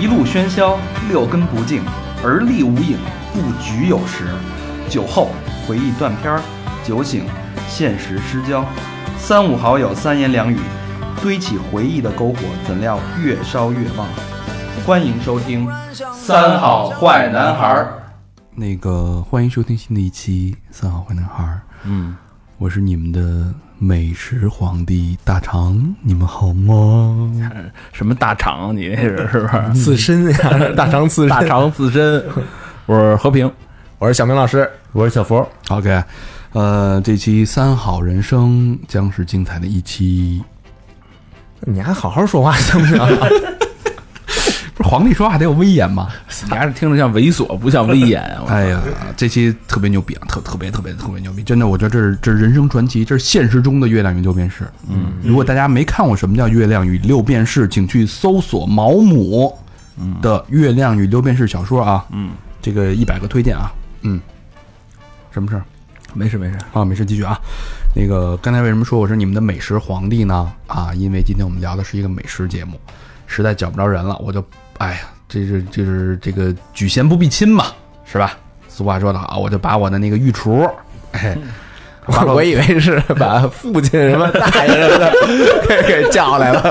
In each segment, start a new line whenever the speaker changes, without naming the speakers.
一路喧嚣，六根不净，而立无影，不局有时。酒后回忆断片儿，酒醒现实失焦。三五好友三言两语，堆起回忆的篝火，怎料越烧越旺。欢迎收听《三好坏男孩》。
那个，欢迎收听新的一期《三好坏男孩》。
嗯，
我是你们的美食皇帝大肠，你们好吗？
什么大肠？你那是是不是？
刺身呀，大 肠刺
大
身。
肠刺身。我是和平，
我是小明老师，
我是小佛。
OK，呃，这期《三好人生》将是精彩的一期。
你还好好说话行不行？
不是皇帝说话得有威严吗？
你还是听着像猥琐，不像啊威严。我
哎呀，这期特别牛逼啊，特特别特别特别牛逼！真的，我觉得这是这是人生传奇，这是现实中的月亮与六便士。嗯，如果大家没看过什么叫月亮与六便士，请去搜索毛姆的《月亮与六便士》小说啊。嗯，这个一百个推荐啊。嗯，什么事儿？
没事没事，
啊，没事，继续啊。那个刚才为什么说我是你们的美食皇帝呢？啊，因为今天我们聊的是一个美食节目，实在找不着人了，我就，哎呀，这是这是这个举贤不避亲嘛，是吧？俗话说得好，我就把我的那个御厨，哎，把
我以为是把父亲什么大爷什么的 给给叫来了。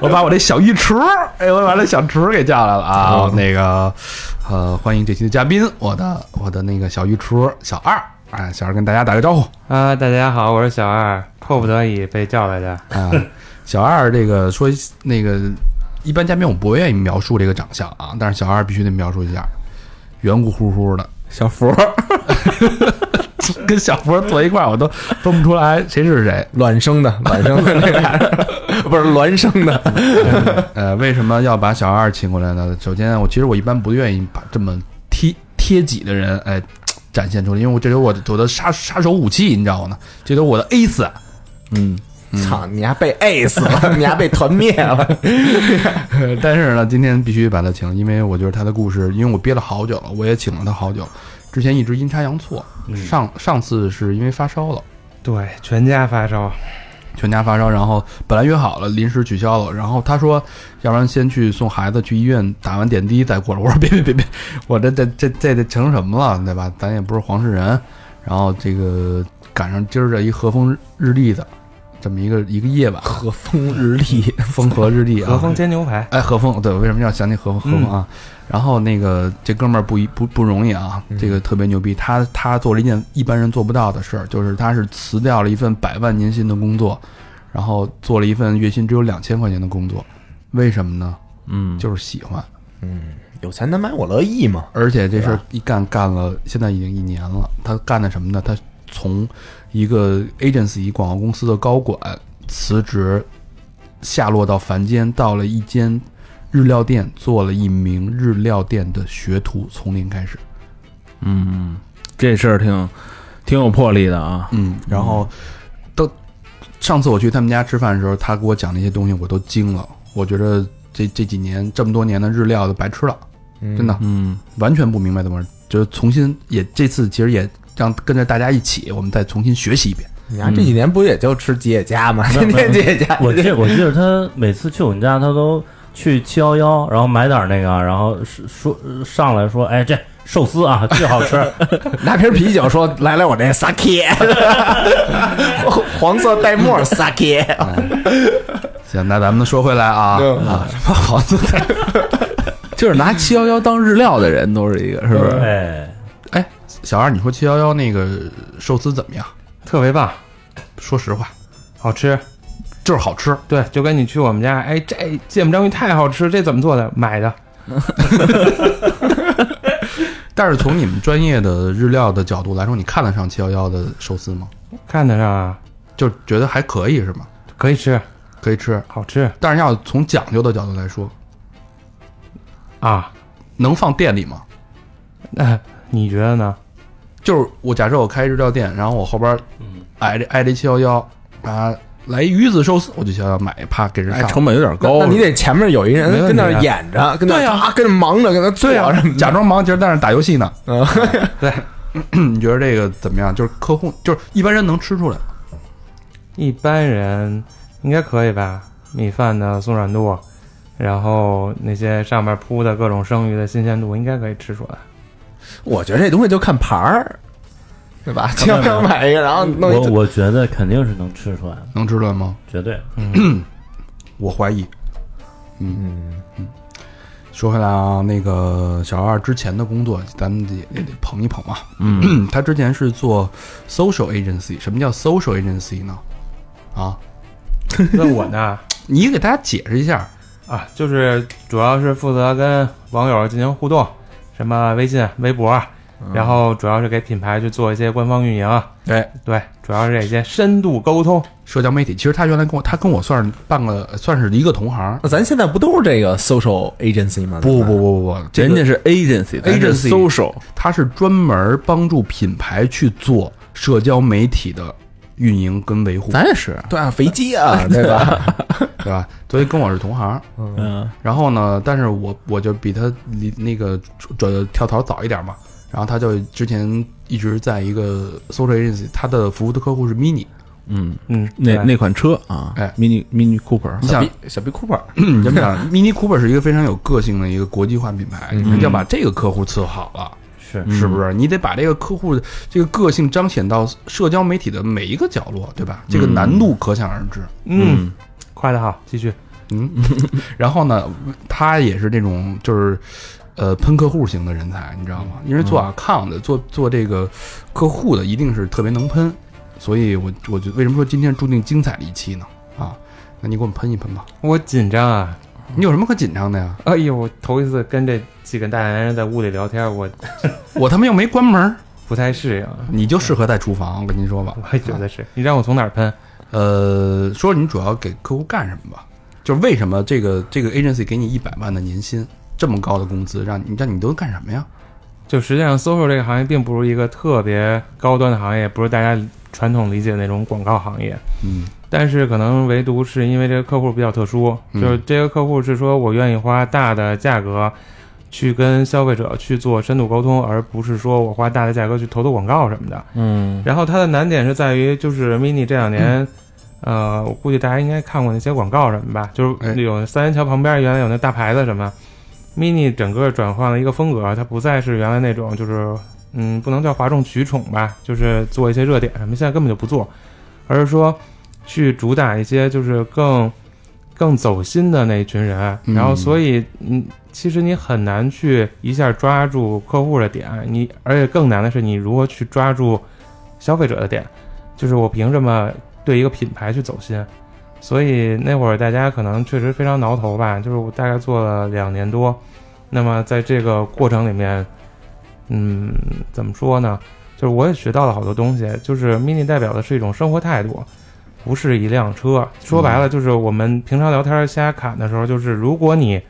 我把我这小御厨，哎，我把这小厨给叫来了啊。那个，呃，欢迎这期的嘉宾，我的我的那个小御厨小二，哎，小二跟大家打个招呼。
啊，大家好，我是小二，迫不得已被叫来的。
啊， 小二这个说那个，一般嘉宾我不愿意描述这个长相啊，但是小二必须得描述一下，圆鼓乎乎的，
小佛，
跟小佛坐一块儿我都分不出来谁是谁。
卵生的，卵生的 这俩人，不是孪生的。
呃，为什么要把小二请过来呢？首先，我其实我一般不愿意把这么贴贴己的人哎展现出来，因为我这是我的我的杀杀手武器，你知道吗？这都是我的 A 啊死。
嗯，
操，你还被 A 死了，你还被团灭了。
呃但是呢，今天必须把他请，因为我觉得他的故事，因为我憋了好久了，我也请了他好久，之前一直阴差阳错，
嗯
上上次是因为发烧了，
对，全家发烧，
全家发烧，然后本来约好了，临时取消了，然后他说，要不然先去送孩子去医院打完点滴再过来，我说别别别别，我这这这这得成什么了，对吧？咱也不是黄世仁，然后这个赶上今儿这一和风日丽的这么一个一个夜晚，
和风日丽，
风和日丽啊，
和风煎牛排。
哎，何峰，对，为什么要想起何峰何峰啊？然后那个这哥们儿不一不不容易啊，这个特别牛逼，他他做了一件一般人做不到的事儿，就是他是辞掉了一份百万年薪的工作，然后做了一份月薪只有两千块钱的工作，为什么呢？
嗯，
就是喜欢，
有钱难买我乐意嘛。
而且这事儿一干干了，现在已经一年了。他干的什么呢？他从一个 agency 广告公司的高管辞职，下落到凡间，到了一间日料店，做了一名日料店的学徒，从零开始。
这事儿挺挺有魄力的啊。
嗯，然后
嗯
都上次我去他们家吃饭的时候，他给我讲那些东西，我都惊了。我觉得这这几年这么多年的日料都白吃了，真的。
嗯，
完全不明白怎么回事，就是重新也这次其实也让跟着大家一起，我们再重新学习一遍。
你看这几年不也就吃吉野家吗？天天吉野家，
我记我记得他每次去我们家，他都去七幺幺，然后买点那个，然后是说上来说，哎，这寿司啊，巨好吃。
拿瓶啤酒说：“来来，我这 sake，黄 色带沫 sake。
行，那咱们说回来啊啊，什么好自在？
就是拿七幺幺当日料的人都是一个，是不是？
哎，
哎，小二，你说七幺幺那个寿司怎么样？
特别棒，
说实话，
好吃。
就是好吃。
对，就跟你去我们家，哎，这芥末章鱼太好吃，这怎么做的？买的。
但是从你们专业的日料的角度来说，你看得上七幺幺的寿司吗？
看得上啊，
就觉得还可以是吗？
可以吃，
可以吃，
好吃
但是要从讲究的角度来说，
啊。
能放店里吗？
那、你觉得呢？
就是我假设我开日料店，然后我后边儿挨着挨着七幺幺啊，来一鱼子寿司，我就想要买一啪给人
哎，
上。
成本有点”高。
那你得前面有一人跟那儿演着，跟那儿啊，跟那儿忙着，跟那儿做
对啊
什么，的
假装忙，其实在那儿打游戏呢。
嗯
对， 你觉得这个怎么样？就是客户，就是一般人能吃出来。
一般人应该可以吧？米饭的松软度，然后那些上面铺的各种生鱼的新鲜度，应该可以吃 出来。
我觉得这东西就看牌儿，对吧？经常买一个，然后弄
我
一
我觉得肯定是能吃出来的，
能吃出来吗？
绝对。
我怀疑。嗯嗯，说回来啊，那个小二之前的工作，咱们也也得捧一捧嘛。嗯， 他之前是做 social agency，什么叫 social agency 呢？啊，
那我呢？
你给大家解释一下。
啊，就是主要是负责跟网友进行互动，什么微信、微博，啊然后主要是给品牌去做一些官方运营，啊
对，
对，主要是这些深度沟通。
社交媒体，其实他原来跟我，他跟我算是半个，算是一个同行。
那咱现在不都是这个 social agency 吗？
不不不不不，这
人
个
家是 agency，咱是
agency
social，
他是专门帮助品牌去做社交媒体的运营跟维护，
咱也是，
对啊，肥鸡啊，对吧？
对吧？所以跟我是同行。
嗯
然后呢，但是我我就比他离那个转跳槽早一点嘛。然后他就之前一直在一个 social agency，他的服务的客户是 mini。
嗯，
嗯，
那
对
那款车啊，
哎
，mini mini Cooper，
你想，
小 B Cooper，
你这么想，mini Cooper 是一个非常有个性的一个国际化品牌，你要把这个客户伺候好了。
是
是不是？你得把这个客户的这个个性彰显到社交媒体的每一个角落，对吧？这个难度可想而知。
嗯，夸的好，继续。
然后呢，他也是那种就是，呃，喷客户型的人才，你知道吗？
嗯
因为做 account 的，做做这个客户的，一定是特别能喷。所以我我觉得为什么说今天注定精彩的一期呢？啊，那你给我们喷一喷吧。
我紧张啊！
你有什么可紧张的呀？
哎呦，我头一次跟这几个大男人在屋里聊天，我
我他妈又没关门，
不太适应。
你就适合在厨房。我跟你说吧，
嗯我也觉得是，你让我从哪儿喷？
呃，说你主要给客户干什么吧？就是为什么这个这个 agency 给你一百万的年薪，这么高的工资，让你让你都干什么呀？
就实际上，social 这个行业并不是一个特别高端的行业，不是大家传统理解的那种广告行业。
嗯，
但是可能唯独是因为这个客户比较特殊，
嗯
就是这个客户是说我愿意花大的价格去跟消费者去做深度沟通，而不是说我花大的价格去投投广告什么的。
嗯，
然后它的难点是在于，就是 mini 这两
嗯
年，呃，我估计大家应该看过那些广告什么吧，就
哎
是有三元桥旁边原来有那大牌子什么，mini 整个转换了一个风格，它不再是原来那种就是嗯，不能叫哗众取宠吧，就是做一些热点什么，现在根本就不做，而是说去主打一些就是更更走心的那一群人，
嗯
然后所以嗯，其实你很难去一下抓住客户的点，你而且更难的是你如何去抓住消费者的点，就是我凭什么对一个品牌去走心？所以那会儿大家可能确实非常挠头吧，就是我大概做了两年多，那么在这个过程里面，嗯，怎么说呢？就是我也学到了好多东西，就是 mini 代表的是一种生活态度，不是一辆车。说白了，就是我们平常聊天瞎侃的时候，就是如果你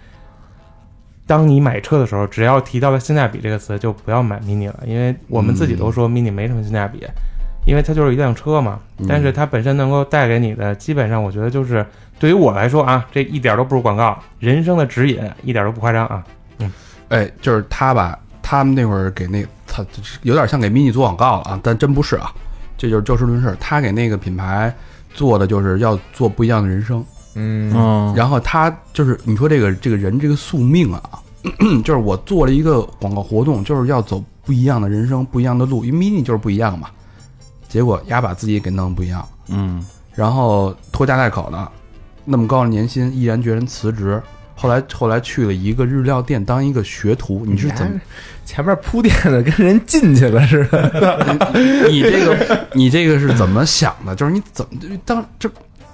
当你买车的时候，只要提到了性价比这个词，就不要买 mini 了，因为我们自己都说 mini 没什么性价比，因为它就是一辆车嘛。但是它本身能够带给你的，基本上我觉得就是对于我来说啊，这一点都不是广告，人生的指引，一点都不夸张啊。
哎，就是他吧，他们那会儿给那他有点像给 mini 做广告了啊，但真不是啊，这就是就事论事。他给那个品牌做的就是要做不一样的人生，
嗯，
嗯，
然后他就是你说这个这个人这个宿命啊， 就是我做了一个广告活动，就是要走不一样的人生，不一样的路，因为 mini 就是不一样嘛。结果丫把自己给弄不一样，
嗯，
然后拖家带口的，那么高的年薪，毅然决然辞职。后来后来去了一个日料店当一个学徒，你是怎么？
前面铺垫的跟人进去了似的，
你这个你这个是怎么想的？就是你怎么当这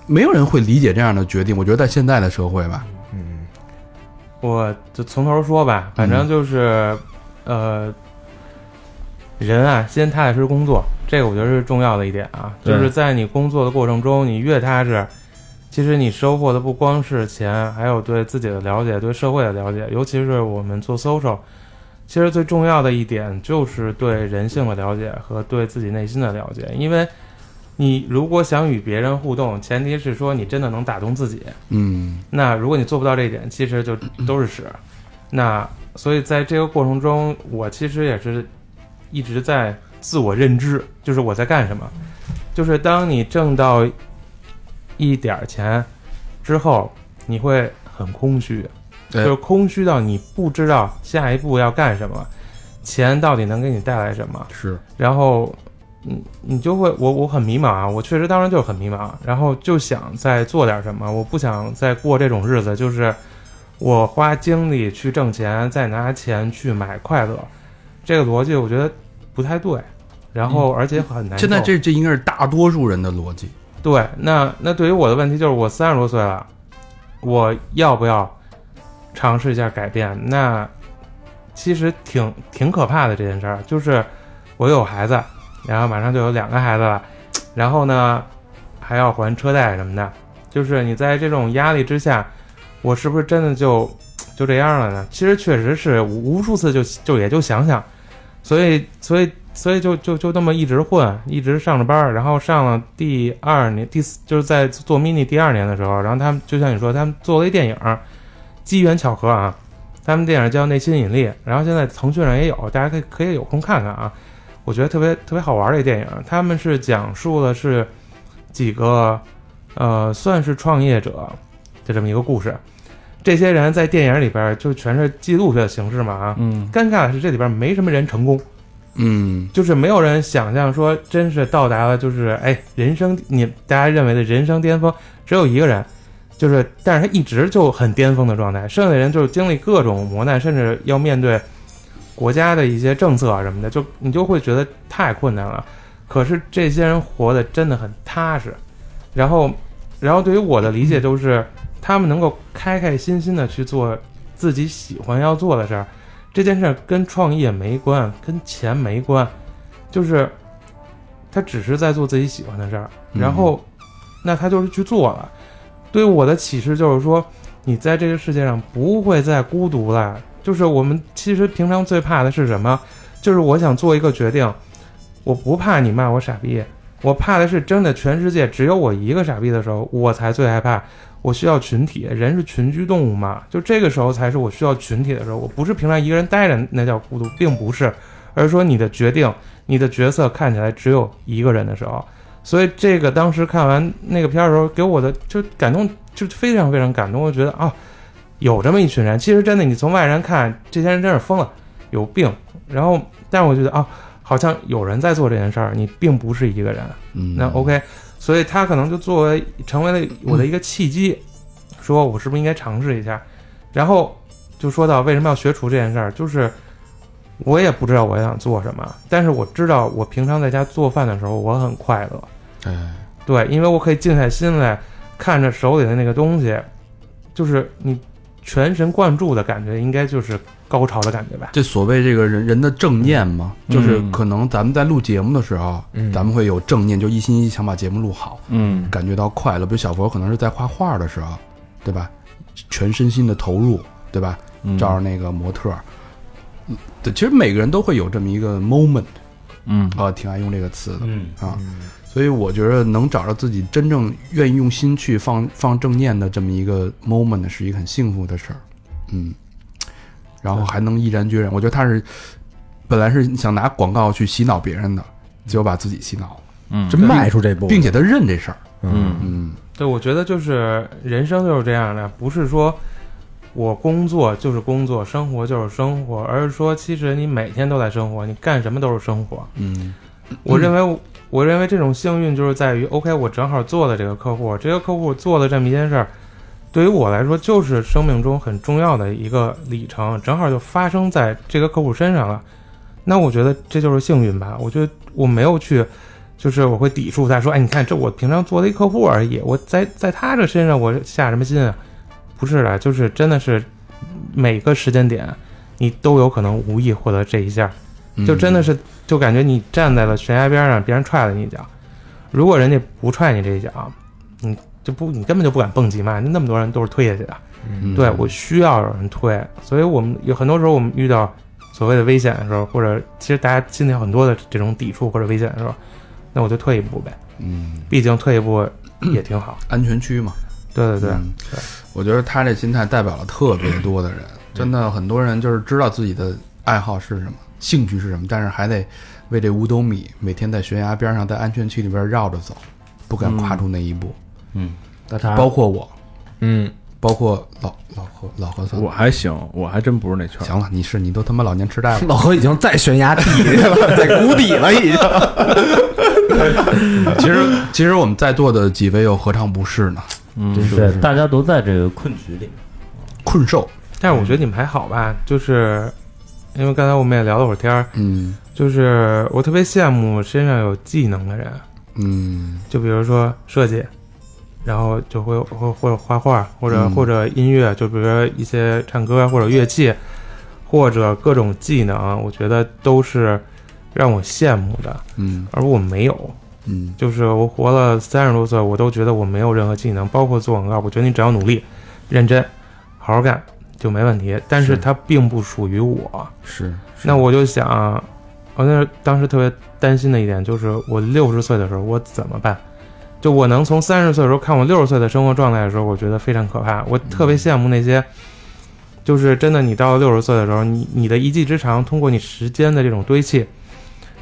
没有人会理解这样的决定？我觉得在现在的社会吧，
嗯，
我就从头说吧，反正就是，呃，人啊，先踏踏实实工作，这个我觉得是重要的一点啊。
对
就是在你工作的过程中，你越踏实，其实你收获的不光是钱，还有对自己的了解，对社会的了解。尤其是我们做 social，其实最重要的一点就是对人性的了解和对自己内心的了解。因为你如果想与别人互动，前提是说你真的能打动自己。
嗯
那如果你做不到这一点，其实就都是屎。那所以在这个过程中，我其实也是一直在自我认知，就是我在干什么。就是当你挣到一点儿钱之后，你会很空虚，
对
就是空虚到你不知道下一步要干什么，钱到底能给你带来什么。
是
然后，嗯，你就会，我我很迷茫啊，我确实当时就是很迷茫，然后就想再做点什么，我不想再过这种日子，就是我花精力去挣钱，再拿钱去买快乐，这个逻辑我觉得不太对，然后而且很难
嗯
受、
现在这这应该是大多数人的逻辑。
对，那那对于我的问题就是，我三十多岁了，我要不要尝试一下改变？那其实挺挺可怕的这件事儿，就是我有孩子，然后马上就有两个孩子了，然后呢还要还车贷什么的，就是你在这种压力之下，我是不是真的就就这样了呢？其实确实是无无数次就就也就想想，所以所以所以就就就那么一直混，一直上着班儿，然后上了第二年，第四就是在做 mini 第二年的时候，然后他们就像你说，他们做了一电影儿，机缘巧合啊，他们电影叫《内心引力》，然后现在腾讯上也有，大家可以可以有空看看啊，我觉得特别特别好玩儿这电影儿，他们是讲述的是几个呃算是创业者的这么一个故事，这些人在电影里边儿就全是纪录片的形式嘛啊，
嗯
尴尬的是这里边儿没什么人成功。
嗯，
就是没有人想象说，真是到达了，就是哎，人生你大家认为的人生巅峰，只有一个人，就是，但是他一直就很巅峰的状态，剩下的人就是经历各种磨难，甚至要面对国家的一些政策啊什么的，就你就会觉得太困难了。可是这些人活得真的很踏实，然后，然后对于我的理解就是，他们能够开开心心的去做自己喜欢要做的事儿，这件事儿跟创业没关，跟钱没关，就是他只是在做自己喜欢的事儿，
嗯
然后，那他就是去做了。对我的启示就是说，你在这个世界上不会再孤独了。就是我们其实平常最怕的是什么？就是我想做一个决定，我不怕你骂我傻逼，我怕的是真的全世界只有我一个傻逼的时候，我才最害怕。我需要群体，人是群居动物嘛，就这个时候才是我需要群体的时候。我不是平常一个人待着那叫孤独，并不是，而是说你的决定、你的角色看起来只有一个人的时候。所以这个当时看完那个片儿的时候，给我的就感动，就非常非常感动。我觉得啊，有这么一群人，其实真的你从外人看，这些人真是疯了，有病。然后，但是我觉得啊，好像有人在做这件事儿，你并不是一个人。
嗯
那 OK，所以他可能就作为成为了我的一个契机，说我是不是应该尝试一下？然后就说到为什么要学厨这件事儿，就是我也不知道我想做什么，但是我知道我平常在家做饭的时候我很快乐，
哎，
对，因为我可以静下心来看着手里的那个东西，就是你全神贯注的感觉，应该就是高潮的感觉吧？
这所谓这个人人的正念嘛，
嗯
就是可能咱们在录节目的时候，
嗯
咱们会有正念，就一心一意想把节目录好，
嗯
感觉到快乐。比如小佛可能是在画画的时候，对吧？全身心的投入，对吧？
嗯
照着那个模特儿，嗯对，其实每个人都会有这么一个 moment
嗯
啊，挺爱用这个词的
嗯
啊。所以我觉得能找到自己真正愿意用心去放放正念的这么一个 moment，是一个很幸福的事儿，嗯。然后还能毅然决然，我觉得他是本来是想拿广告去洗脑别人的，结果把自己洗脑了，
嗯
真迈出这步，
并且他认这事儿，
嗯
嗯
对，我觉得就是人生就是这样的，不是说我工作就是工作，生活就是生活，而是说其实你每天都在生活，你干什么都是生活。
嗯
我认为，我认为这种幸运就是在于，OK，我正好做了这个客户，这个客户做了这么一件事儿，对于我来说就是生命中很重要的一个里程，正好就发生在这个客户身上了。那我觉得这就是幸运吧。我觉得我没有去，就是我会抵触他说，哎，你看这我平常做的一客户而已，我在在他这身上我下什么心啊？不是的，就是真的是每个时间点，你都有可能无意获得这一下。
嗯，
就真的是就感觉你站在了悬崖边上，别人踹了你一脚，如果人家不踹你这一脚，你就不你根本就不敢蹦极嘛，那么多人都是推下去的。
嗯
对我需要有人推，所以我们有很多时候我们遇到所谓的危险的时候，或者其实大家心里有很多的这种抵触或者危险的时候，那我就退一步呗，
嗯
毕竟退一步也挺好。
安全区嘛，
对对对，
嗯
对
我觉得他这心态代表了特别多的人，真的很多人就是知道自己的爱好是什么，兴趣是什么，但是还得为这五斗米每天在悬崖边上，在安全区里边绕着走，不敢跨出那一步。
大肠
嗯包括我，
嗯，
包括老老何老何算
我还行，我还真不是那圈儿。
行了，你是你都他妈老年痴呆了，
老何已经在悬崖底下了，在谷底了，已经。
其实 其实我们在座的几位又何尝不是呢？
嗯，
对，大家都在这个困局里面。
困兽，
但是我觉得你们还好吧，就是因为刚才我们也聊了会儿天儿，
嗯
就是我特别羡慕身上有技能的人，
嗯
就比如说设计，然后就会或或者画画，或者、
嗯
或者音乐，就比如说一些唱歌啊或者乐器，或者各种技能，我觉得都是让我羡慕的，
嗯
而我没有。
嗯
就是我活了三十多岁，我都觉得我没有任何技能，包括做广告，我觉得你只要努力、认真、好好干就没问题。但是它并不属于我。
是，
那我就想，我那当时特别担心的一点就是，我六十岁的时候我怎么办？就我能从三十岁的时候看我六十岁的生活状态的时候，我觉得非常可怕。我
嗯
特别羡慕那些，就是真的，你到了六十岁的时候，你你的一技之长通过你时间的这种堆砌，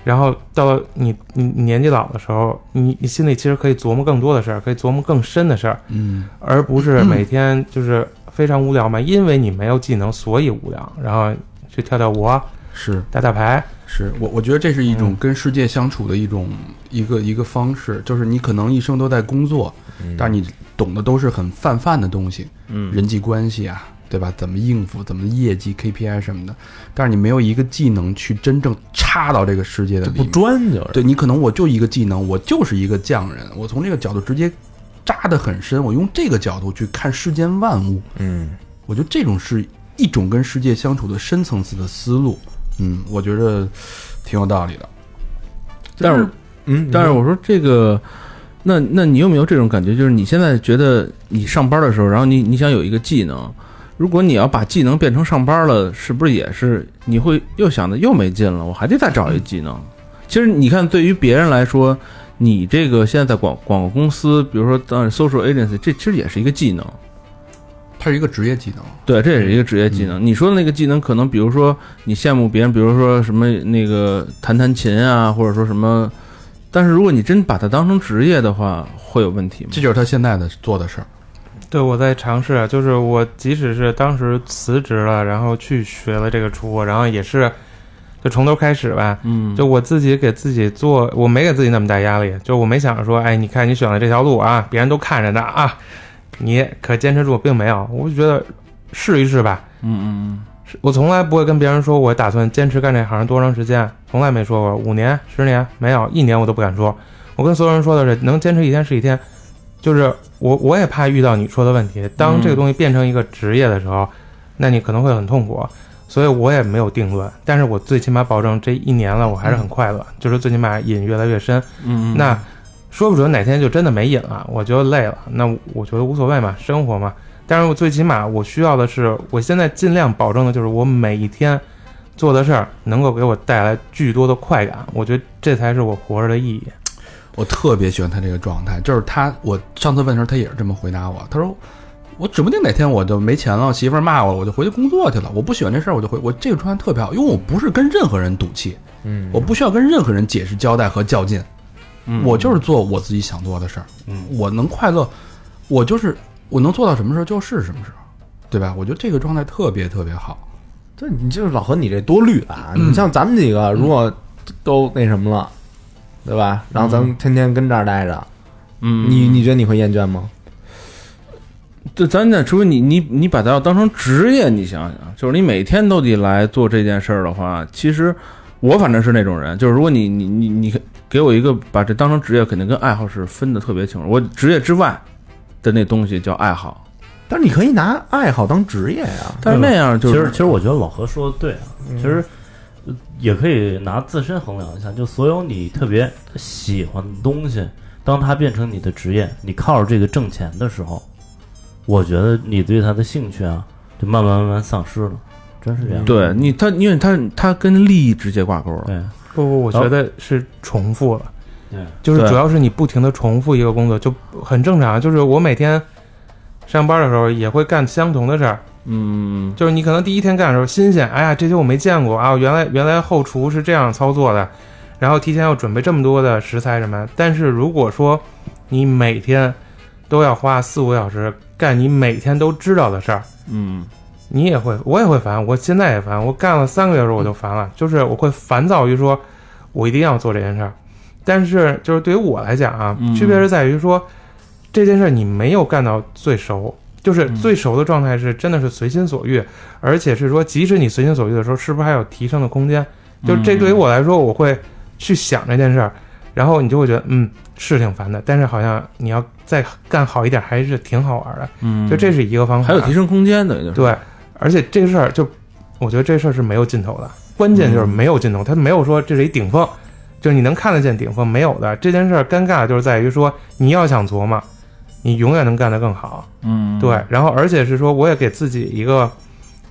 然后到了你你你年纪老的时候，你你心里其实可以琢磨更多的事儿，可以琢磨更深的事儿，
嗯
而不是每天就是非常无聊嘛。因为你没有技能，所以无聊，然后去跳跳舞、啊
是
打打牌，
是我我觉得这是一
嗯
种跟世界相处的一种一个一个方式，就是你可能一生都在工作，
嗯
但你懂的都是很泛泛的东西，
嗯
人际关系啊，对吧？怎么应付，怎么业绩 KPI 什么的，但是你没有一个技能去真正插到这个世界的里
不
面。
专就是，
对你可能我就一个技能，我就是一个匠人，我从这个角度直接扎得很深，我用这个角度去看世间万物，
嗯，
我觉得这种是一种跟世界相处的深层次的思路，嗯，我觉得挺有道理的。
但是
嗯
但是我说这个，那那你有没有这种感觉？就是你现在觉得你上班的时候，然后你你想有一个技能，如果你要把技能变成上班了，是不是也是你会又想的又没劲了？我还得再找一技能。其实你看，对于别人来说，你这个现在在广广告公司，比如说当 social agency，这其实也是一个技能。
它是一个职业技能，
对，这也是一个职业技能。你说的那个技能，可能比如说你羡慕别人，比如说什么那个弹弹琴啊，或者说什么，但是如果你真把它当成职业的话，会有问题吗？
这就是他现在的做的事儿。
对，我在尝试，啊就是我即使是当时辞职了，然后去学了这个厨，然后也是就从头开始吧。
嗯，
就我自己给自己做，我没给自己那么大压力，就我没想着说，哎，你看你选了这条路啊，别人都看着呢啊，你可坚持住，并没有。我就觉得试一试吧，
嗯
是我从来不会跟别人说我打算坚持干这行多长时间，从来没说过五年、十年，没有一年我都不敢说。我跟所有人说的是，能坚持一天是一天。就是我我也怕遇到你说的问题，
嗯
当这个东西变成一个职业的时候，那你可能会很痛苦。所以我也没有定论，但是我最起码保证这一年了，我还是很快乐，就是最起码瘾越来越深。
嗯
那说不准哪天就真的没瘾了，我觉得累了，那我觉得无所谓嘛，生活嘛。但是我最起码我需要的是，我现在尽量保证的就是我每一天做的事儿能够给我带来巨多的快感，我觉得这才是我活着的意义。
我特别喜欢他这个状态，就是他，我上次问的时候，他也是这么回答我，他说。我指不定哪天我就没钱了，媳妇儿骂我了，我就回去工作去了。我不喜欢这事儿，我就回。我这个状态特别好，因为我不是跟任何人赌气，
嗯
我不需要跟任何人解释、交代和较劲，
嗯
我就是做我自己想做的事儿。
嗯，
我能快乐，我就是我能做到什么时候就是什么时候，对吧？我觉得这个状态特别特别好。
对，你就是老何，你这多虑啊！你像咱们几个，如果都那什么了，对吧？然后咱们天天跟这儿待着，
嗯
你你觉得你会厌倦吗？
这咱得，除非你你你把它要当成职业，你想想，就是你每天都得来做这件事儿的话，其实我反正是那种人，就是如果你你你你给我一个把这当成职业，肯定跟爱好是分的特别清楚。我职业之外的那东西叫爱好，
但是你可以拿爱好当职业呀、
但是那样就
其实
是
其实我觉得老何说的对啊，其实呃也可以拿自身衡量一下，就所有你特别喜欢的东西，当它变成你的职业，你靠着这个挣钱的时候，我觉得你对它的兴趣啊，就慢慢慢慢丧失了，真是这样。
对你他，因为他他跟利益直接挂钩了。
对，
不不，我
好
觉得是重复了，
对，
就是
对
主要是你不停的重复一个工作，就很正常。就是我每天上班的时候也会干相同的事儿，
嗯，
就是你可能第一天干的时候新鲜，哎呀，这些我没见过啊，原来原来后厨是这样操作的，然后提前要准备这么多的食材什么。但是如果说你每天都要花四五个小时干你每天都知道的事儿，
嗯
你也会，我也会烦，我现在也烦，我干了三个小时我就烦
嗯
了，就是我会烦躁于说，我一定要做这件事儿。但是就是对于我来讲啊，
嗯
区别是在于说，这件事儿你没有干到最熟，就是
嗯
最熟的状态是真的是随心所欲，而且是说，即使你随心所欲的时候，是不是还有提升的空间？就
嗯
这对于我来说，我会去想这件事儿，然后你就会觉得，嗯，是挺烦的，但是好像你要再干好一点，还是挺好玩的。
嗯
就这是一个方法，
还有提升空间的，就是
对，而且这事儿就，我觉得这事儿是没有尽头的。关键就是没有尽头，它没有说这是一顶峰，就是你能看得见顶峰没有的。这件事儿尴尬的就是在于说，你要想琢磨，你永远能干得更好。
嗯
对，然后而且是说，我也给自己一个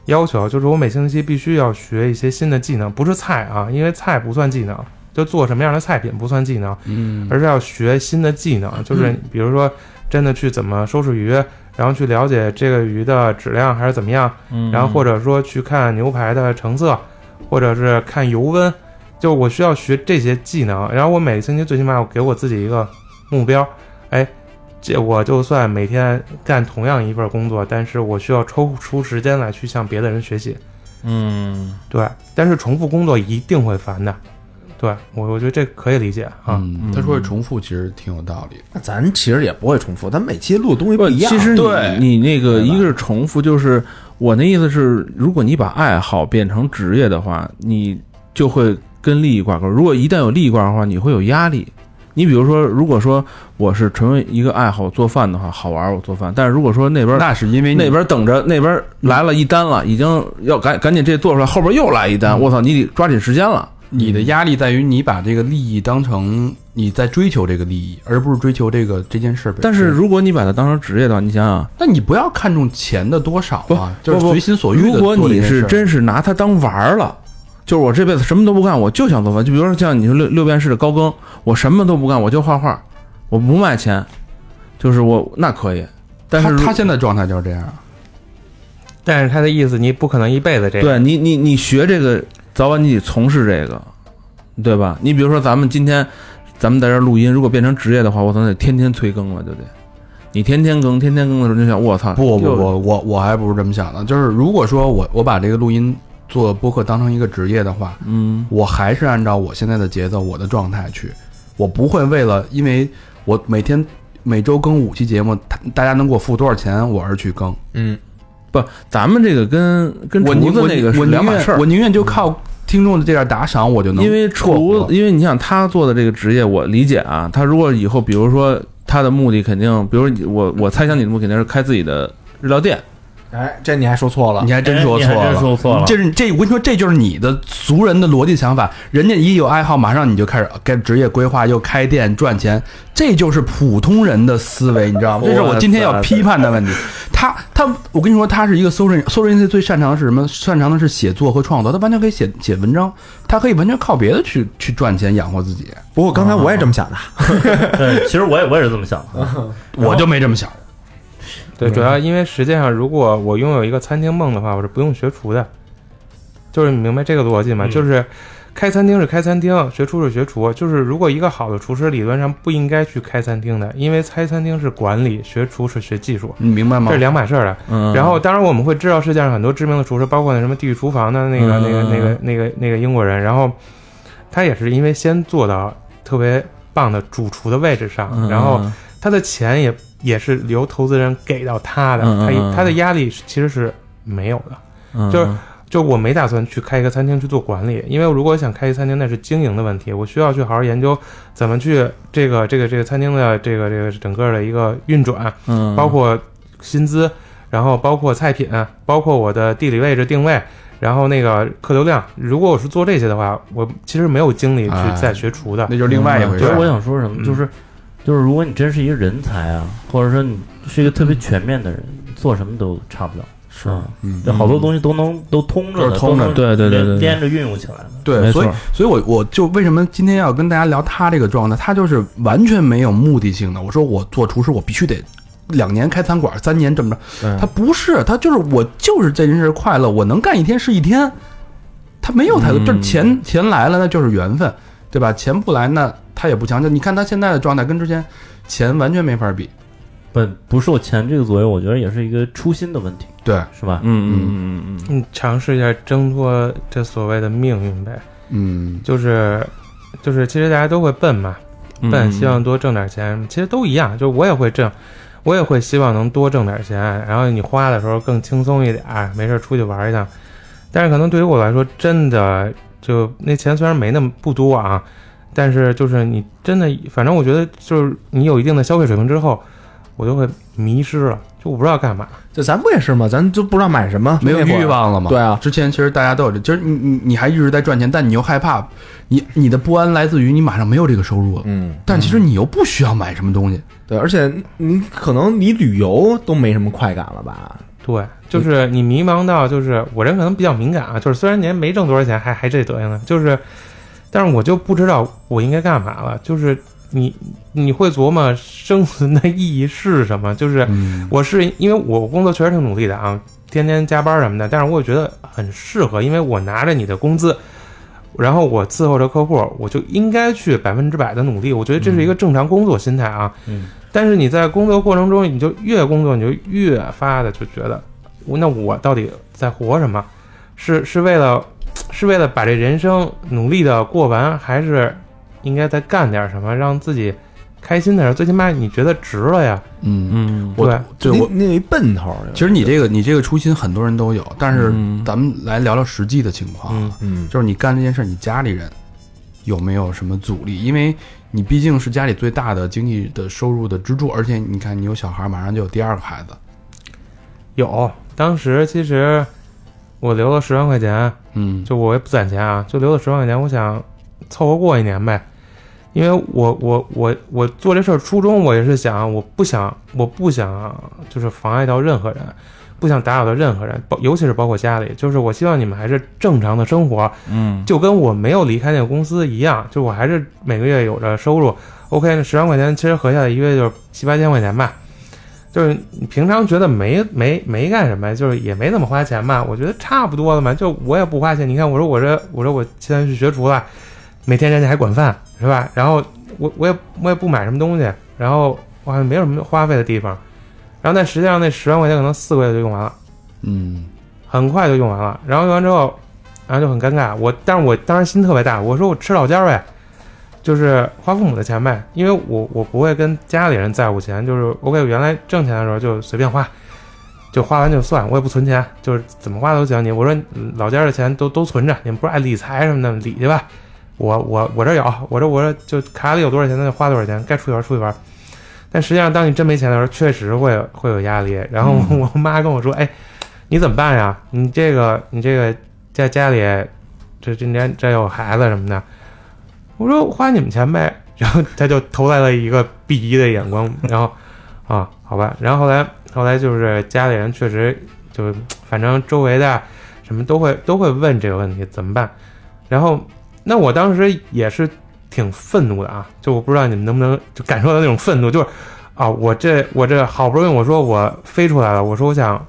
要求，就是我每星期必须要学一些新的技能，不是菜啊，因为菜不算技能，就做什么样的菜品不算技能，
嗯
而是要学新的技能，就是比如说真的去怎么收拾鱼，然后去了解这个鱼的质量还是怎么样，
嗯
然后或者说去看牛排的成色，或者是看油温，就我需要学这些技能。然后我每个星期最起码我给我自己一个目标，哎，这我就算每天干同样一份工作，但是我需要抽出时间来去向别的人学习。
嗯
对，但是重复工作一定会烦的。对我，我觉得这可以理解啊。
嗯，他说的重复其实挺有道理的。
那咱其实也不会重复，咱每期录的东西不
不，
一样。
其实
对
你你那个
对吧
一个是重复，就是我那意思是，如果你把爱好变成职业的话，你就会跟利益挂钩。如果一旦有利益挂钩的话，你会有压力。你比如说，如果说我是成为一个爱好做饭的话，好玩儿我做饭，但是如果说那边
那是因为你
那边等着那边来了一单了，已经要赶赶紧这做出来，后边又来一单，我操，你得抓紧时间了。
你的压力在于你把这个利益当成你在追求这个利益，而不是追求这个这件事本身。
但是如果你把它当成职业的话，你想啊想，
但你不要看重钱的多少啊，就是
不不
随心所欲的。
如果你是，真是拿它当玩儿了，就是我这辈子什么都不干，我就想做饭。就比如说像你说六六便士的高更，我什么都不干，我就画画，我不卖钱，就是我那可以。但是
他
如
他现在状态就是这样。
但是他的意思，你不可能一辈子这样。
对你你你学这个，早晚你得从事这个，对吧？你比如说咱们今天咱们在这儿录音，如果变成职业的话，我操，得天天催更了，就得。你天天更，天天更的时候，你就想，我操，
不不
又
不，，我我还不是这么想的。就是如果说我我把这个录音做播客当成一个职业的话，
嗯
我还是按照我现在的节奏、我的状态去，我不会为了因为我每天每周更五期节目，他大家能给我付多少钱，我而去更。
嗯，
不，咱们这个跟跟
我
厨
宁
子
我
那个是
我宁
两码
愿
事儿
我。宁愿就靠听众的这点打赏，我就能
因为厨
过，
因为你想他做的这个职业，我理解啊，他如果以后，比如说他的目的肯定，比如你我我猜想你的目的肯定是开自己的日料店，
哎，这你还说错了
你。还真说错
哎你还真
了。
说错了。
这是这，我跟你说，这就是你的俗人的逻辑想法。人家一有爱好，马上你就开始该职业规划，又开店赚钱，这就是普通人的思维，你知道吗？这是我今天要批判的 问题。他他，我跟你说，他是一个 social social i n 最擅长的是什么？擅长的是写作和创作，他完全可以写写文章，他可以完全靠别的去去赚钱养活自己。
哦
不过刚才我也这么想的，
嗯对，其实我也我也是这么想的。
我就没这么想。
对，主要因为实际上，如果我拥有一个餐厅梦的话，我是不用学厨的，就是你明白这个逻辑吗？
嗯
就是开餐厅是开餐厅，学厨是学厨，就是如果一个好的厨师理论上不应该去开餐厅的，因为开餐厅是管理，学厨是学技术，
你明白
这
吗
是？两码事儿的。
嗯，
然后，当然我们会知道世界上很多知名的厨师，包括那什么《地狱厨房》啊的那个、那个、那个、那个、那个英国人，然后他也是因为先做到特别棒的主厨的位置上，
嗯
然后他的钱也也是由投资人给到他的，
嗯嗯嗯
他他的压力是其实是没有的。
嗯
就是就我没打算去开一个餐厅去做管理，因为如果想开一个餐厅，那是经营的问题，我需要去好好研究怎么去这个这个这个餐厅的这个这个整个的一个运转，
嗯
包括薪资，然后包括菜品，包括我的地理位置定位，然后那个客流量。如果我是做这些的话，我其实没有精力去
哎
再学厨的。
那就是另外一回事
其
儿。
实我想说什
嗯
么，就是就是如果你真是一个人才啊，或者说你是一个特别全面的人，做什么都差不了。是，
嗯
就好多东西都能都通着的，
就是通着
都能
对对对对对
连连着运用起来的。
对，
没错
所以所以我我就为什么今天要跟大家聊他这个状态，他就是完全没有目的性的。我说我做厨师，我必须得两年开餐馆，三年这么着
嗯，
他不是，他就是我就是这件事快乐，我能干一天是一天，他没有太多，就是钱钱来了那就是缘分，对吧？钱不来那他也不强求。你看他现在的状态跟之前钱完全没法比，
本不受钱这个左右，我觉得也是一个初心的问题，
对，
是吧？
嗯嗯嗯嗯
你尝试一下挣脱这所谓的命运呗，
嗯，
就是就是，其实大家都会笨嘛，
嗯，
笨，希望多挣点钱，其实都一样，就是我也会挣，我也会希望能多挣点钱，然后你花的时候更轻松一点儿，没事儿出去玩一趟。但是可能对于我来说，真的就那钱虽然没那么不多啊，但是就是你真的，反正我觉得就是你有一定的消费水平之后，我就会迷失了，就我不知道干嘛。
就咱不也是吗？咱就不知道买什么，
没有
那会儿
欲。望了嘛？
对啊
之前其实大家都有这，就是你你你还一直在赚钱，但你又害怕，你你的不安来自于你马上没有这个收入了，
嗯，
但其实你又不需要买什么东西，
对，而且你可能你旅游都没什么快感了吧？
对，就是你迷茫到，就是我人可能比较敏感啊，就是虽然您没挣多少钱，还还这德行呢，就是，但是我就不知道我应该干嘛了。就是你你会琢磨生存的意义是什么？就是
嗯
我是因为我工作确实挺努力的啊，天天加班什么的，但是我也觉得很适合，因为我拿着你的工资，然后我伺候着客户，我就应该去百分之百的努力。我觉得这是一个正常工作心态啊。
嗯。
但是你在工作过程中，你就越工作，你就越发的就觉得，我那我到底在活什么？是是为了是为了把这人生努力的过完，还是应该再干点什么，让自己开心点儿？最起码你觉得值了呀。
嗯，
嗯，
我
对
对我
那那奔头。
其实你这个你这个初心很多人都有，但是
嗯
咱们来聊聊实际的情况啊，
嗯，
就是你干这件事儿，你家里人有没有什么阻力？因为你毕竟是家里最大的经济的收入的支柱，而且你看你有小孩儿，马上就有第二个孩子，
有，当时其实我留了十万块钱，
嗯，
就我也不攒钱啊，就留了十万块钱，我想凑合过一年呗。因为我我我我做这事儿初衷，我也是想，我不想我不想就是妨碍到任何人，不想打扰到任何人，包尤其是包括家里，就是我希望你们还是正常的生活，
嗯
就跟我没有离开那个公司一样，就我还是每个月有着收入。OK，那十万块钱其实合下来一个月就是七八千块钱吧，就是你平常觉得没没没干什么，就是也没怎么花钱吧，我觉得差不多了嘛，就我也不花钱。你看，我说我这我说我现在去学厨了，每天人家还管饭是吧？然后我我也我也不买什么东西，然后我好像没有什么花费的地方，然后但实际上那十万块钱可能四个月就用完了。
嗯
很快就用完了。然后用完之后，然后就很尴尬。我，但是我当时心特别大，我说我吃老家呗，就是花父母的钱呗，因为我我不会跟家里人在乎钱，就是 OK，原来挣钱的时候就随便花，就花完就算，我也不存钱，就是怎么花都行。你我说嗯老家的钱都都存着，你们不是爱理财什么的，理去吧。我我我这有，我这我这就卡里有多少钱，那就花多少钱，该出去玩出去玩。但实际上，当你真没钱的时候，确实会有会有压力。然后我我妈跟我说：“哎，你怎么办呀？你这个你这个在家里，这这年这有孩子什么的。”我说：“花你们钱呗。” 然后他就投来了一个鄙夷的眼光。然后 啊，好吧。然后后来后来就是家里人确实就反正周围的什么都会都会问这个问题怎么办。然后那我当时也是挺愤怒的啊，就我不知道你们能不能就感受到那种愤怒，就是啊，我这我这好不容易我说我飞出来了，我说我想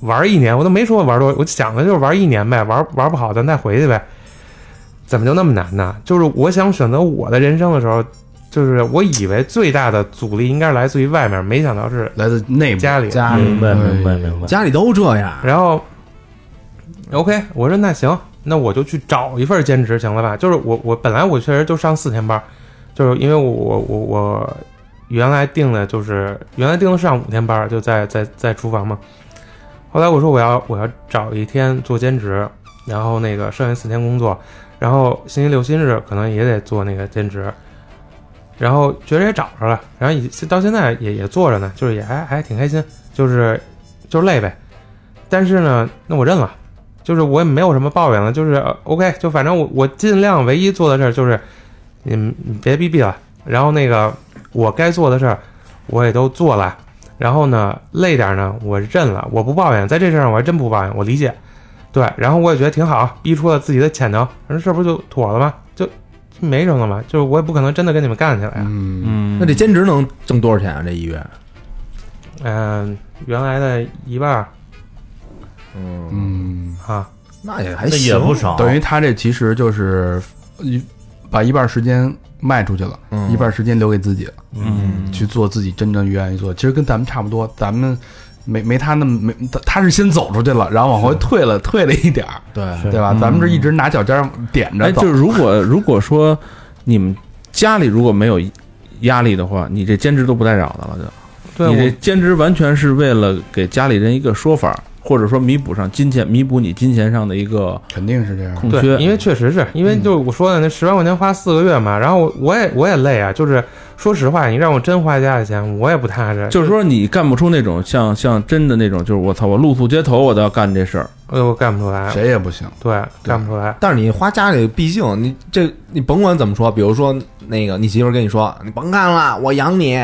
玩一年，我都没说玩多，我想的就是玩一年呗，玩玩不好咱再回去呗，怎么就那么难呢？就是我想选择我的人生的时候，就是我以为最大的阻力应该是来自于外面，没想到是
来自内部，
家里。
家里
明白，
嗯
明白，明白。
家里都这样，
然后，OK，我说那行，那我就去找一份兼职，行了吧？就是我我本来我确实就上四天班，就是因为我我我我原来定的就是原来定的是上五天班，就在在在厨房嘛。后来我说我要我要找一天做兼职，然后那个剩下四天工作，然后星期六、星期日可能也得做那个兼职，然后觉着也找着了，然后也到现在也也做着呢，就是也还还挺开心，就是就是累呗。但是呢，那我认了，就是我也没有什么抱怨了，就是呃 OK，就反正我我尽量唯一做的事儿就是，你们你别逼逼了，然后那个我该做的事儿我也都做了，然后呢累点儿呢我认了，我不抱怨，在这事儿上我还真不抱怨，我理解，对，然后我也觉得挺好，逼出了自己的潜能，人这不就妥了吗？就就没什么嘛，就是我也不可能真的跟你们干起来啊，
嗯，
嗯，
那这兼职能挣多少钱啊？这一月？
嗯、原来的一半儿
嗯，
嗯，
啊，
那也还
那也
行
不少，
等于他这其实就是呃把一半时间卖出去了，
嗯
一半时间留给自己了，
嗯
去做自己真正愿意做。其实跟咱们差不多，咱们没没他那么没，他他是先走出去了，然后往回退了，退了一点儿，
对，
是
对吧？咱们是一直拿脚尖儿点着
哎，
走，
就是如果如果说你们家里如果没有压力的话，你这兼职都不带扰的了，就
对
你这
我
兼职完全是为了给家里人一个说法，或者说弥补上金钱弥补你金钱上的一个
肯定是这样。
空
对，
缺。
因为确实是因为就是我说的那十万块钱花四个月嘛，然后我我也我也累啊，就是说实话，你让我真花家里钱，我也不踏实。
就是说，你干不出那种像像真的那种，就是我操，我露宿街头我都要干这事儿。
呃，我干不出来，
谁也不行，
对，干不出来。
但是你花家里，毕竟你这你甭管怎么说，比如说那个你媳妇儿跟你说你甭干了，我养你，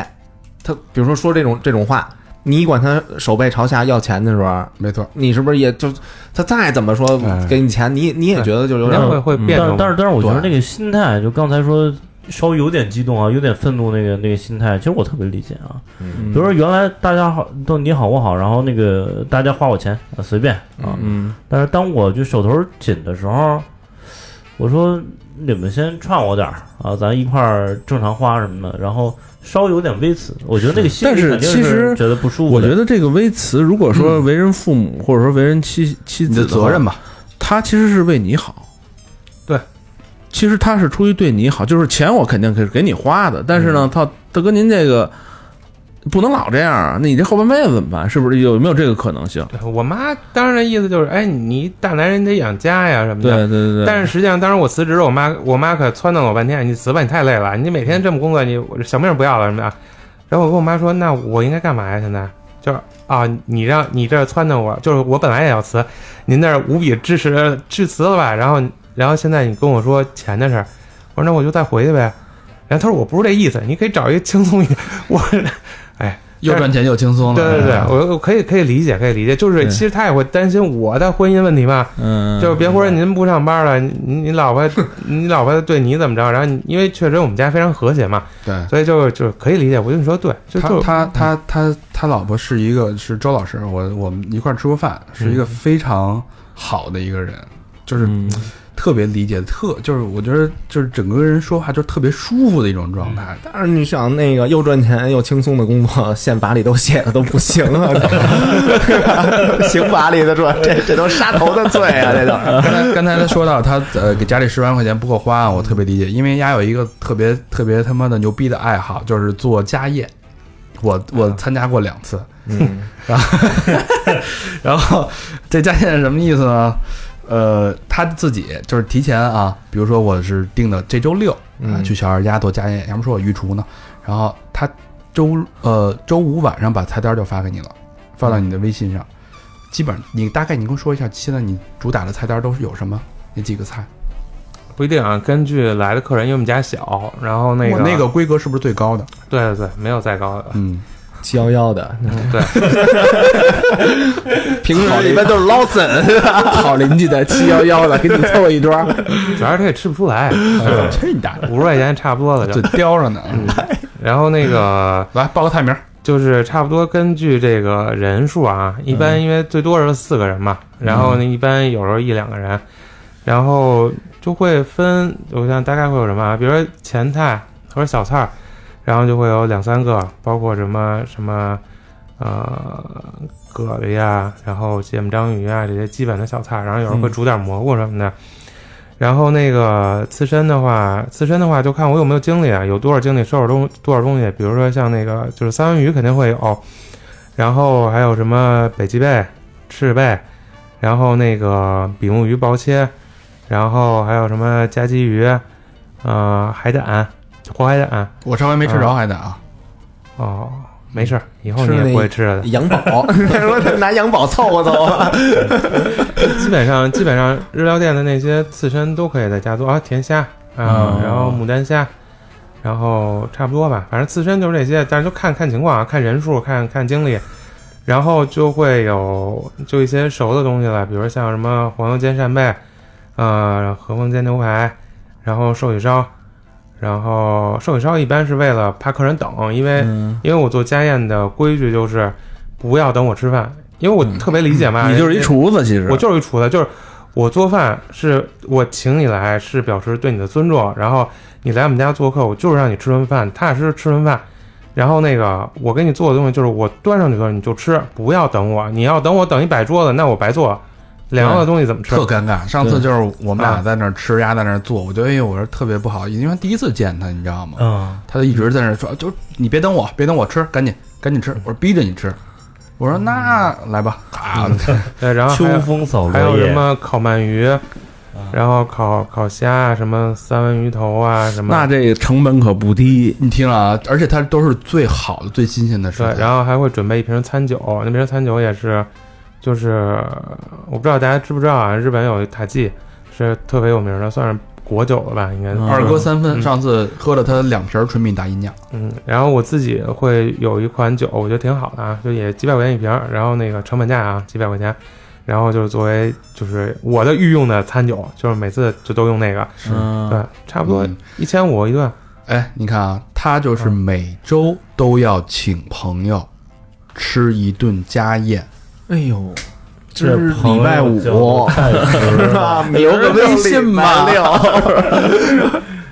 她比如说说这种这种话，你管她手背朝下要钱的时候，
没错。
你是不是也就她再怎么说
哎
给你钱，你你也觉得就有
人
点
家会会变
但
成，
但是但是我觉得
对
那个心态，就刚才说稍微有点激动啊，有点愤怒那个那个心态，其实我特别理解啊。
嗯
比如说原来大家好都你好我好，然后那个大家花我钱、啊、随便啊，
嗯，
但是当我就手头紧的时候，我说你们先串我点儿啊，咱一块儿正常花什么的，然后稍微有点微词，我觉得那个心里
但是
肯定
其实
觉得不
嗯
舒服
我
的。
觉得这个微词，如果说
嗯
为人父母或者说为人妻妻
你的
子
责任
吧，
吧，
他其实是为你好。
对，
其实他是出于对你好，就是钱我肯定可以给你花的，但是
嗯
呢，他大哥您这个不能老这样啊，那你这后半辈子怎么办？是不是有没有这个可能性？
对我妈当时的意思就是，哎，你大男人得养家呀什么
对对
的。
对对，
但是实际上，当时我辞职了，我妈我妈可撺掇了我半天，你辞吧，你太累了，你每天这么工作，你我这小命不要了什么的。然后我跟我妈说，那我应该干嘛呀？现在就是啊，你让你这撺掇我，就是我本来也要辞，您那儿无比支持致辞了吧？然后然后现在你跟我说钱的事儿，我说那我就再回去呗。然后她说我不是这意思，你可以找一个轻松一点。我
又赚钱又轻松了。
对对对
哎，
我我可以可以理解，可以理解，就是
对
其实他也会担心我的婚姻问题嘛，
嗯，
就是别忽然您不上班了，你你 老婆你老婆对你怎么着，然后你因为确实我们家非常和谐嘛，
对，
所以就是就是可以理解，我跟你说对，就
他
就
他他他他老婆是一个是周老师，我我们一块儿吃过饭，是一个非常好的一个人，就是
嗯
特别理解，特就是我觉得就是整个人说话就是特别舒服的一种状态。
但是你想那个又赚钱又轻松的工作，宪法里都写的都不行啊，这 刑法里的说这这都杀头的罪啊，这都是
刚才刚才他说到他呃给家里十万块钱不够花，啊我特别理解，因为丫有一个特别特别他妈的牛逼的爱好，就是做家宴。我我参加过两次，
嗯，
然后这家宴是什么意思呢？呃，他自己就是提前啊，比如说我是定的这周六啊、
嗯
去小二家做家宴，要不说我御厨呢，然后他周呃周五晚上把菜单就发给你了，发到你的微信上，基本上你大概你跟我说一下，现在你主打的菜单都是有什么？哪几个菜？
不一定啊，根据来的客人，因为我们家小，然后那个
我那个规格是不是最高的？
对对对，没有再高 的，
嗯，
七幺幺 的，
对，
平时一般都是 Lawson，
好邻居的七幺幺的， 给你凑一桌。
主要是他也吃不出来，
去你 大爷，
五十块钱差不多了
嘴
就，
叼着呢。
然后那个。
来报个菜名儿，
就是差不多根据这个人数啊，一般因为最多是四个人嘛，然后呢一般有时候一两个人，然后就会分，我想大概会有什么啊，比如说前菜或者小菜儿，然后就会有两三个，包括什么什么呃蛤蜊呀，然后芥末章鱼啊这些基本的小菜，然后有时候会煮点蘑菇什么的。然后那个刺身的话，刺身的话就看我有没有精力啊，有多少精力收拾东多少东西，比如说像那个就是三文鱼肯定会有，然后还有什么北极贝、赤贝，然后那个比目鱼薄切，然后还有什么夹鲫鱼，呃，海胆，活海胆，
我上回没吃着还得啊。
哦，没事儿，以后
吃
你也
那
不会吃的，
羊宝，说拿羊宝凑合凑合，
基本上基本上日料店的那些刺身都可以在家做啊，甜虾啊，
嗯
然后牡丹虾，然后差不多吧，反正刺身就是这些，但是就看看情况啊，看人数，看看精力，然后就会有就一些熟的东西了，比如像什么黄油煎扇贝，呃，和风煎牛排，然后寿喜烧。然后寿喜烧一般是为了怕客人等，因
嗯
为、因为我做家宴的规矩就是不要等我吃饭，因为我特别理解嘛，
你就是一
人
厨子，其实
啊
我就是一厨子，就是我做饭是我请你来，是表示对你的尊重。然后你来我们家做客，我就是让你吃顿饭，踏踏实实吃顿饭。然后那个我给你做的东西就是我端上去的时候你就吃，不要等我。你要等我等一摆桌子，那我白做。凉了的东西怎么吃
特？尴尬。上次就是我们俩在那儿吃，丫在那儿做，我觉得哎呦，我说特别不好意思，因为第一次见他，你知道吗？
嗯，
他就一直在那儿说，就是你别等我，别等我吃，赶紧赶紧吃。我说逼着你吃，我说那来 吧，咔，
对，然后还有
嗯秋风扫
还有
落
什
叶，嗯
么烤鳗鱼，然后烤烤虾啊，什么三文鱼头啊，什么
那这个成本可不低。
你听啊，而且它都是最好的、最新鲜的食
对
材。，
然后还会准备一瓶餐酒，那瓶餐酒也是，就是我不知道大家知不知道啊，日本有一塔记是特别有名的，算是国酒了吧，应该是。
嗯
二哥三分，
嗯
上次喝了他两瓶纯米大吟酿，
嗯，然后我自己会有一款酒，我觉得挺好的啊，就也几百块钱一瓶儿，然后那个成本价啊几百块钱，然后就是作为就是我的御用的餐酒，就是每次就都用那个，
嗯，
对，差不多
嗯
一千五一顿，
哎，你看啊，他就是每周都要请朋友吃一顿家宴，
哎呦，
这
礼拜五
朋 友就太值
是
了
吧？
有个
明儿就
微信
礼拜
吧
六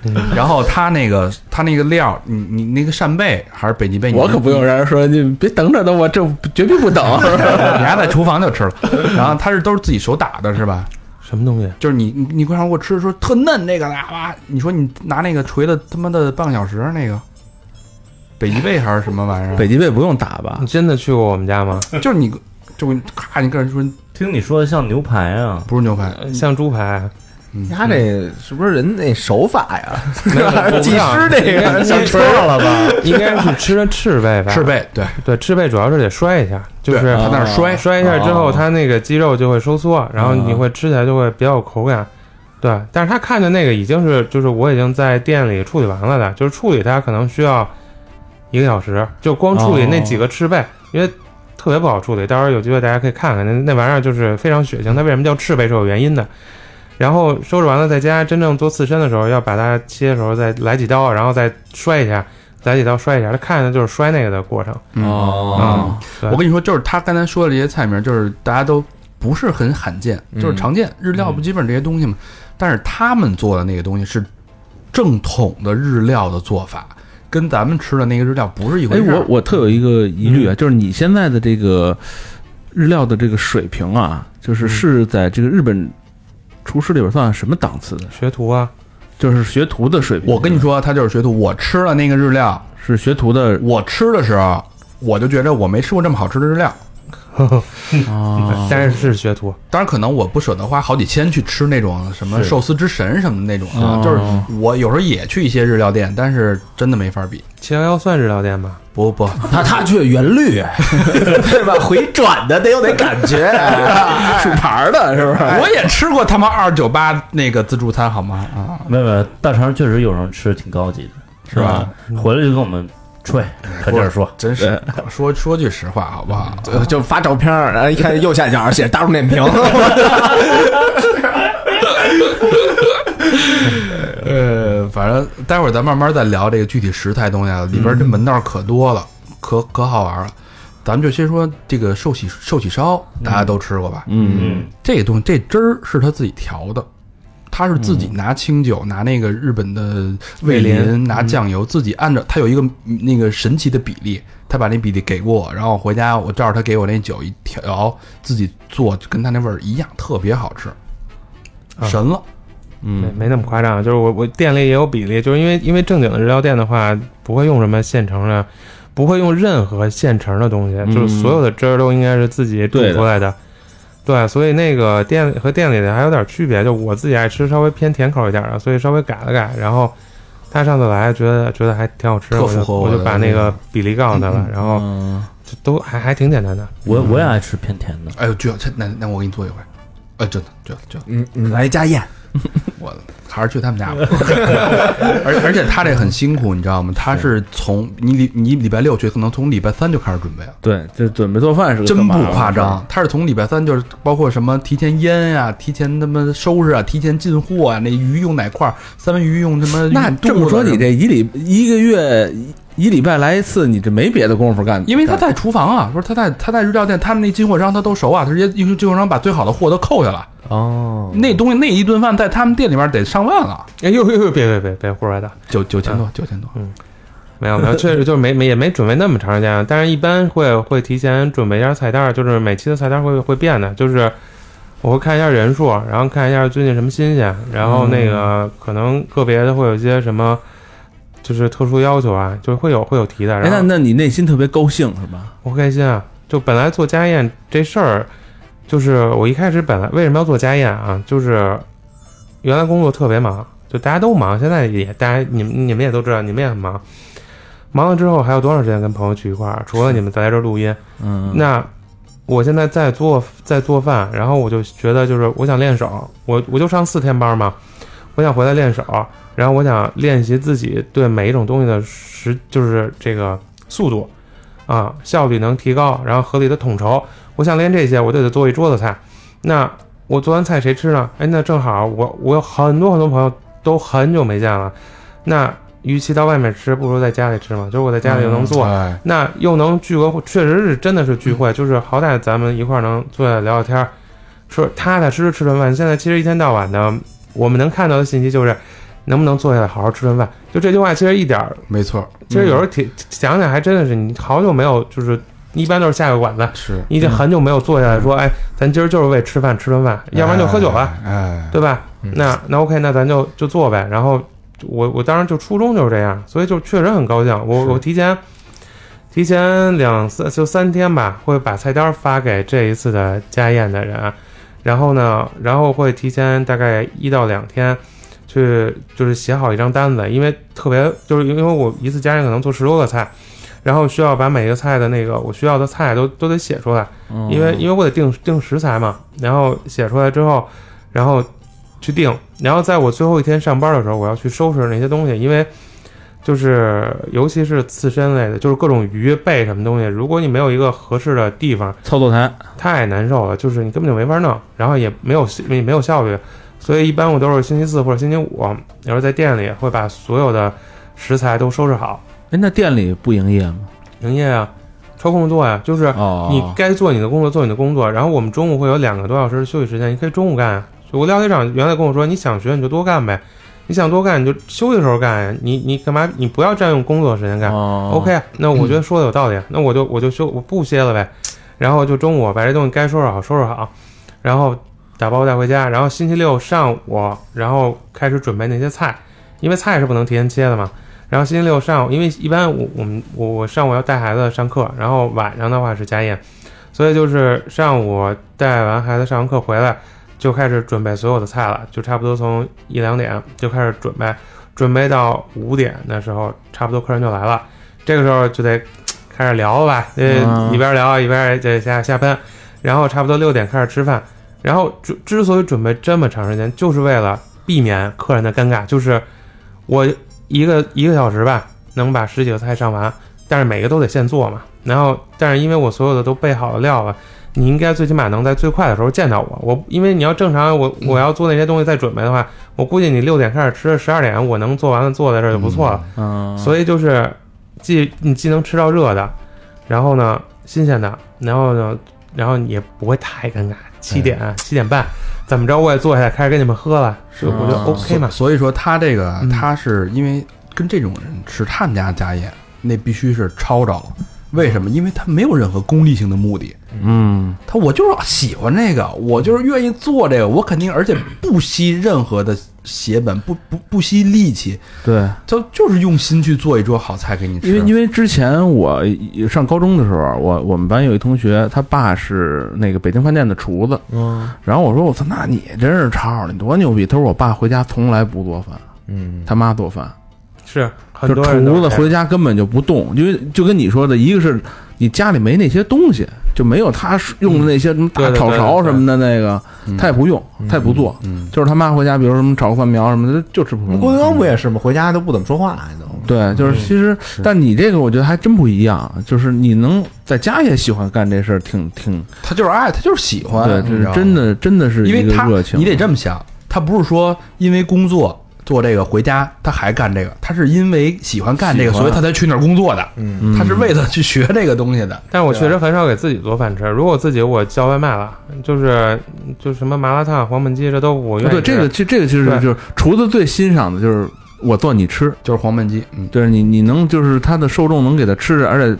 嗯然后他那个他那个料，你你那个扇贝还是北极贝，
我可不用让人说你别等着等我，这绝逼不等。啊
你还在厨房就吃了。然后他是都是自己手打的，是吧？
什么东西？啊
就是你你你快让我吃，说特嫩那个的，哇！你说你拿那个锤了他妈的半个小时那个。北极贝还是什么玩意
北极贝不用打吧
你？真的去过我们家吗？
儿？就是你，就咔，你跟人说
听你说的像牛排啊，
不是牛排，
像猪排，啊
他这是不是人那手法呀？
没有我不
技
知道
师这个小
错
锤儿
了吧？
应该是吃的赤贝吧？
赤贝，对，
对，赤贝主要是得摔一下，就
对啊
是啊
他那儿摔
摔一下之后，
哦
它那个肌肉就会收缩，然后你会吃起来就会比较有口感。对，但是他看的那个已经是，就是我已经在店里处理完了的，就是处理它可能需要一个小时，就光处理那几个赤贝，因为特别不好处理。到时候有机会大家可以看看，那那玩意儿就是非常血腥，它为什么叫赤贝是有原因的。然后收拾完了，在家真正做刺身的时候，要把它切的时候再来几刀，然后再摔一下，来几刀摔一下。他看的就是摔那个的过程。
嗯
哦，
啊
嗯
对
我跟你说，就是他刚才说的这些菜名，就是大家都不是很罕见，
嗯
就是常见。日料不基本这些东西嘛，但是他们做的那个东西是正统的日料的做法，跟咱们吃的那个日料不是一
哎，
回事儿。
我我特有一个疑虑啊，就是你现在的这个日料的这个水平啊，就是是在这个日本厨师里边算什么档次的？
学徒啊，
就是学徒的水平。
我跟你说，啊他就是学徒。我吃了那个日料，
是学徒的
我吃的时候，我就觉得我没吃过这么好吃的日料。哦
啊，
但是是学徒，
当然，可能我不舍得花好几千去吃那种什么
是
寿司之神什么的那种啊，
哦
就是我有时候也去一些日料店，但是真的没法比。
七幺幺算日料店吗？
不不，
他他去原律， 对吧？回转的得有点感觉，
竖牌的是不是？
我也吃过他妈二九八那个自助餐，好吗？啊，
没有没有，大肠确实有人吃挺高级的，
是吧？
回来就跟我们吹，跟这儿说，
啊真是说说句实话，好不好？
就就发照片儿，然后一看右下角写大众点 评，
呃，反正待会儿咱慢慢再聊这个具体食材东西啊，里边这门道可多了，可可好玩了。咱们就先说这个寿喜寿喜烧，大家都吃过吧？
嗯，
嗯，
这个东西这汁儿是他自己调的，他是自己拿清酒，拿那个日本的味
味
淋，
淋
拿酱油，自己按照他有一个嗯那个神奇的比例，他把那比例给过我，然后回家我照着他给我那酒一调，自己做，就跟他那味儿一样，特别好吃，
啊
神了。
没
嗯
没那么夸张，啊就是我我店里也有比例，就是因为因为正经的日料店的话，不会用什么现成的，不会用任何现成的东西，
嗯
就是所有的汁儿都应该是自己煮
对的
出来的。对，所以那个店和店里的还有点区别，就我自己爱吃稍微偏甜口一点的，所以稍微改了改。然后他上次来觉得觉得还挺好吃，
特
我就
符合
我
我
就
的
把
那
那
个嗯
个比例告诉他了，然后就都还还挺简单的。
我我也爱吃偏甜的，
哎呦，绝了！这那那我给你做一回，呃，真的绝了绝了，
嗯，你来家宴，
我还是去他们家吧。 而而且他这很辛苦，你知道吗？他是从你礼你礼拜六去，可能从礼拜三就开始准备了。
对，这准备做饭是个
真
很麻
不
烦的
夸
事儿
张，。他是从礼拜三就是包括什么提前腌呀、提前他妈收拾啊、提前进货啊，那鱼用哪块儿，三文鱼用什么？
那
用肚
这么
子
说，你
什么
这一礼一个月一一礼拜来一次，你这没别的功夫干，
因为他
干
在厨房啊，不是他在他在日料店，他们那进货商他都熟啊，他直接一个进货商把最好的货都扣下来，
哦，
那东西那一顿饭在他们店里面得上万了，
哎呦呦呦，别别别别胡说八道，
九九千多，
嗯
九千多，
没有 没有，确实就是没没也没准备那么长时间，但是一般会会提前准备一下菜单儿，就是每期的菜单儿会会变的，就是我会看一下人数，然后看一下最近什么新鲜，然后那
嗯
个可能个别的会有一些什么。就是特殊要求啊，就是会有会有提的，
哎，
然
那
后
那你内心特别高兴是吧？
我开心啊！就本来做家宴这事儿，就是我一开始本来为什么要做家宴啊？就是原来工作特别忙，就大家都忙，现在也大家你们你们也都知道，你们也很忙。忙了之后还有多少时间跟朋友聚一块儿？除了你们在这儿录音，
嗯，
那我现在在做在做饭，然后我就觉得就是我想练手，我我就上四天班嘛，我想回来练手，然后我想练习自己对每一种东西的时就是这个速度啊，效率能提高，然后合理的统筹。我想练这些，我就得做一桌子菜。那我做完菜谁吃呢？哎，那正好我我有很多很多朋友都很久没见了，那与其到外面吃，不如在家里吃嘛。就是我在家里就能做，
哎，
那又能聚个会，确实是真的是聚
嗯
会，就是好歹咱们一块儿能坐下来聊聊天儿，说踏踏实实吃顿饭。现在其实一天到晚的，我们能看到的信息就是，能不能坐下来好好吃顿饭？就这句话，其实一点儿，
没错，
其实有时候挺想想，还真的是你好久没有，就是一般都是下个馆子，
是，嗯
你已经很久没有坐下来说，哎，咱今儿就是为吃饭吃顿饭，要不然就喝酒吧。
哎，哎，
对吧？那那 OK，那咱就就做呗。然后我我当时就初中就是这样，所以就确实很高兴。我我提前提前两三就三天吧，会把菜单发给这一次的家宴的人，然后呢，然后会提前大概一到两天。去就是写好一张单子，因为特别就是因为我一次家宴可能做十多个菜，然后需要把每个菜的那个我需要的菜都都得写出来，
哦
因为因为我得定定食材嘛，然后写出来之后，然后去定，然后在我最后一天上班的时候，我要去收拾那些东西，因为就是尤其是刺身类的，就是各种鱼、贝什么东西，如果你没有一个合适的地方，
操作台，
太难受了，就是你根本就没法弄，然后也没有也没有效率，所以一般我都是星期四或者星期五，要是在店里会把所有的食材都收拾好，
哎，那店里不营业吗？
营业啊，抽空做呀、就是
哦，
你该做你的工作，做你的工作。然后我们中午会有两个多小时的休息时间，你可以中午干啊。我廖队长原来跟我说，你想学你就多干呗，你想多干你就休息的时候干呀。你你干嘛？你不要占用工作时间干。
哦
OK，那我觉得说的有道理，啊那我就我就休我不歇了呗。然后就中午把这东西该收拾好收拾好，然后打包带回家。然后星期六上午，然后开始准备那些菜，因为菜是不能提前切的嘛。然后星期六上午，因为一般我我们我我上午要带孩子上课，然后晚上的话是家宴，所以就是上午带完孩子上完课回来，就开始准备所有的菜了，就差不多从一两点就开始准备，准备到五点的时候，差不多客人就来了，这个时候就得开始聊了吧，呃，
嗯
一边聊一边这下下班，然后差不多六点开始吃饭，然后之之所以准备这么长时间，就是为了避免客人的尴尬，就是我一个一个小时吧，能把十几个菜上完，但是每个都得现做嘛。然后，但是因为我所有的都备好了料了，你应该最起码能在最快的时候见到我。我因为你要正常，我我要做那些东西再准备的话，我估计你六点开始吃，十二点我能做完了坐在这儿就不错了。
嗯，
所以就是既你既能吃到热的，然后呢新鲜的，然后呢，然后你也不会太尴尬。七点、
哎
七点半，怎么着我也坐下来开始跟你们喝了，
是
就我就
啊
OK 嘛。
所以说他这个
嗯
他是因为跟这种人吃他们家家宴，那必须是抄着了。为什么？因为他没有任何功利性的目的，
嗯，
他我就是喜欢这个，我就是愿意做这个，我肯定而且不惜任何的血本，不不不惜力气，
对，
就就是用心去做一桌好菜给你吃。
因为因为之前我上高中的时候，啊我我们班有一同学，他爸是那个北京饭店的厨子，
嗯
然后我说我操，那你真是超，你多牛逼！他说我爸回家从来不做饭，
嗯，
他妈做饭，
是很
就
多
是
人都
厨
是
子
这样
回家根本就不动，因为就跟你说的，一个是你家里没那些东西，就没有他用的那些什么大
对对
炒
对
勺
对嗯
什么的那个，他也不用，他也不做，
嗯
就是他妈回家，比如什么炒个饭苗什么的，就吃普通
郭德
的。
纲不也是吗？回家都不怎么说话，你知道吗？
对，
嗯
就是其实，但你这个我觉得还真不一样，就是你能在家也喜欢干这事儿，挺挺
他就是爱，他就是喜欢，
对，
你
这
知道
是
吗
真的真的是
因
一
为
个
他
热情。啊
你得这么想，他不是说因为工作。做这个回家，他还干这个，他是因为喜欢干这个，
喜欢
所以他才去那儿工作的，
嗯，
嗯
他是为了去学这个东西的。
但我确实很少给自己做饭吃。如果我自己我叫外卖了，就是就什么麻辣烫、黄焖鸡，这都我愿意
啊对
吃
这个，这这个其实
对
就是厨子最欣赏的就是我做你吃，
就是黄焖鸡，嗯，
对你你能就是他的受众能给他吃着，而且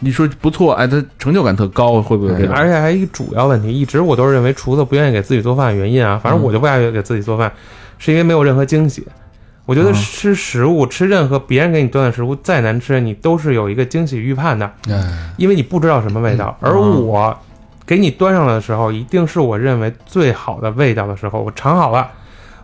你说不错，哎，他成就感特高，会不会有这种？
而且还有一主要问题，一直我都认为厨子不愿意给自己做饭的原因啊，反正我就不爱给自己做饭，是因为没有任何惊喜。我觉得
嗯
吃食物，吃任何别人给你端的食物，再难吃，你都是有一个惊喜预判的，
哎，
因为你不知道什么味道。
嗯
而我给你端上来的时候，一定是我认为最好的味道的时候，我尝好了，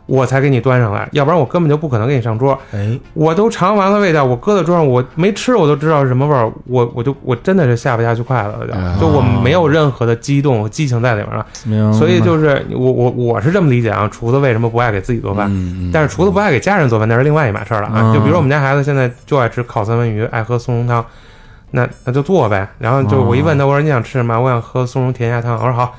我才给你端上来，要不然我根本就不可能给你上桌。
哎，
我都尝完了味道，我搁在桌上，我没吃，我都知道是什么味儿，我我就我真的是下不下去筷子了，
啊
就就我没有任何的激动激情在里面了，
嗯明白
所以就是我我我是这么理解啊，厨子为什么不爱给自己做饭？
嗯，
但是厨子不爱给家人做饭，那是另外一码事儿了啊。
嗯
就比如我们家孩子现在就爱吃烤三文鱼，爱喝松茸汤，那那就做呗。然后
嗯
就我一问他，我说你想吃什么？我想喝松茸甜鸭汤。我说好，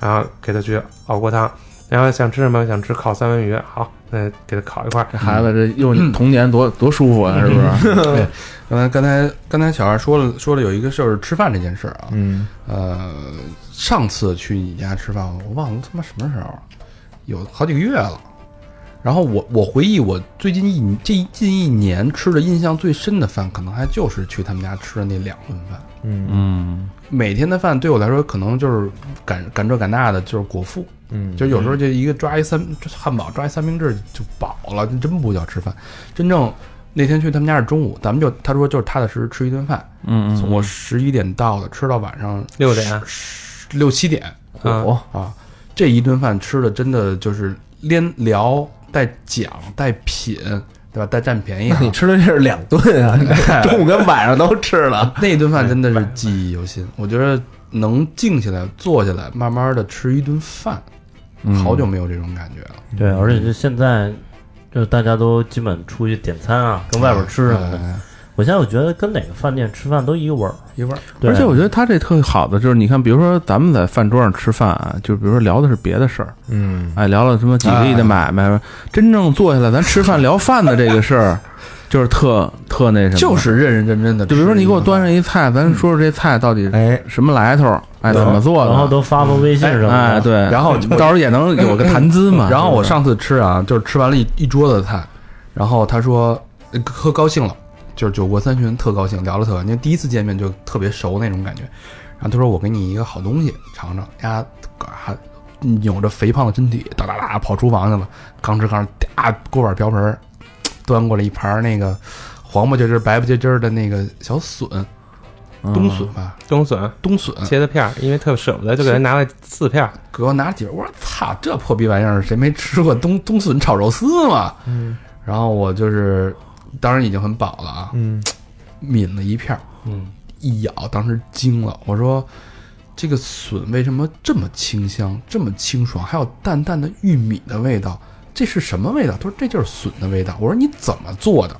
然后给他去熬锅汤。然后想吃什么？想吃烤三文鱼，好，那给他烤一块儿。
这孩子这幼童年多多舒服啊，是不是？
刚才刚才刚才小二说了说了有一个事儿，吃饭这件事儿啊，
嗯，
呃，上次去你家吃饭，我忘了他妈什么时候了，有好几个月了。然后我我回忆我最近一这近一年吃的印象最深的饭，可能还就是去他们家吃的那两顿饭。
嗯，
每天的饭对我来说，可能就是赶赶这赶那的，就是果腹。
嗯，
就有时候就一个抓一三汉堡，抓一三明治就饱了，真不叫吃饭。真正那天去他们家是中午，咱们就他说就是踏踏实实吃一顿饭。
嗯
从我十一点到的，吃到晚上
六点
十六七点
啊
火，
啊，这一顿饭吃的真的就是连聊带讲带品，对吧？带占便宜
那
啊、
你吃的这是两顿啊， 中午跟晚上都吃了，
那一顿饭真的是记忆犹新。我觉得能静下来坐下来，慢慢的吃一顿饭，
嗯
好久没有这种感觉了。
对，而且就现在，就大家都基本出去点餐啊，跟外边吃什么的。
哎
我现在我觉得跟哪个饭店吃饭都一个味儿。
一会儿
对
而且我觉得他这特好的就是，你看，比如说咱们在饭桌上吃饭啊，就比如说聊的是别的事儿，
嗯，
哎，聊了什么几个亿的买卖，真正坐下来咱吃饭聊饭的这个事儿，就是特特那什么，
就是认认真真的。
就比如说你给我端上一菜，咱说说这菜到底
哎，
什么来头，哎，怎么做
然后
的，
都发发微信什么的。
哎，对，
然后
到时候也能有个谈资嘛。
然后我
嗯是不是
上次吃啊，就是吃完了一一桌子的菜，然后他说呃喝高兴了，就是酒过三巡，特高兴，聊了特，因为第一次见面就特别熟那种感觉。然后他说我给你一个好东西尝尝，呀，还扭着肥胖的身体，哒哒哒跑厨房去了，刚吃刚吃，哒锅碗瓢盆儿端过来一盘儿那个黄不唧唧儿、白不唧唧儿的那个小笋，
嗯
冬笋吧，
冬笋
冬笋，
切的片儿，因为特舍不得，就给他拿了四片儿。
给我拿了几份，我说操，这破逼玩意儿谁没吃过 冬冬笋炒肉丝嘛？嗯，然后我就是当然已经很饱了啊，
嗯，
抿了一片儿，
嗯，
一咬，当时惊了，我说这个笋为什么这么清香，这么清爽，还有淡淡的玉米的味道，这是什么味道？他说这就是笋的味道。我说你怎么做的？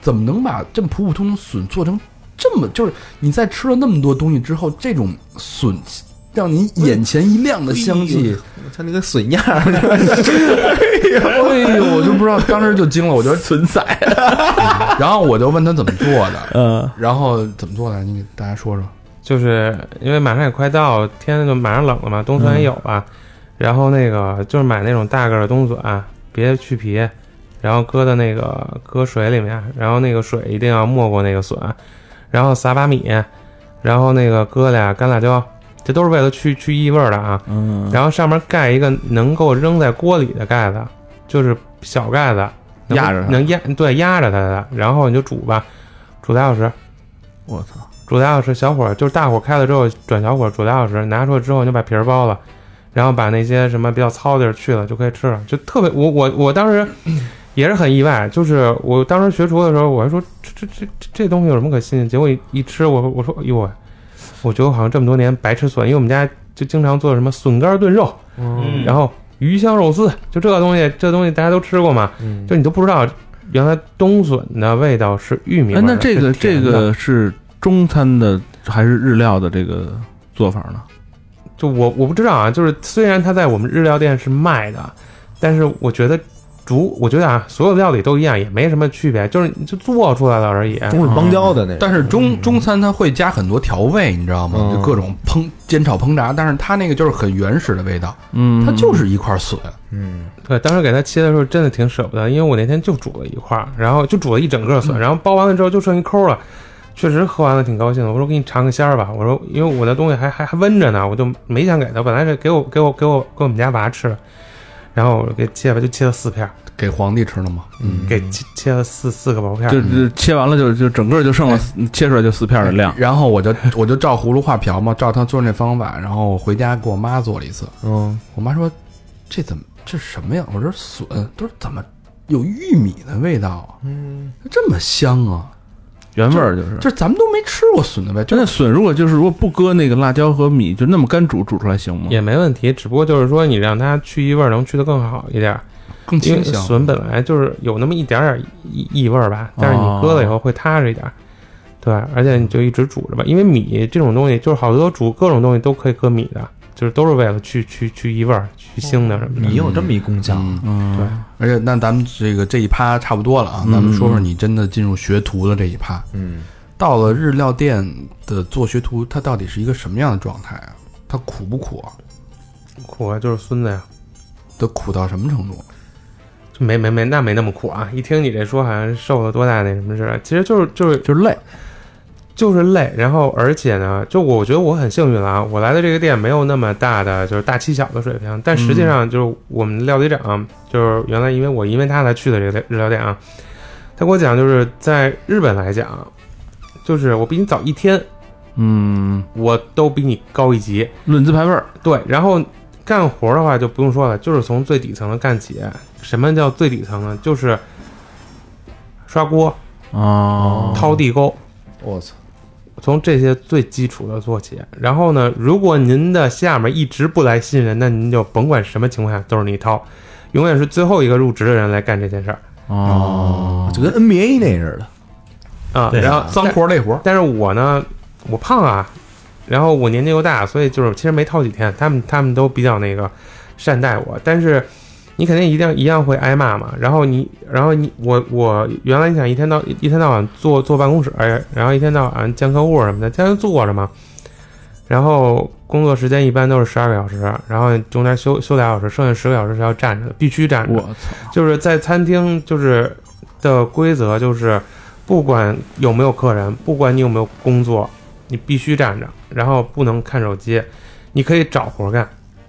怎么能把这么普普通通的笋做成这么就是你在吃了那么多东西之后，这种笋让你眼前一亮的香气，
他那个损样儿，
哎呦，我就不知道，当时就惊了，我觉得存在。然后我就问他怎么做的，
嗯，
然后怎么做的，你给大家说说。
就是因为马上也快到天就马上冷了嘛，冬笋也有了，
嗯
然后那个就是买那种大个儿的冬笋、啊别去皮，然后搁到那个搁水里面，然后那个水一定要没过那个笋，然后撒把米，然后那个搁俩干辣椒，这都是为了去去异味儿的啊。
嗯，
然后上面盖一个能够扔在锅里的盖子，就是小盖子，能
压着它
能压对压着它的，然后你就煮吧，煮俩小时。
我操，
煮俩小时，小火就是大火开了之后转小火煮俩小时，拿出来之后你就把皮儿剥了，然后把那些什么比较糙的地儿去了，就可以吃了，就特别我我我 当时也是很意外，就是我当时学厨的时候，我还说这这这这这东西有什么可新鲜？结果一一吃，我我说哎呦喂，我觉得我好像这么多年白吃笋，因为我们家就经常做什么笋干炖肉，
嗯，
然后鱼香肉丝，就这个东西，这东西大家都吃过嘛，
嗯
就你都不知道原来冬笋的味道是玉米味
哎
儿，的、
那这
是
个这
甜的
个是中餐的还是日料的这个做法呢？
就我我不知道啊，就是虽然它在我们日料店是卖的，但是我觉得主，我觉得啊，所有料理都一样，也没什么区别，就是你就做出来了而已。
中日邦交的那种。
但是中中餐它会加很多调味，你知道吗？
嗯
就各种烹煎炒烹炸，但是它那个就是很原始的味道，
嗯，
它就是一块笋，
嗯，
对，当时给它切的时候真的挺舍不得，因为我那天就煮了一块儿，然后就煮了一整个笋，然后剥完了之后就剩一抠了。确实喝完了挺高兴的，我说给你尝个鲜儿吧。我说因为我那东西还还还温着呢，我就没想给他，本来是给我给我给我给我们家娃吃，然后我给切吧，就切了四片儿，
给皇帝吃了吗？嗯，
给切切了四四个薄片儿，
就就切完了就就整个就剩了切出来就四片的量，
然后我就我就照葫芦画瓢嘛，照他做那方法，然后回家给我妈做了一次。
哦
嗯，
我妈说：“这怎么这什么呀？”我说：“笋。”她说：“怎么有玉米的味道啊？嗯，这么香啊！
原味儿就是。
就是咱们都没吃过笋的味，
就
真
那
的
笋如果就是如果不搁那个辣椒和米，就那么干煮煮出来行
嗯
吗？
也没问题，只不过就是说你让它去异味儿能去的更好一点儿，
更
因为
清香。哦
笋本来就是有那么一点点异异味儿吧，但是你搁了以后会踏实一点儿，对吧，而且你就一直煮着吧，因为米这种东西就是好多煮各种东西都可以搁米的，就是都是为了去去去异味儿、去腥
哦
的什么的。
米有这么一功效，
嗯，
嗯，
对
而且那咱们这个这一趴差不多了啊，咱们说说你真的进入学徒的这一趴，
嗯，
到了日料店的做学徒，他到底是一个什么样的状态啊？他苦不苦啊？
苦啊，就是孙子呀，
他苦到什么程度？
就没没没那没那么苦啊！一听你这说，好像受了多大那什么似的，其实就是就是
就是累，
就是累，然后而且呢，就我觉得我很幸运了啊，我来的这个店没有那么大的就是大欺小的水平，但实际上就是我们料理长，就是原来因为我因为他才去的这个日料店啊，他给我讲就是在日本来讲，就是我比你早一天，
嗯，
我都比你高一级，
论资排辈儿，
对，然后干活的话就不用说了，就是从最底层的干起。什么叫最底层呢？就是刷锅、
哦，
掏地沟，
我操，
从这些最基础的做起。然后呢，如果您的下面一直不来新人，那您就甭管什么情况下都是你掏，永远是最后一个入职的人来干这件事儿
哦，
就跟 NBA 那似的，
啊。
对
然后
脏活累活，
但是我呢，我胖啊，然后我年纪又大，所以就是其实没掏几天，他们他们都比较那个善待我，但是。你肯定一定一样会挨骂嘛，然后你，然后你，我我原来你想一天到一天到晚坐坐办公室，哎然后一天到晚见客户什么的，天天坐着嘛，然后工作时间一般都是十二个小时，然后中间休休俩小时，剩下十个小时是要站着的，必须站着。
我操，
就是在餐厅就是的规则就是，不管有没有客人，不管你有没有工作，你必须站着，然后不能看手机，你可以找活儿干。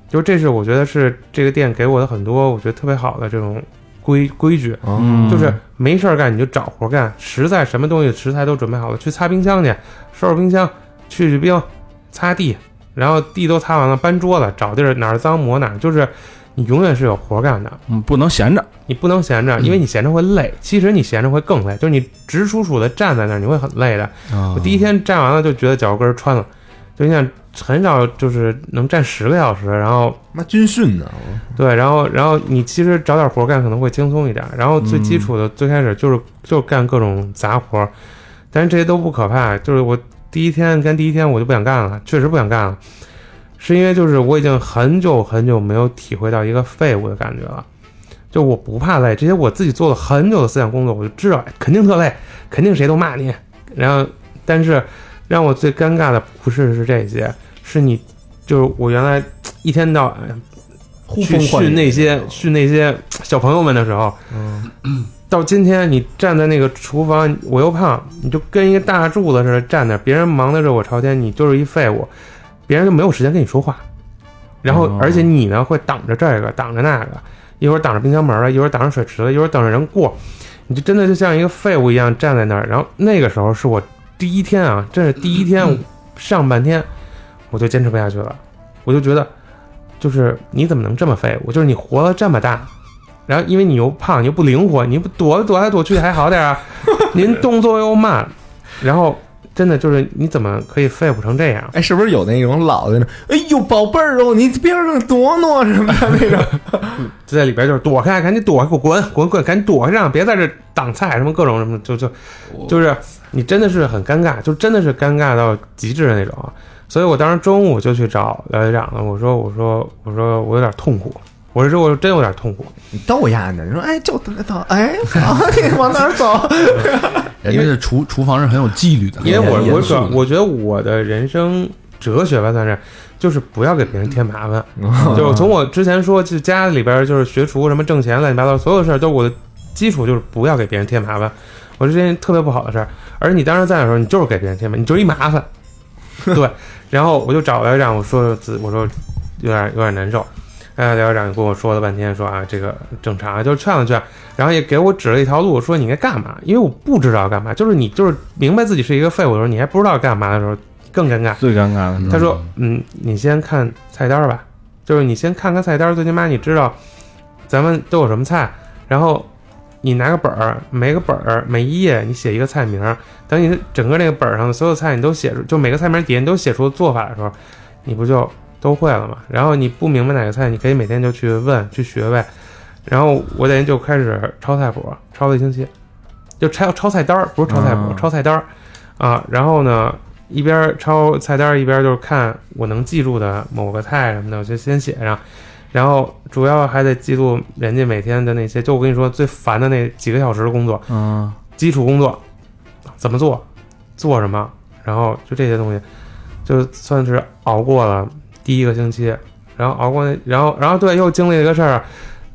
就这是我觉得是这个店给我的很多我觉得特别好的这种规规矩，
嗯，
就是没事儿干你就找活儿干，实在什么东西食材都准备好了，去擦冰箱去，收拾冰箱，去去冰，擦地，然后地都擦完了，搬桌子，找地儿哪儿脏抹哪儿，就是你永远是有活儿干的。
嗯，不能闲着，
你不能闲着，因为你闲着会累。其实你闲着会更累，就是你直楚楚的站在那儿，你会很累的。
啊
我第一天站完了就觉得脚跟儿穿了，就你想很少就是能站十个小时，然后
妈军训呢，
对，然后然后你其实找点活干可能会轻松一点。然后最基础的最开始就是就是干各种杂活，但是这些都不可怕。就是我第一天干第一天我就不想干了，确实不想干了，是因为就是我已经很久很久没有体会到一个废物的感觉了。就我不怕累，这些我自己做了很久的思想工作，我就知道哎肯定特累，肯定谁都骂你。然后，但是让我最尴尬的不是是这些，是你就是我原来一天到晚
呼
去
风唤雨
训那些训那些小朋友们的时候，
嗯
到今天你站在那个厨房，我又胖，你就跟一个大柱子似的站那儿，别人忙得热火朝天，你就是一废物，别人就没有时间跟你说话。然后
哦，
而且你呢会挡着这个，挡着那个，一会儿挡着冰箱门了，一会儿挡着水池了，一会儿挡着人过，你就真的就像一个废物一样站在那儿。然后那个时候是我第一天啊，真是第一
嗯
天上半天，我就坚持不下去了，我就觉得，就是你怎么能这么废物？就是你活了这么大，然后因为你又胖，你又不灵活，你不躲躲来躲去还好点儿 啊，您动作又慢，然后真的就是你怎么可以废物成这样？
哎，是不是有那种老的呢？哎呦，宝贝儿哦，你边上挪挪什么的那种？
就在里边就是躲开，赶紧躲开，给我滚滚滚，赶紧躲开让，别在这挡菜什么各种什么，就就就是你真的是很尴尬，就真的是尴尬到极致的那种啊。所以我当时中午就去找廖局长了，我说我说我说我有点痛苦，我是我真有点痛苦，
你逗丫呢？你说哎，就那套，哎，好，你往哪儿 走？
人家这厨厨房是很有纪律的，
因为
很
我我
严肃
主
的
要我觉得我的人生哲学吧，算是就是不要给别人添麻烦。
嗯
就从我之前说，就家里边就是学厨什么挣钱乱七八糟，所有事儿都是我的基础就是不要给别人添麻烦。我这是件特别不好的事儿，而你当时在的时候，你就是给别人添麻烦，你就是一麻烦。对，然后我就找来让我说自我说有点有点难受。哎，廖校长跟我说了半天，说啊，这个正常啊，就是劝了劝，然后也给我指了一条路，说你应该干嘛，因为我不知道干嘛，就是你就是明白自己是一个废物的时候，你还不知道干嘛的时候更尴尬。
最尴尬的
嗯
他说：“嗯，你先看菜单儿吧，就是你先看看菜单儿，最起码你知道咱们都有什么菜。然后你拿个本儿，每个本儿每一页你写一个菜名儿，等你整个那个本儿上的所有菜你都写出，就每个菜名底下你都写出做法的时候，你不就都会了吗？然后你不明白哪个菜，你可以每天就去问去学呗。然后我等于就开始抄菜谱，抄了一星期，就抄抄菜单儿，不是抄菜谱，
啊
抄菜单儿啊。然后呢，一边抄菜单儿一边就是看我能记住的某个菜什么的，我就先写上。然后主要还得记录人家每天的那些，就我跟你说最烦的那几个小时的工作，
嗯，
基础工作怎么做，做什么，然后就这些东西，就算是熬过了第一个星期，然后熬过那，然后然后对，又经历了一个事儿，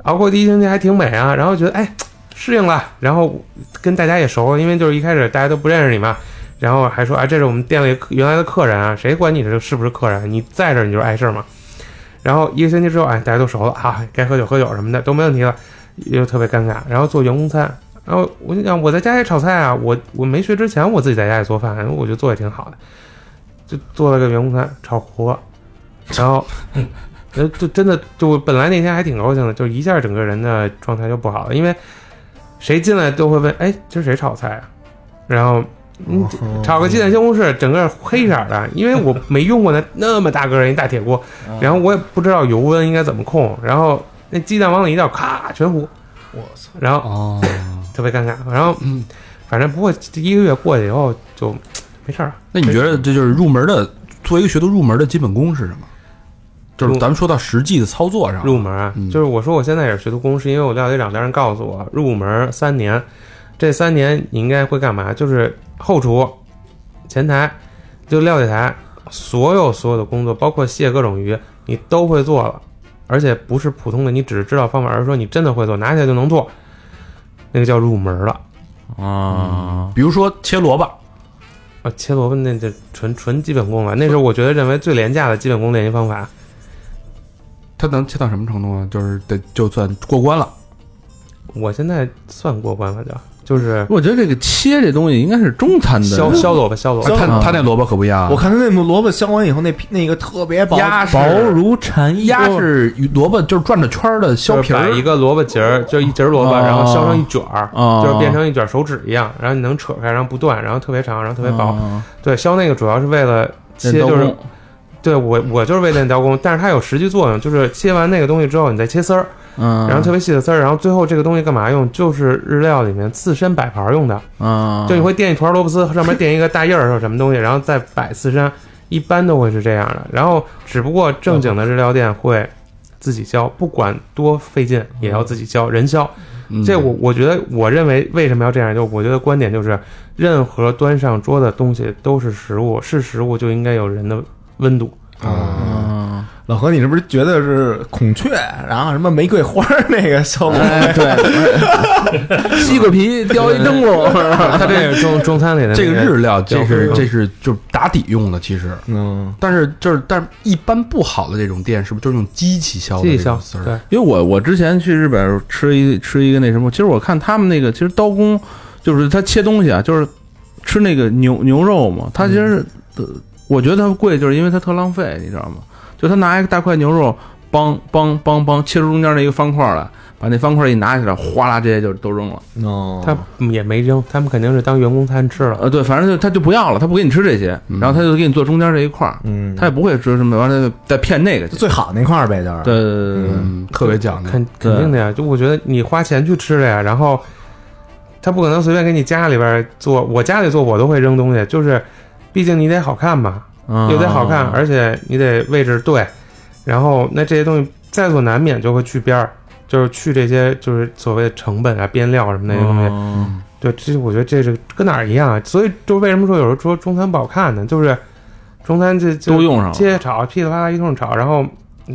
熬过第一星期还挺美啊，然后觉得哎适应了，然后跟大家也熟了，因为就是一开始大家都不认识你嘛。然后还说啊，这是我们店里客原来的客人啊，谁管你这是不是客人？啊你在这儿你就是碍事儿嘛。然后一个星期之后，哎，大家都熟了啊，该喝酒喝酒什么的都没问题了，又特别尴尬。然后做员工餐，然后我就想我在家也炒菜啊，我我没学之前我自己在家也做饭，我觉得做也挺好的，就做了个员工餐炒糊了，然后呃就真的就我本来那天还挺高兴的，就一下整个人的状态就不好了，因为谁进来都会问，哎，今儿谁炒菜啊？然后嗯
哦
炒个鸡蛋西红柿，整个黑色儿的，因为我没用过那那么大个儿一大铁锅，
啊
然后我也不知道油温应该怎么控，然后那鸡蛋往里一倒，咔全糊，
我操！
然后
哦，
特别尴尬。然后，嗯，反正不过这一个月过去以后就没事儿啊了。
那你觉得这就是入门的，作为一个学徒入门的基本功是什么？就是咱们说到实际的操作上，
入门啊，
嗯
就是我说我现在也是学徒工，是因为我料理长当时告诉我，入门三年，这三年你应该会干嘛？就是后厨、前台、就料理台，所有所有的工作，包括卸各种鱼，你都会做了，而且不是普通的，你只是知道方法，而是说你真的会做，拿起来就能做，那个叫入门了。
啊，
比如说切萝卜，
啊，切萝卜那就纯纯基本功了，那是我觉得认为最廉价的基本功练习方法。
它能切到什么程度呢？就是得就算过关了。
我现在算过关了就，就是
我觉得这个切这东西应该是中餐的
削削萝卜，削萝
嗯啊
卜，
他他那萝卜可不一样啊，
我看他那萝卜削完以后，那皮那个特别薄，
鸭是
薄如蝉翼，
鸭是萝卜就是转着圈儿的削
就是
皮
把
儿，哦
一个萝卜节儿，就一节儿萝卜，然后削成一卷儿，
哦
就是变成一卷手指一样，然后你能扯开，然后不断，然后特别长，然后特别
哦
薄。
啊
对，削那个主要是为了切，
练刀
就是
工
对我我就是为练刀工，但是它有实际作用，就是切完那个东西之后，你再切丝儿，
嗯，
然后特别细的丝儿，然后最后这个东西干嘛用？就是日料里面刺身摆盘儿用的。
啊，
就你会垫一团萝卜丝，上面垫一个大印儿或什么东西，然后再摆刺身，一般都会是这样的。然后只不过正经的日料店会自己削，不管多费劲也要自己削，人削。
嗯
这我我觉得，我认为为什么要这样？就我觉得观点就是，任何端上桌的东西都是食物，是食物就应该有人的温度。
啊。
啊，
老何，你是不是觉得是孔雀，然后什么玫瑰花儿那个削萝
哎，对，西瓜皮雕一灯笼，
它这个中中餐里的
这个
那
日料，这是
嗯
这是就是打底用的，其实，
嗯，
但是就是但是一般不好的这种店是不是就是用机器削的
自己
这种丝，
削
儿？
对，
因为我我之前去日本吃一吃一个那什么，其实我看他们那个其实刀工就是他切东西啊，就是吃那个牛牛肉嘛，他其实、呃我觉得它贵，就是因为它特浪费，你知道吗？就他拿一个大块牛肉，梆梆梆梆切出中间那一个方块来，把那方块一拿起来，哗啦这些就都扔了。
哦，
他也没扔，他们肯定是当员工餐吃了。
呃，对，反正就他就不要了，他不给你吃这些，
嗯
然后他就给你做中间这一块儿，
嗯，
他也不会说什么，完了再再骗那个去。
最好那块儿呗，就是
对对对对对对。
嗯，特别讲究。
肯肯定的呀，就我觉得你花钱去吃的呀，然后他不可能随便给你家里边儿做，我家里做我都会扔东西，就是毕竟你得好看嘛，
嗯
又得好看，而且你得位置对，然后那这些东西在所难免就会去边儿，就是去这些就是所谓的成本啊、边料什么那些东西。
嗯
对，这我觉得这是跟哪儿一样啊。所以就为什么说有时候说中餐不好看呢？就是中餐这
都用上了
接着炒，噼里啪啦一通炒，然后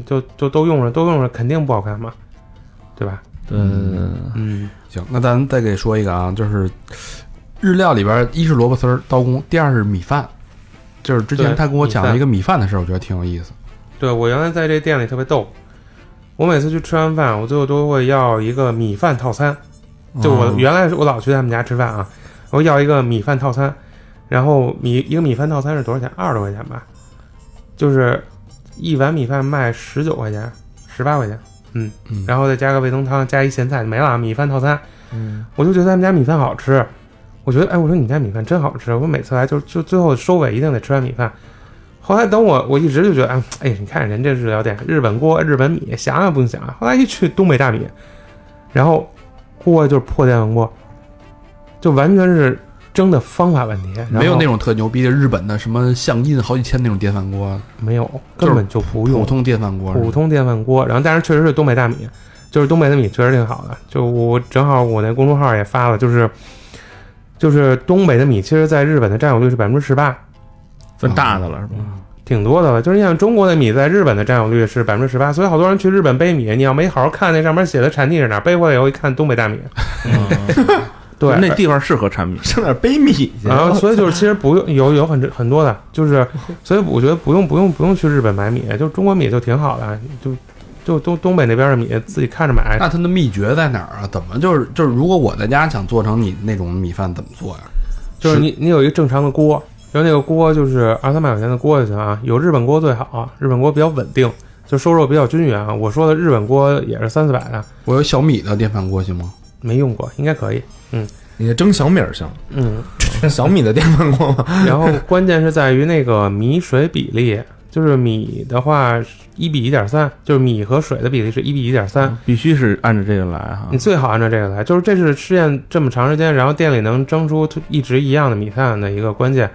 就就都用上，都用上，肯定不好看嘛，对吧？
对对对对
嗯，
行，那咱再给说一个啊，就是日料里边，一是萝卜丝儿刀工，第二是米饭。就是之前
对
他跟我讲了
米
一个米饭的事儿，我觉得挺有意思。
对我原来在这店里特别逗，我每次去吃完饭，我最后都会要一个米饭套餐。就我原来是我老去他们家吃饭啊，我要一个米饭套餐，然后米一个米饭套餐是多少钱？二十多块钱吧，就是一碗米饭卖十九块钱，十八块钱，嗯，
嗯
然后再加个味增汤，加一咸菜，没了，啊米饭套餐。
嗯，
我就觉得他们家米饭好吃，我觉得哎，我说你们家米饭真好吃，我每次来就就最后收尾一定得吃碗米饭。后来等我我一直就觉得哎哎，你看人这日料店，日本锅、日本米，想啊想不用想。后来一去东北大米，然后锅就是破电饭锅，就完全是蒸的方法问题，然后
没有那种特牛逼的日本的什么象印好几千那种电饭锅，
没有，
就是
根本就不用
普通电饭锅。
普通电饭锅，然后但是确实是东北大米，就是东北的米确实挺好的。就我正好我那公众号也发了，就是就是东北的米，其实在日本的占有率是百分之十八，
算大
嗯
的了是吧？
挺多的了。就是你想中国的米在日本的占有率是百分之十八，所以好多人去日本背米，你要没好好看那上面写的产地是哪儿，背回来以后一看东北大米，对，
那地方适合产品，
上点杯米去。
然后，所以就是其实不用有有很很多的，就是所以我觉得不用不用不用去日本买米，就中国米就挺好的，就就东东北那边的米自己看着买。
那它的秘诀在哪儿啊？怎么就是就是，如果我在家想做成你那种米饭，怎么做呀、
就是你你有一个正常的锅，然后那个锅就是二三百块钱的锅就行啊，有日本锅最好啊，日本锅比较稳定，就收肉比较均匀啊。我说的日本锅也是三四百的，
我有小米的电饭锅行吗？
没用过，应该可以。
你这蒸小米儿行，
嗯，
小米的电饭锅吗？
然后关键是在于那个米水比例，就是米的话一比一点三，就是米和水的比例是一比一点三。
必须是按照这个来哈
哎啊你。最好按照这个来，就是这是试验这么长时间，然后店里能蒸出一直一样的米饭的一个关键。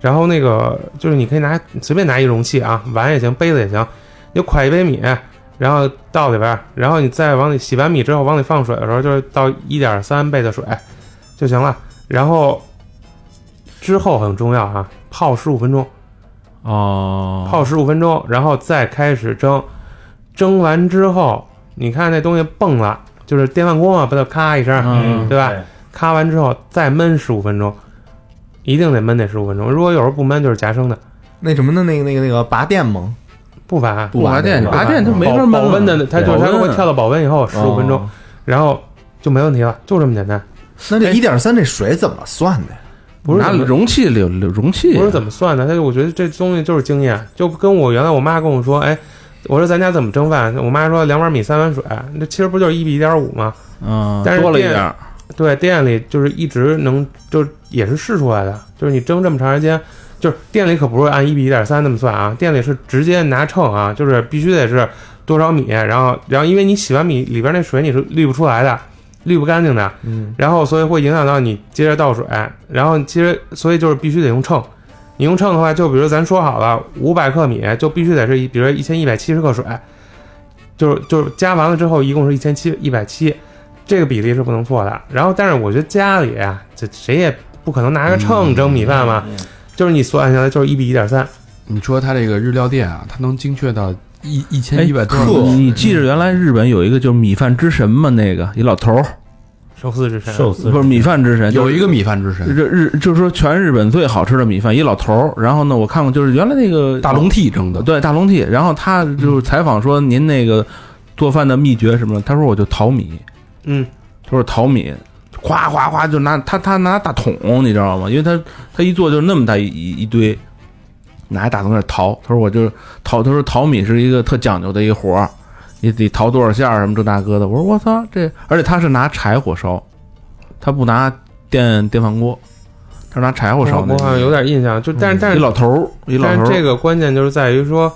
然后那个就是你可以拿随便拿一容器啊，碗也行，杯子也行，你就㧟一杯米，然后倒里边儿，然后你再往里洗完米之后往里放水的时候，就是倒一点三倍的水哎就行了。然后之后很重要哈、啊，泡十五分钟，
哦，
泡十五分钟，然后再开始蒸。蒸完之后，你看那东西蹦了，就是电饭锅嘛，不就咔一声，
嗯
对吧？？咔完之后再焖十五分钟，一定得焖那十五分钟。如果有时候不焖，就是夹生的，
那什么的，那个那个那个拔电吗？
不烦。
不拔电，
不
拔
拔
电
电
就没法
保
焖
保温的，
了
它就是它如果跳到保温以后十五分钟，，然后就没问题了，就这么简单。
那
哎
这一点三这水怎么算的呀？
不是
拿
怎么
容器里有有容啊器，
不是怎么算的，他就我觉得这东西就是经验，就跟我原来我妈跟我说，哎，我说咱家怎么蒸饭，我妈说两碗米三碗水，那其实不就是一比一点五吗？
嗯，
但是
多了一
电
点儿，
对，店里就是一直能，就是也是试出来的，就是你蒸这么长时间，就是店里可不是按一比一点三那么算啊，店里是直接拿秤啊，就是必须得是多少米，然后然后因为你洗完米里边那水你是滤不出来的，滤不干净的，
嗯，
然后所以会影响到你接着倒水，然后其实所以就是必须得用秤，你用秤的话，就比如咱说好了五百克米就必须得是一，比如一千一百七十克水，就是就是加完了之后一共是一千七一百七，这个比例是不能错的。然后但是我觉得家里啊，这谁也不可能拿个秤蒸米饭嘛，就是你算下来就是一比一点三，
你说它这个日料店啊，它能精确到一一
哎
千一百克，
嗯
你记着原来日本有一个就是米饭之神嘛，那个一老头儿，
寿司之神。
寿司
不是米饭之神，
有
就是
一个米饭之神，
日日就是说全日本最好吃的米饭，一老头儿。然后呢，我看过就是原来那个
大笼屉蒸的。
对大笼屉，然后他
嗯
就是采访说您那个做饭的秘诀什么的，他说我就淘米，
嗯，
他说淘米，哗哗哗就拿他他拿大桶，你知道吗？因为他他一做就那么大一一一堆，拿一大桶在那淘。他说我就淘，他说淘米是一个特讲究的一活儿，你得淘多少馅儿什么这那个的。我说我操这，而且他是拿柴火烧，他不拿电电饭锅，他是拿柴火
我
烧那
我好像
个。嗯
有点印象，就但是但
一
是
老头儿，一老
但
头儿，
是这个关键就是在于说，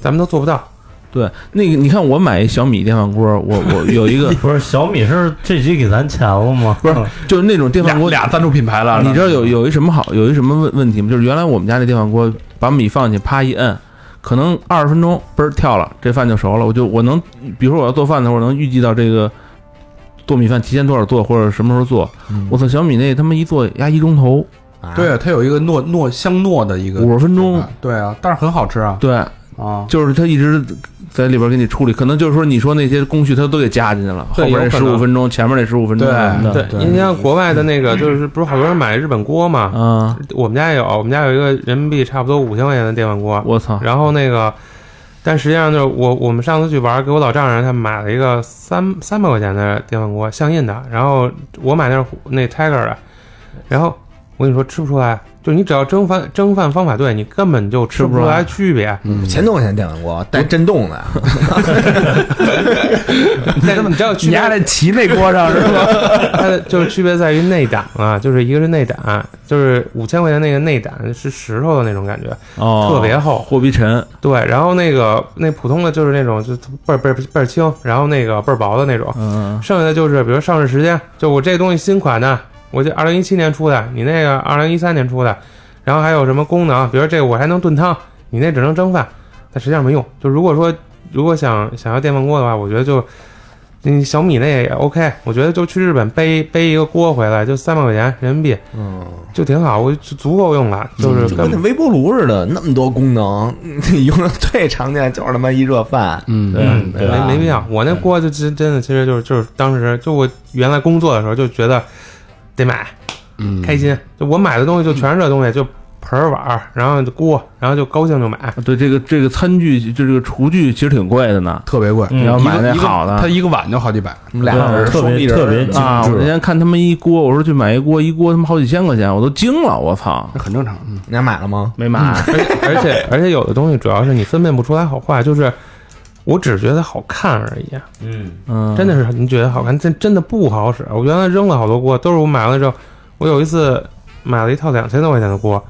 咱们都做不到。
对那个你看，我买一小米电饭锅，我我有一 个
不是小米是这集给咱钱了吗？
不是就是那种电饭锅
俩俩赞助品牌了，
你知道有有一什么好，有一什么问问题吗？就是原来我们家那电饭锅，把米放进去，啪一摁，可能二十分钟嘣儿跳了，这饭就熟了。我就我能，比如说我要做饭的时候，我能预计到这个做米饭提前多少做，或者什么时候做。
嗯
我操，小米那他妈一做压一钟头，
啊
对，它有一个糯糯香糯的一个
五十分钟。
对啊，但是很好吃啊
对，
啊！
就是他一直在里边给你处理，可能就是说你说那些工序他都给加进去了，后
对
边那
有可
十
能
五分钟，前面那十五分钟
对
什么的。
对，
对
你像国外的那个，就是不是好多人买日本锅嘛？
啊，
我们家也有，我们家有一个人民币差不多五千块钱的电饭锅，
我操！
然后那个，但实际上就是我我们上次去玩，给我老丈人他们买了一个三三百块钱的电饭锅，相印的，然后我买那是虎那 Tiger 的，然后我跟你说吃不出来，就是你只要蒸饭蒸饭方法对，你根本就吃不出来区别。
嗯千多块钱电饭锅带震动的，
但是你知道区
你
别
家这骑那锅上是吧？
它的就是区别在于内胆啊，就是一个是内胆，就是五千块钱那个内胆是石头的那种感觉，
哦，
特别厚。
货币沉，
对，然后那个那普通的就是那种就倍儿倍儿倍儿轻，然后那个倍儿薄的那种。
嗯，
剩下的就是比如上市时间，就我这东西新款的，我这二零一七年出的，你那个二零一三年出的，然后还有什么功能，比如这个我还能炖汤，你那只能蒸饭，但实际上没用。就如果说如果想想要电饭锅的话，我觉得就。嗯，小米那也 OK，我觉得就去日本背背一个锅回来，就三百块钱人民币，
嗯，
就挺好，我就足够用了。就是
就跟
根
那
本
微波炉似的，那么多功能， 你用的最常见就是他妈一热饭，
嗯
对
嗯
对
没
吧
没必要。我那锅就真真的，其实就是就是当时就我原来工作的时候就觉得得买，
嗯
开心。就我买的东西就全是这东西，就盆儿碗儿，然后就锅，然后就高兴就买。
对，这个这个餐具就这个厨具其实挺贵的呢，
特别贵，
嗯
你要
一个
买那好
一个它
的。
一个碗就好几百，
俩人
特别
双立人
特别
嗯
精
啊！我
致
那天看他们一锅，我说去买一锅，一锅他妈好几千块钱，我都惊了，我操！
这很正常。嗯
你俩买了吗？
没买，
而且而 且而且有的东西主要是你分辨不出来好坏，就是我只觉得好看而已，啊
嗯，
嗯，
真的是你觉得好看，真真的不好使。我原来扔了好多锅，都是我买完了之后，我有一次买了一套两千多块钱的锅。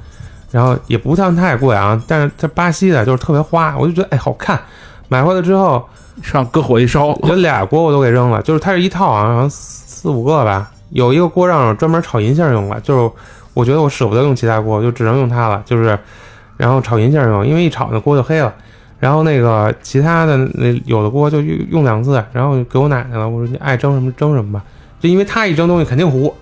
然后也不算太贵啊，但是它巴西的，就是特别花，我就觉得哎好看。买回来之后，
上搁火一烧，
有俩锅我都给扔了，就是它是一套啊，好像四五个吧。有一个锅让我专门炒银杏用了，就是我觉得我舍不得用其他锅，我就只能用它了，就是然后炒银杏用，因为一炒那锅就黑了。然后那个其他的那有的锅就用用两次，然后给我奶奶了，我说你爱蒸什么蒸什么吧，就因为她一蒸东西肯定糊。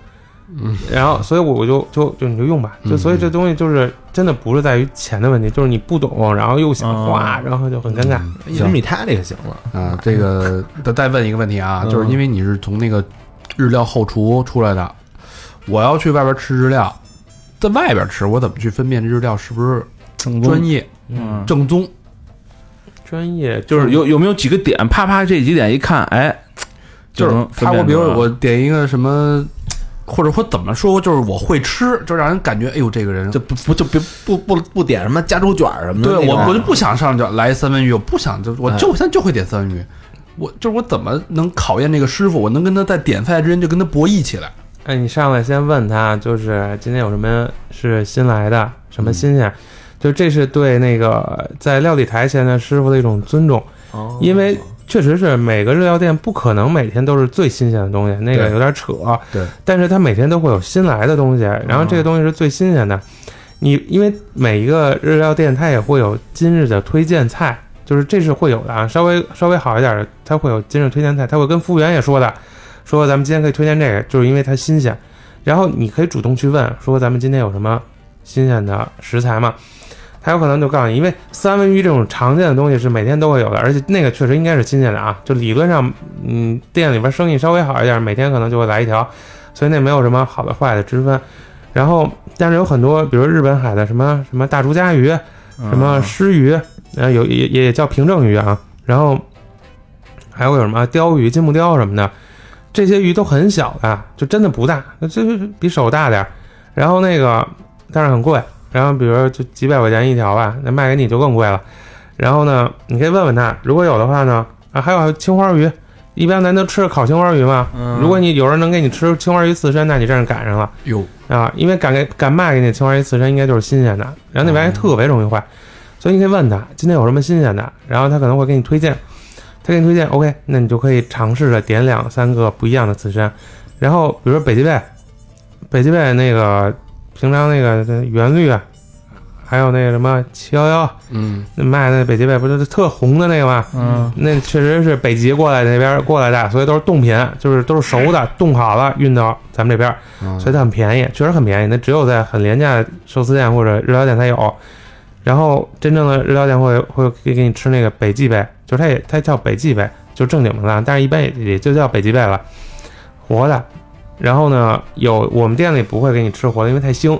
嗯，然后所以我我就就就你就用吧，就所以这东西就是真的不是在于钱的问题，就是你不懂，然后又想花，然后就很尴尬。
一人米他这个行了，
嗯啊，这个再再问一个问题啊，
嗯
就是因为你是从那个日料后厨出来的，我要去外边吃日料，在外边吃，我怎么去分辨这日料是不是
正
专业
嗯，
正宗？
专业
就是有有没有几个点，啪啪这几点一看，哎，
就是
能
他，
分
我
辨
比如
出来
我点一个什么，或者说怎么说，就是我会吃，就让人感觉，哎呦，这个人
就不不就别不不不点什么加州卷儿什么的
对
那种，啊
我我就不想上这来三文鱼，我不想就我
哎
就现在就会点三文鱼，我就是我怎么能考验这个师傅？我能跟他在点菜之间就跟他博弈起来？
哎，你上来先问他，就是今天有什么是新来的，什么新鲜，就这是对那个在料理台前的师傅的一种尊重，
哦
因为确实是每个日料店不可能每天都是最新鲜的东西，那个
对
有点扯。
对，嗯
但是他每天都会有新来的东西，然后这个东西是最新鲜的。你因为每一个日料店它也会有今日的推荐菜，就是这是会有的啊，稍微稍微好一点的，它会有今日推荐菜，它会跟服务员也说的，说咱们今天可以推荐这个，就是因为它新鲜。然后你可以主动去问，说咱们今天有什么新鲜的食材吗？他有可能就告诉你，因为三文鱼这种常见的东西是每天都会有的，而且那个确实应该是新鲜的啊。就理论上，嗯，店里边生意稍微好一点，每天可能就会来一条，所以那没有什么好的坏的之分。然后，但是有很多，比如日本海啊的什么什么大竹夹鱼，
嗯
什么狮鱼，呃，有也也叫平正鱼啊，然后还有有什么鲷鱼、金目鲷什么的，这些鱼都很小的，就真的不大，就是比手大点儿。然后那个，但是很贵，然后比如说就几百块钱一条吧，那卖给你就更贵了。然后呢，你可以问问他，如果有的话呢，啊，还有青花鱼，一般咱都吃烤青花鱼嘛。
嗯
如果你有人能给你吃青花鱼刺身，那你真是赶上了。
哟，
啊，因为敢给敢卖给你青花鱼刺身，应该就是新鲜的，然后那玩意儿特别容易坏，所以你可以问他今天有什么新鲜的，然后他可能会给你推荐，他给你推荐，OK，那你就可以尝试着点两三个不一样的刺身，然后比如说北极贝，北极贝那个平常那个这圆绿啊，还有那个什么七幺幺
嗯，
卖那北极贝，不是特红的那个嘛？
嗯，
那确实是北极过来那边过来的，所以都是冻品，就是都是熟的，冻好了运到咱们这边，所以它很便宜，确实很便宜。那只有在很廉价的寿司店或者日料店才有。然后真正的日料店会会给给你吃那个北极贝，就是它也它叫北极贝，就正经的啦，但是一般也也就叫北极贝了，活的。然后呢，有我们店里不会给你吃活的，因为太腥，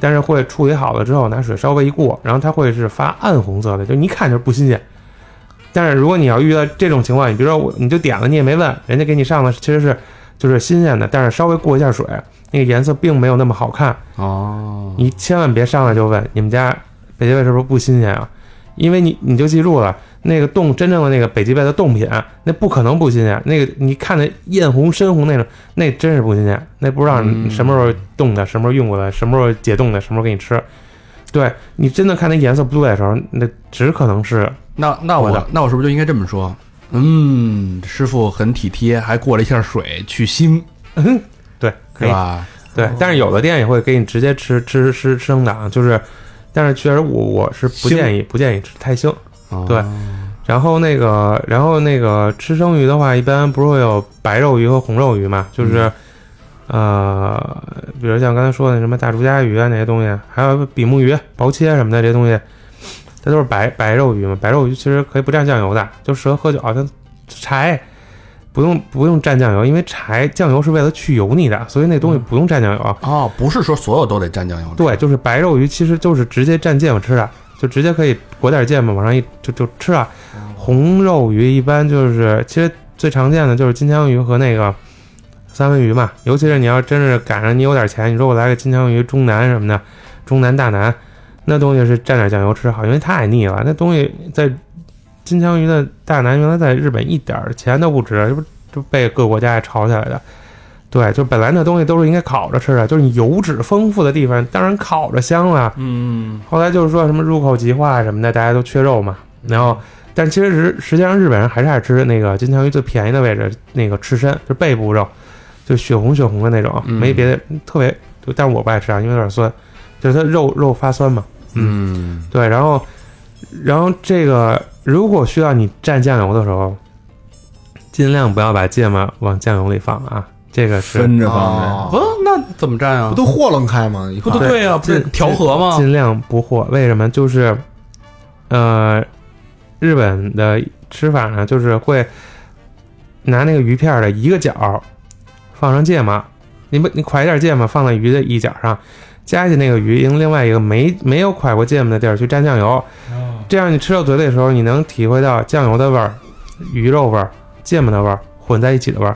但是会处理好了之后拿水稍微一过，然后它会是发暗红色的，就你一看就是不新鲜。但是如果你要遇到这种情况，你比如说我你就点了，你也没问，人家给你上的其实是就是新鲜的，但是稍微过一下水，那个颜色并没有那么好看。
哦，
你千万别上来就问你们家北极贝是不是不新鲜啊？因为你你就记住了，那个冻真正的那个北极贝的冻品，那不可能不新鲜。那个你看那艳红、深红那种，那真是不新鲜，那不知道
嗯
你什么时候冻的，什么时候运过来，什么时候解冻的，什么时候给你吃。对你真的看那颜色不对的时候，那只可能是
那那
我
我
的
那我是不是就应该这么说？嗯，师傅很体贴，还过了一下水去腥，
对，可
是
以
吧？
对，但是有的店也会给你直接吃吃吃吃生的啊，就是，但是确实我我是不
腥
建议不建议吃太腥。
哦
对然后那个，然后那个吃生鱼的话，一般不是会有白肉鱼和红肉鱼嘛？就是，
嗯
呃，比如像刚才说的什么大竹夹鱼啊那些东西，还有比目鱼、薄切什么的这些东西，它都是白白肉鱼嘛。白肉鱼其实可以不蘸酱油的，就适合喝酒，啊，它柴不用不用蘸酱油，因为柴酱油是为了去油腻的，所以那东西
嗯
不用蘸酱油。
哎
哦，不是说所有都得蘸酱油，
对，就是白肉鱼，其实就是直接蘸芥末吃的，就直接可以裹点芥末往上一就就吃啊。红肉鱼一般就是，其实最常见的就是金枪鱼和那个三文鱼嘛，尤其是你要真是赶上你有点钱，你说我来个金枪鱼、中南什么的，中南大南，那东西是蘸点酱油吃好，因为太腻了。那东西在金枪鱼的大南原来在日本一点儿钱都不值，这不就被各国家也炒起来的。对，就本来那东西都是应该烤着吃的，就是你油脂丰富的地方，当然烤着香了。
嗯，
后来就是说什么入口即化什么的，大家都缺肉嘛。
嗯
然后，但其实实实际上日本人还是爱吃那个金枪鱼最便宜的位置，那个赤身，就是背部肉，就血红血红的那种，
嗯
没别的特别。就但是我不爱吃啊，因为有点酸，就是它肉肉发酸嘛。
嗯，
对，然后，然后这个如果需要你蘸酱油的时候，尽量不要把芥末往酱油里放啊，这个是
分着放着。
哦
不，那怎么蘸啊？
不都豁楞开吗？一
不
块
都
儿
对啊，不是
这
调和吗？
尽量不和。为什么？就是，呃，日本的吃法呢，就是会拿那个鱼片儿的一个角儿放上芥末，你不你㧟一点芥末放在鱼的一角上，夹起那个鱼，用另外一个没没有㧟过芥末的地儿去蘸酱油，这样你吃到嘴里的时候，你能体会到酱油的味儿、鱼肉味儿、芥末的味儿混在一起的味儿。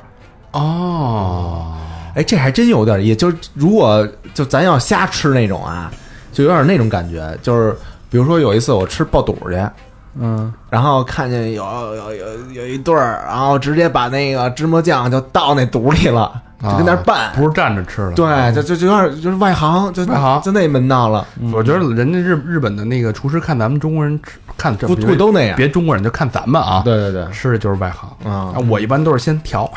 哦，
哎，这还真有点儿，也就是如果就咱要瞎吃那种啊，就有点那种感觉，就是比如说有一次我吃爆肚去，
嗯，
然后看见有有有有一对儿，然后直接把那个芝麻酱就倒那肚里了，
啊
就跟那儿拌。
不是蘸着吃的。
嗯
对，就就就有点就是外行，就
外行
就那门道了，
我觉得人家日日本的那个厨师看咱们中国人吃，看这
不不都那样？
别中国人就看咱们啊，
对对对，
吃的就是外行
啊
啊。我一般都是先调啊，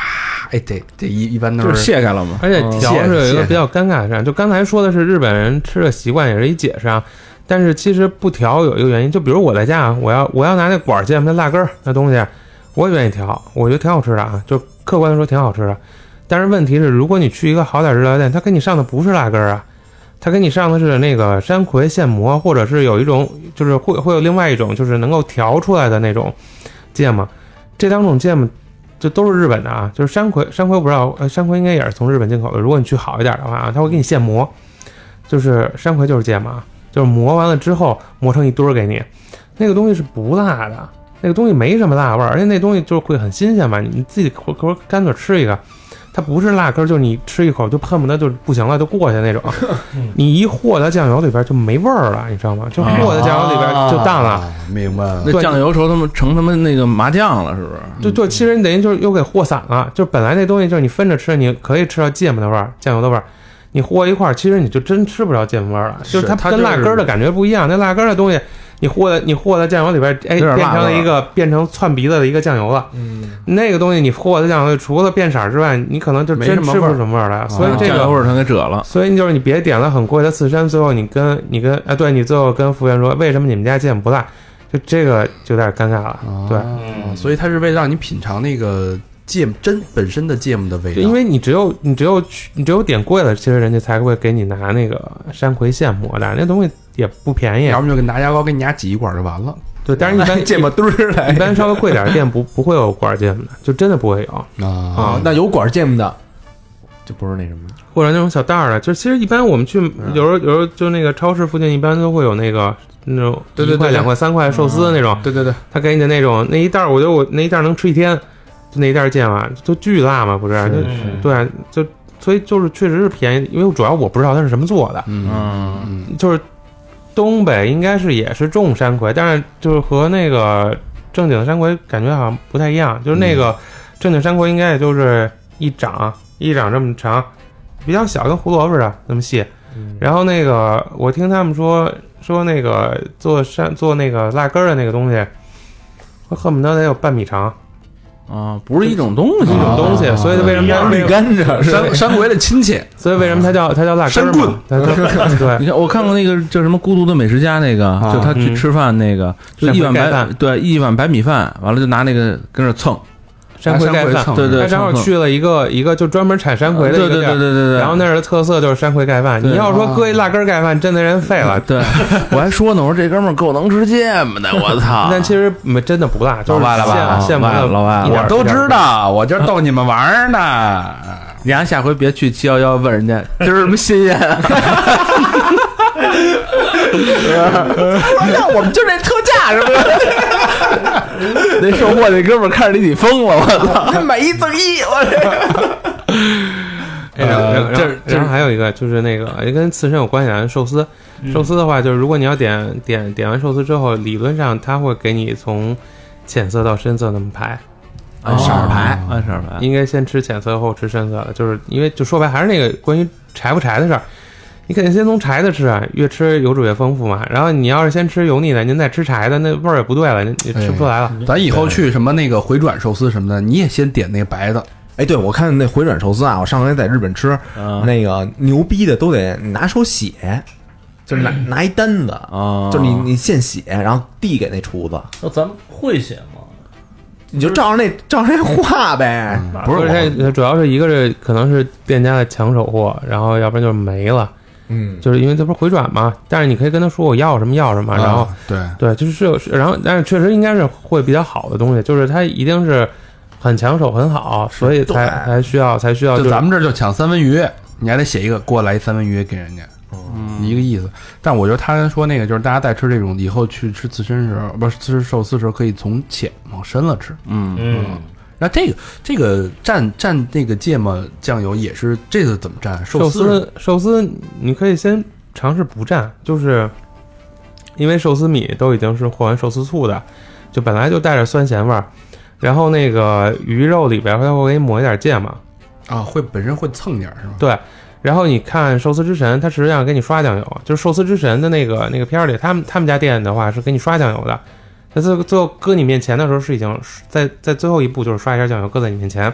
哎，这这一一般都
就是
是
卸开了嘛。
而且调
谢谢
是有一
谢
个
谢
比较尴尬的事儿，就刚才说的是日本人吃的习惯也是一解释啊，但是其实不调有一个原因，就比如我在家啊，我要我要拿那管儿芥末那辣根儿那东西，我也愿意调，我觉得挺好吃的啊，就客观的说挺好吃的。但是问题是，如果你去一个好点儿日料店，他给你上的不是辣根儿啊， 他给你上的是那个山葵现磨，或者是有一种就是会会有另外一种就是能够调出来的那种芥末，这两种芥末这都是日本的啊，就是山葵，山葵我不知道，呃，山葵应该也是从日本进口的。如果你去好一点的话啊，它会给你现磨，就是山葵就是芥末，啊，就是磨完了之后磨成一堆儿给你，那个东西是不辣的，那个东西没什么辣味儿，而且那东西就是会很新鲜嘛，你自己可可干脆吃一个，它不是辣根儿，就是你吃一口就恨不得就不行了就过去那种，你一和到酱油里边就没味儿了，你知道吗？就和到酱油里边就淡了。
啊，明白了。
那
对
酱油成他妈成他妈那个麻酱了，是不是？
就对，其实你等于就是又给和散了。就本来那东西就是你分着吃，你可以吃到芥末的味儿、酱油的味儿，你和一块儿，其实你就真吃不着芥末味儿了。就是它
它
跟
就
辣
是
根儿的感觉不一样，那辣根儿的东西你和你和在酱油里边，哎，
有点
变
辣
成了
味儿
一个变成窜鼻子的一个酱油了。
嗯，
那个东西你和在酱油里，除了变色儿之外，你可能就
没
真
什么
吃不
味
出
儿
什么味儿来。所以这
啊酱
个
油味儿全给褶了。
所以你就是你别点了很贵的刺身，最后你跟你跟啊，对你最后跟服务员说为什么你们家芥末不辣，就这个就有点尴尬了。对，
对，所以它是为了让你品尝那个芥末真本身的芥末的味道，
就因为你只有你只有去你只有点贵了，其实人家才会给你拿那个山葵现磨的，那东西也不便宜
要。不就给拿牙膏给你牙挤一管就完了
对，但是一 般
芥末墩儿来
一般稍微贵点的店不不会有管芥末的，就真的不会有，
啊
啊，那有管芥 末的，就不是那什么，
或者那种小袋儿的。就其实一般我们去
嗯
有时候有时候就那个超市附近一般都会有那个那种
对对
一块
对嗯
两块三块寿司的那种。
对对对，
他给你的那种那一袋儿，我觉得我那一袋儿能吃一天，就那一袋儿芥末就巨辣嘛，不是？
是
就是对啊，就所以就是确实是便宜，因为主要我不知道它是什么做的，
嗯嗯
就是东北应该是也是种山葵，但是就是和那个正经的山葵感觉好像不太一样，就是那个正经山葵应该也就是一掌一掌这么长，比较小，跟胡萝卜似的那么细。
嗯
然后那个我听他们说说那个做山做那个辣根儿的那个东西，我恨不得得有半米长
啊，不是一种东西，
一种东西，
啊
所以为什么它
绿甘蔗是吧
山山葵的亲戚，
所以为什么它叫它叫辣根
山
儿
棍
嘛？它它对，
你看，我看过那个叫什么《孤独的美食家》，那个就他去
嗯
吃饭那个，就一碗
山葵
白
盖饭
对一碗白米饭，完了就拿那个跟那蹭，
山葵盖饭。
对对，
他正好
蹭
去了一个一个就专门产山葵的一
对
个
对
地
对对
儿，
对对，
然后那儿的特色就是山葵盖饭。
对
你要说搁一辣根儿盖饭，真的人废了。
对，我还说呢，我说这哥们儿够能吃芥末的，我操！
但其实没真的不辣，就是
老外了吧
现现磨
啊老外
的
老外
一点
我
儿
都
一点儿
知道，我就逗你们玩儿呢。
你俩下回别去七幺幺问人家这是什么新鲜
哦
啊，
那我们就这特价是吧？
那售货那哥们儿看着你得疯了，我操！
买一赠一，我
哎然后
呃
然后
这
然后然后还有一个就是那个也跟刺身有关系啊，寿司。
嗯
寿司的话，就是如果你要点点点完寿司之后，理论上它会给你从浅色到深色那么排，
按
色儿排，
哦
按色儿排，
应该先吃浅色后吃深色的，就是因为就说白还是那个关于柴不柴的事儿。你肯定先从柴的吃啊，越吃油脂越丰富嘛。然后你要是先吃油腻的，您再吃柴的，那味儿也不对了，您你吃不出来了。
咱以后去什么那个回转寿司什么的，你也先点那个白的，
哎，对，我看那回转寿司啊，我上回在日本吃，
嗯
那个牛逼的都得拿手写，就是拿拿一单子，
啊
就是你你现写，然后递给那厨子，
那咱们会写吗？
你就照着那照着那画呗。
哎不是，它它主要是一个是可能是店家的抢手货，然后要不然就是没了，
嗯，
就是因为这不是回转嘛。但是你可以跟他说我要什么要什么，然后
啊对，
对，就是是有，是然后但是确实应该是会比较好的东西，就是它一定是很抢手很好，所以才
对
才需要才需要
就是咱们这儿就抢三文鱼，你还得写一个过来一三文鱼给人家，
哦
嗯一个意思。但我觉得他说那个就是大家在吃这种以后去吃刺身时候，不是吃寿司时候，可以从浅往深了吃。
嗯，
嗯，
那这个这个蘸蘸那个芥末酱油也是这个怎么蘸？
寿
司
司寿司，你可以先尝试不蘸，就是因为寿司米都已经是和完寿司醋的，就本来就带着酸咸味儿，然后那个鱼肉里边儿它会给你抹一点芥末，
啊，会本身会蹭点儿是吧？
对。然后你看寿司之神，它实际上给你刷酱油，就是寿司之神的那个那个片儿里，他们他们家店的话是给你刷酱油的。它最后最后搁你面前的时候是已经在在最后一步就是刷一下酱油搁在你面前，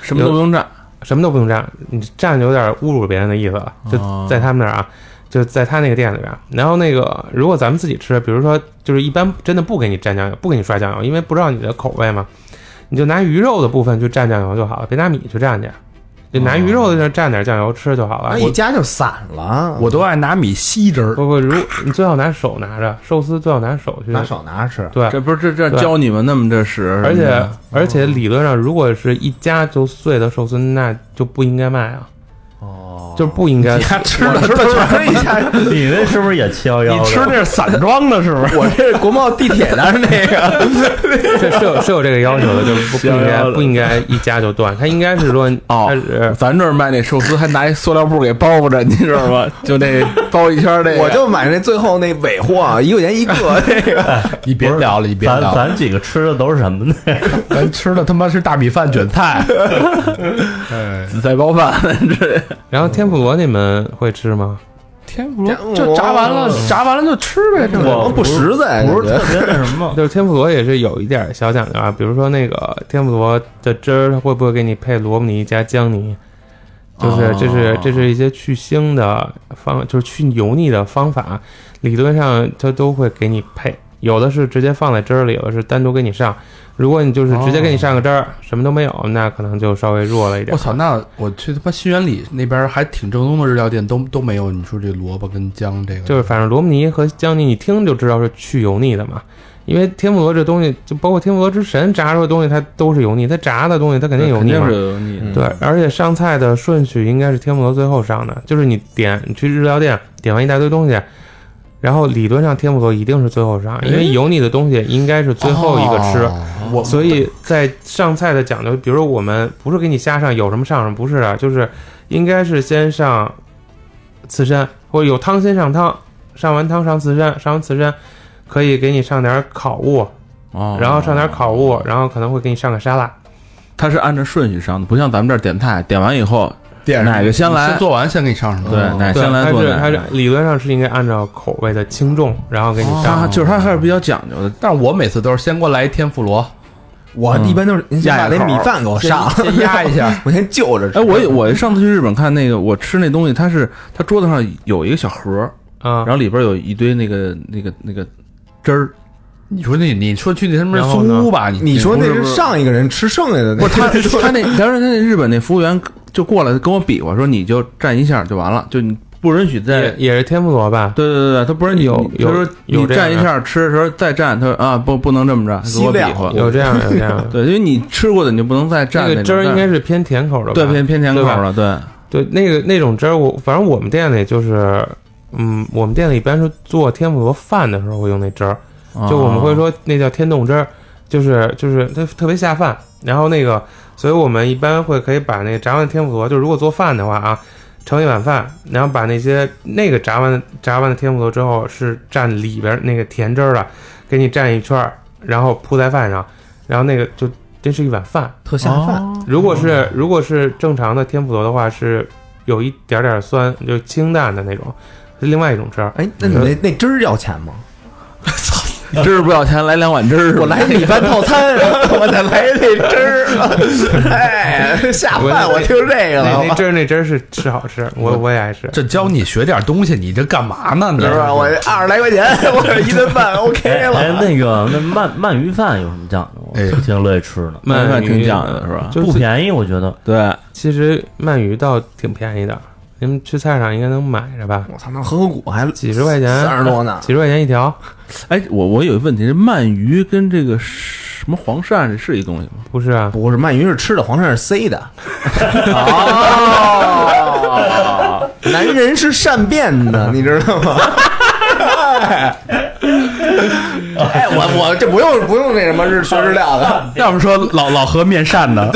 什么都不用蘸，
什么都不用蘸，你蘸有点侮辱别人的意思了。就
哦
在他们那儿啊，就在他那个店里边。然后那个，如果咱们自己吃，比如说就是一般真的不给你蘸酱油，不给你刷酱油，因为不知道你的口味嘛，你就拿鱼肉的部分去蘸酱油就好了，别拿米去蘸去，就拿鱼肉的地儿蘸点酱油吃就好了。
那一
啊我
加就散了，
我都爱拿米吸汁儿，
不不，如你最好拿手拿着寿司，最好拿手去
拿手拿着吃。
对。
这不是这这
对
教你们那么这使，
而且而且理论上，如果是一夹就碎的寿司，那就不应该卖啊，
哦
就不应该。
他吃的
吃的全是一家，
你那是不是也七幺 幺？
你吃那是散装的是不是？
我这是国贸地铁的那个。
这是有是有这个要求的，就是不不应该不应该一夹就断，它应该是说
哦
它是
咱这儿卖那寿司还拿一塑料布给包着，你知道吗？就那包一圈儿那个，
我就买那最后那尾货啊，一块钱一个那个。
你别聊了，你别
咱
聊了，
咱几个吃的都是什么呢？
咱吃的他妈是大米饭卷菜，哎，
紫菜包饭，这
然后天妇罗你们会吃吗？，
天妇罗就炸完了，炸完了就吃呗，这
我
我不实在，
不是
感觉
特别那什么
就是天妇罗也是有一点小讲究啊，比如说那个天妇罗的汁儿，它会不会给你配罗姆尼加姜泥？就是这是
哦
这是一些去腥的方，就是去油腻的方法，理论上它都会给你配，有的是直接放在汁儿里，有的是单独给你上。如果你就是直接给你上个汁儿，什么都没有，那可能就稍微弱了一点。
我操！那我去他妈新源里那边还挺正宗的日料店都都没有，你说这萝卜跟姜这个
就是反正罗姆尼和姜泥，你听就知道是去油腻的嘛。因为天妇罗这东西，就包括天妇罗之神炸出的东西，它都是油腻，它炸的东西它肯定油腻嘛
是。有腻的。
对，而且上菜的顺序应该是天妇罗最后上的，就是你点你去日料店点完一大堆东西，然后理论上天妇罗一定是最后上，因为油腻的东西应该是最后一个吃。
哦
我所以在上菜的讲究，比如说我们不是给你瞎上，有什么上什么，不是啊，就是应该是先上刺身，或者有汤先上汤，上完汤上刺身，上完刺身可以给你上点烤物，
哦
然后上点烤物，然后可能会给你上个沙拉。
它是按照顺序上的，不像咱们这儿点菜，点完以后，
点
哪个先来
先做完先给你上什么？
对，哪
哦对，
先来做
它
哪
是
个
它。是理论上是应该按照口味的轻重，哦然后给你上。
它就是它还是比较讲究的，
但是我每次都是先给我来一天妇罗，
我一般都是你先把那米饭给我
先
上，
先压一下。
我先就着吃。
哎，我我上次去日本看那个，我吃那东西，它是它桌子上有一个小盒儿，
啊
然，后里边有一堆那个那个那个汁 儿，
你说那你说去那什么
然后呢
苏屋吧，你
你说那是上一个人吃剩下的那
不
个，
是他他那，当时他那日本那服务员就过来跟我比划说，你就站一下就完了，就你不允许再
也。也是天妇罗吧？
对对对对，他不是你
有
他说
有
你
有这样
站
的
一下吃的时候再站，他说啊不不能这么站，他跟我比划。。
有这样有这样
对，因为你吃过的你就不能再站
那个
种
汁儿应该是偏甜口的吧？
对偏偏甜口了，对
对，那个那种汁儿，我反正我们店里就是，嗯，我们店里一般是做天妇罗饭的时候会用那汁儿，就我
哦
们会说那叫天冻汁儿，就是就是它特别下饭。然后那个，所以我们一般会可以把那个炸完的天妇罗，就如果做饭的话啊，盛一碗饭，然后把那些那个炸完的炸完的天妇罗之后是蘸里边那个甜汁儿的，给你蘸一圈儿，然后铺在饭上，然后那个就这是一碗饭。
特下
哦
饭。
如果是如果是正常的天妇罗的话，是有一点点酸，就是清淡的那种，是另外一种汁儿。
哎，那你那那汁儿要钱吗？
对，汁儿不要钱，来两碗汁儿。
我来米饭套餐，我再来那汁儿。哎，下饭我听这个
那那
了，
汁儿那汁儿是是好吃，我我也爱吃。
这教你学点东西，你这干嘛呢？你
是
这
不是？我二十来块钱，我这一顿饭 OK
哎哎，
了。
那个那鳗鳗鱼饭有什么讲究？我
哎
挺乐意吃的，
鳗鱼饭挺
鱼
讲究的是吧？
就
不
是
便宜，我觉 得。
对，
其实鳗鱼倒挺便宜的，你们去菜市场应该能买着吧？
我操，那和合谷还
几十块钱，
三十多呢，
几十块钱一条，
哎，我我有一问题，这鳗鱼跟这个什么黄鳝这是一东西吗？
不是啊？
不是鳗鱼是吃的，黄鳝是塞的。哦，男人是善变的，你知道吗？ 哎，我我这不用不用那什么日学日料的，
要么说老老何面善呢？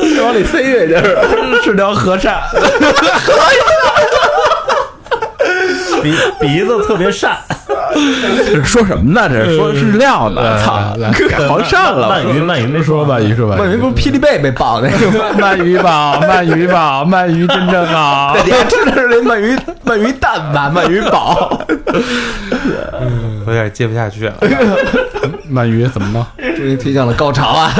越往里塞越就是。
是条和善，
鼻鼻子特 别善，
这是说什么呢？这是
嗯
说日料呢？操，改黄鳝了。
鳗鱼鳗鱼没说吧？
鳗鱼是吧？
鳗鱼不是霹雳贝被爆那个吗？
鳗鱼吧，鳗鱼吧，鳗鱼真正好。
你还吃的是那鳗鱼鳗鱼蛋吧，鳗鱼堡，嗯
我有点接不下去了。
鳗鱼怎么呢？
终于推向了高潮啊！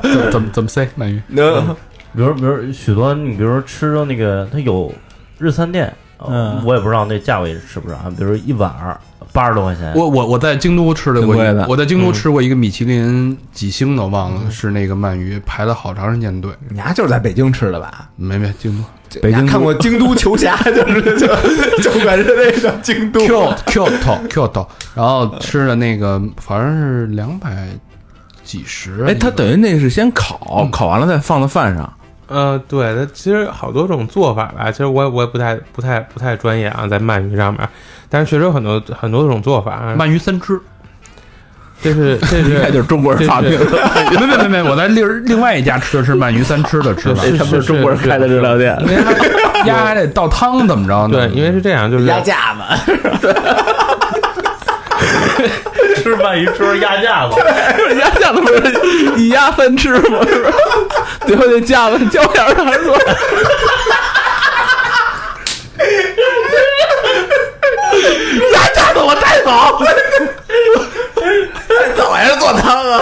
怎怎么怎么塞鳗鱼？
能
比如比如许多，你比如说吃的那个，它有日餐店，嗯，我也不知道那价位是不是啊。比如一碗儿八十多块钱，
我我我在京都吃的过一
挺贵的，
我在京都吃过一个米其林几星的，我忘了是那个鳗鱼，排了好长时间队。
你丫就是在北京吃的吧？
没没，京都
北京看过《京都球 侠》，就是就就感觉那个京都
Q Q t Q t 然后吃的那个反正是两百几十。
哎，它等于那是先烤，烤完了再放到饭上。
呃，对，它其实好多种做法吧。其实我也我也不太不太不太专业啊，在鳗鱼上面，但是确实有很多很多种做法。啊
鳗鱼三只，
这是这
一 看就是是中国人发明的，
没没没没，我在另另外一家吃的是鳗鱼三吃的吃的，
是是中国人开的日料店，因为 它
鸭还得倒汤怎么着呢？
对，因为是这样，就是
压架子，
吃鳗上一桌压价吧，
就是 压价的不是以压三吃吗？是不是？ 最后那架子胶片上 说，压价的我带 走。
走还是做汤啊？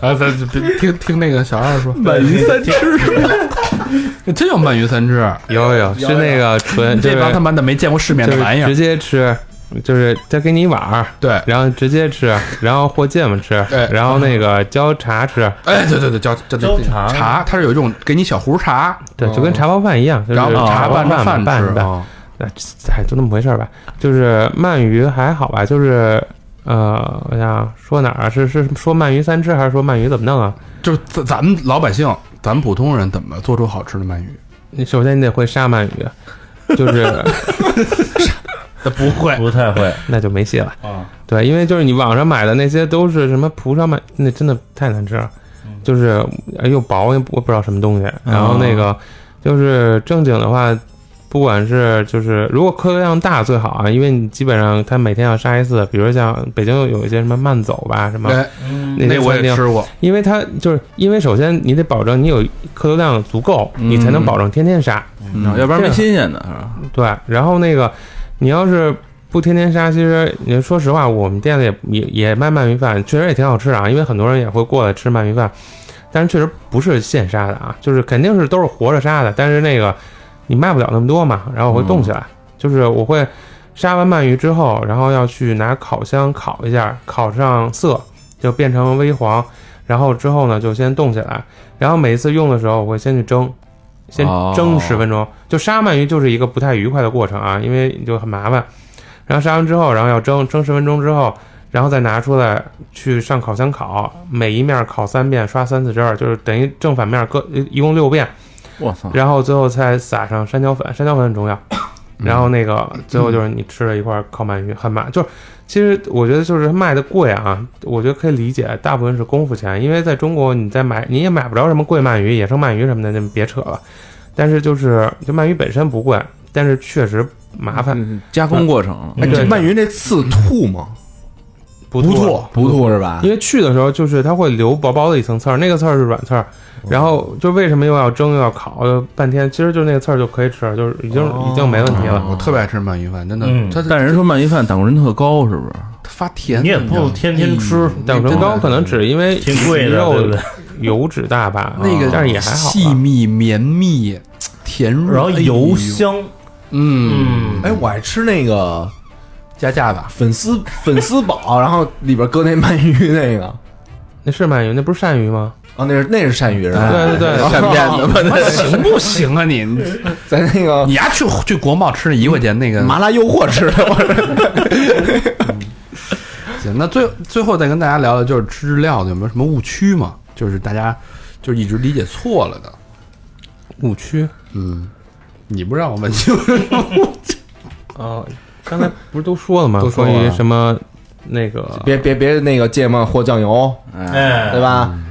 啊，咱就别听听那个小二 说，
鳗鱼三吃，真有鳗鱼三吃，
有有是那个纯，就
这
是
帮他妈的没见过世面
就
的玩意
是
儿
直。接吃，就是再给你一碗儿，
对，
然后直接吃，然后和芥末吃，
对
然后那个浇茶吃，
哎，对对对，叫叫
粥茶
茶，它是有一种给你小壶茶，嗯
对，就跟茶包饭一样，就是
哦然后
茶
茶
包
拌着
饭
饭
拌
吃
着拌，
啊。
哎，这哎，就那么回事儿吧。就是鳗鱼还好吧，就是呃，我想说哪儿啊？是是说鳗鱼三吃，还是说鳗鱼怎么弄啊？
就是咱咱们老百姓，咱们普通人怎么做出好吃的鳗鱼？
你首先你得会杀鳗鱼，就是
不会，
不太会
那就没戏了。
啊。
对，因为就是你网上买的那些都是什么蒲烧鳗，那真的太难吃了，就是呃又薄又不我不知道什么东西。然后那个就是正经的话，不管是就是如果客流量大最好啊，因为你基本上他每天要杀一次，比如像北京有一些什么慢走吧什么。
哎，
嗯，
那些
那我
餐
也
厅，
吃过，
因为它就是因为首先你得保证你有客流量足够，你才能保证天天杀。
嗯
要不然没新鲜的是吧？
对，然后那个你要是不天天杀，其实你说实话，我们店里也也也卖鳗鱼饭，确实也挺好吃啊，因为很多人也会过来吃鳗鱼饭，但是确实不是现杀的啊，就是肯定是都是活着杀的，但是那个你卖不了那么多嘛，然后我会冻起来，就是我会杀完鳗鱼之后，然后要去拿烤箱烤一下，烤上色就变成微黄，然后之后呢就先冻起来，然后每一次用的时候我会先去蒸，先
哦
蒸十分钟。就杀鳗鱼就是一个不太愉快的过程啊，因为就很麻烦。然后杀完之后，然后要蒸，蒸十分钟之后，然后再拿出来去上烤箱烤，每一面烤三遍，刷三次汁儿，就是等于正反面各一共六遍。
我操！
然后最后再撒上山椒粉，山椒粉很重要。然后那个最后就是你吃了一块烤鳗鱼，很麻，就是其实我觉得就是卖的贵啊，我觉得可以理解，大部分是功夫钱，因为在中国你再买你也买不着什么贵鳗鱼、野生鳗鱼什么的，就别扯了。但是就是就鳗鱼本身不贵，但是确实麻烦，
嗯加工过程，
哎，这鳗鱼这刺吐吗？
不
不
错。
不吐是吧？
因为去的时候就是它会留薄薄的一层刺儿，那个刺儿是软刺儿，然后就为什么又要蒸又要烤又半天，其实就那个刺儿就可以吃了，就是已经、已经没问题了。
我特别爱吃鳗鱼饭，真的
嗯，
它
但人说鳗鱼饭胆固醇特高，是不是？
它发甜，
你也
知道
不
吗
天天吃，
胆固醇高嗯可能只是因为
挺贵的，
肉
对不对？
油脂大吧， 啊
那个
但是也还好吧。
细密绵密，甜润，
然后
哎呦
油，香，
嗯，
嗯，
哎，我爱吃那个
加价 吧，
粉丝粉丝煲，然后里边搁那鳗鱼那个。
那是鳗鱼，那不是鳝鱼吗？
哦，那是那是鳝鱼是吧？
对对对，
善变的吧？
行不行啊你？
在那个
你丫去去国贸吃那一块钱那个
麻辣诱惑吃的，我是
行，那最最后再跟大家聊聊，就是吃日料的有没有什么误区嘛？就是大家就一直理解错了的。
误区。
嗯，你不让我 问清楚，
哦，刚才不是都说了吗？
都说了
关于什么那个
别别别那个芥末和酱油，
哎，
对？吧？嗯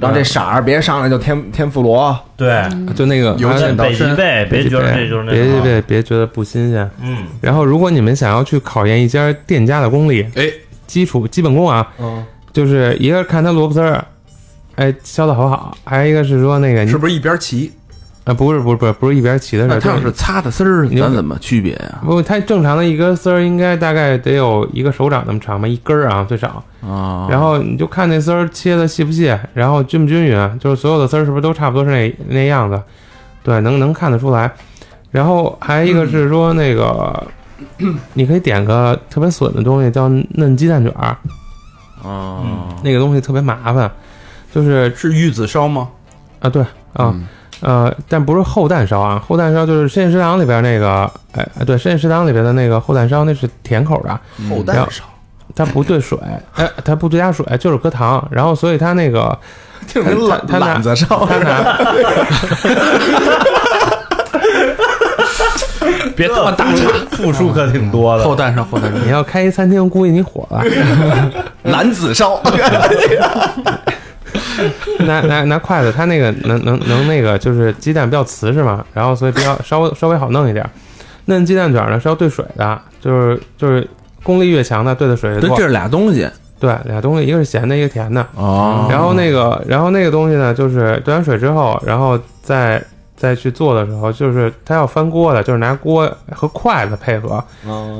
然后这色儿别上来就天天妇罗，
对，
就那个
由浅
哎
到
北极
深
贝，啊别觉得这就是那
别
什
别
么
别别觉得不新鲜。
嗯，
然后，如果你们想要去考验一家店家的功力，
哎，
基础基本功啊，
嗯，
就是一个是看他萝卜丝儿，哎，削的好不好，还有一个是说那个你
是不是一边骑？
啊，不是不是不是不是一边起的事
那
儿，
它要
就是
擦的丝儿，
你
咱怎么区别呀？
不，它正常的一根丝儿应该大概得有一个手掌那么长吧，一根儿啊最少。
啊，
然后你就看那丝儿切的细不细，然后均不均匀，啊就是所有的丝儿是不是都差不多是那那样子，对，能能看得出来。然后还有一个是说那个，你可以点个特别损的东西，叫嫩鸡蛋卷儿，
啊，
那个东西特别麻烦，就是
是玉子烧吗？
啊对啊、
嗯
呃，但不是厚蛋烧啊，厚蛋烧就是深夜食堂里边那个，哎哎对，深夜食堂里边的那个厚蛋烧那是甜口的，
嗯
厚
然后
蛋烧，
它不兑水，哎，它不兑加水，就是搁糖，然后所以它那个
就是跟
他他
懒
拿
懒子烧，
它拿
别他妈打岔，付出可挺多的。
后蛋上后蛋上
你要开一餐厅，估计你火了，
懒子烧，
拿拿拿筷子，它那个能能能那个就是鸡蛋比较瓷实嘛，然后所以比较稍微稍微好弄一点。嫩鸡蛋卷呢是要兑水的，就是就是功力越强的兑的水越
对，
多
这。是俩东西
对，俩东西，一个是咸的，一个甜的。
哦
然后那个，然后那个东西呢，就是兑完水之后，然后再再去做的时候，就是它要翻锅的，就是拿锅和筷子配合，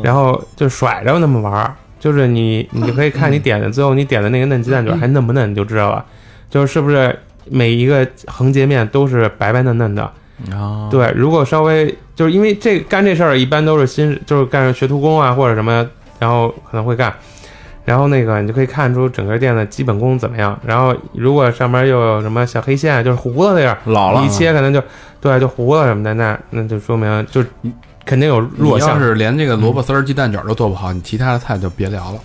然后就甩着那么玩儿。就是你，你可以看你点的最后你点的那个嫩鸡蛋卷还嫩不嫩，你就知道了，就是是不是每一个横截面都是白白嫩嫩的。
啊，
对，如果稍微就是因为这干这事儿，一般都是新，就是干学徒工啊或者什么，然后可能会干。然后那个你就可以看出整个店的基本功怎么样。然后如果上面又有什么小黑线，就是糊了那样，
老
啊
了
一切可能就对就糊了什么的，那那就说明就肯定有
你
弱
要
项。
是连这个萝卜丝儿鸡蛋卷儿都做不好，你其他的菜就别聊了。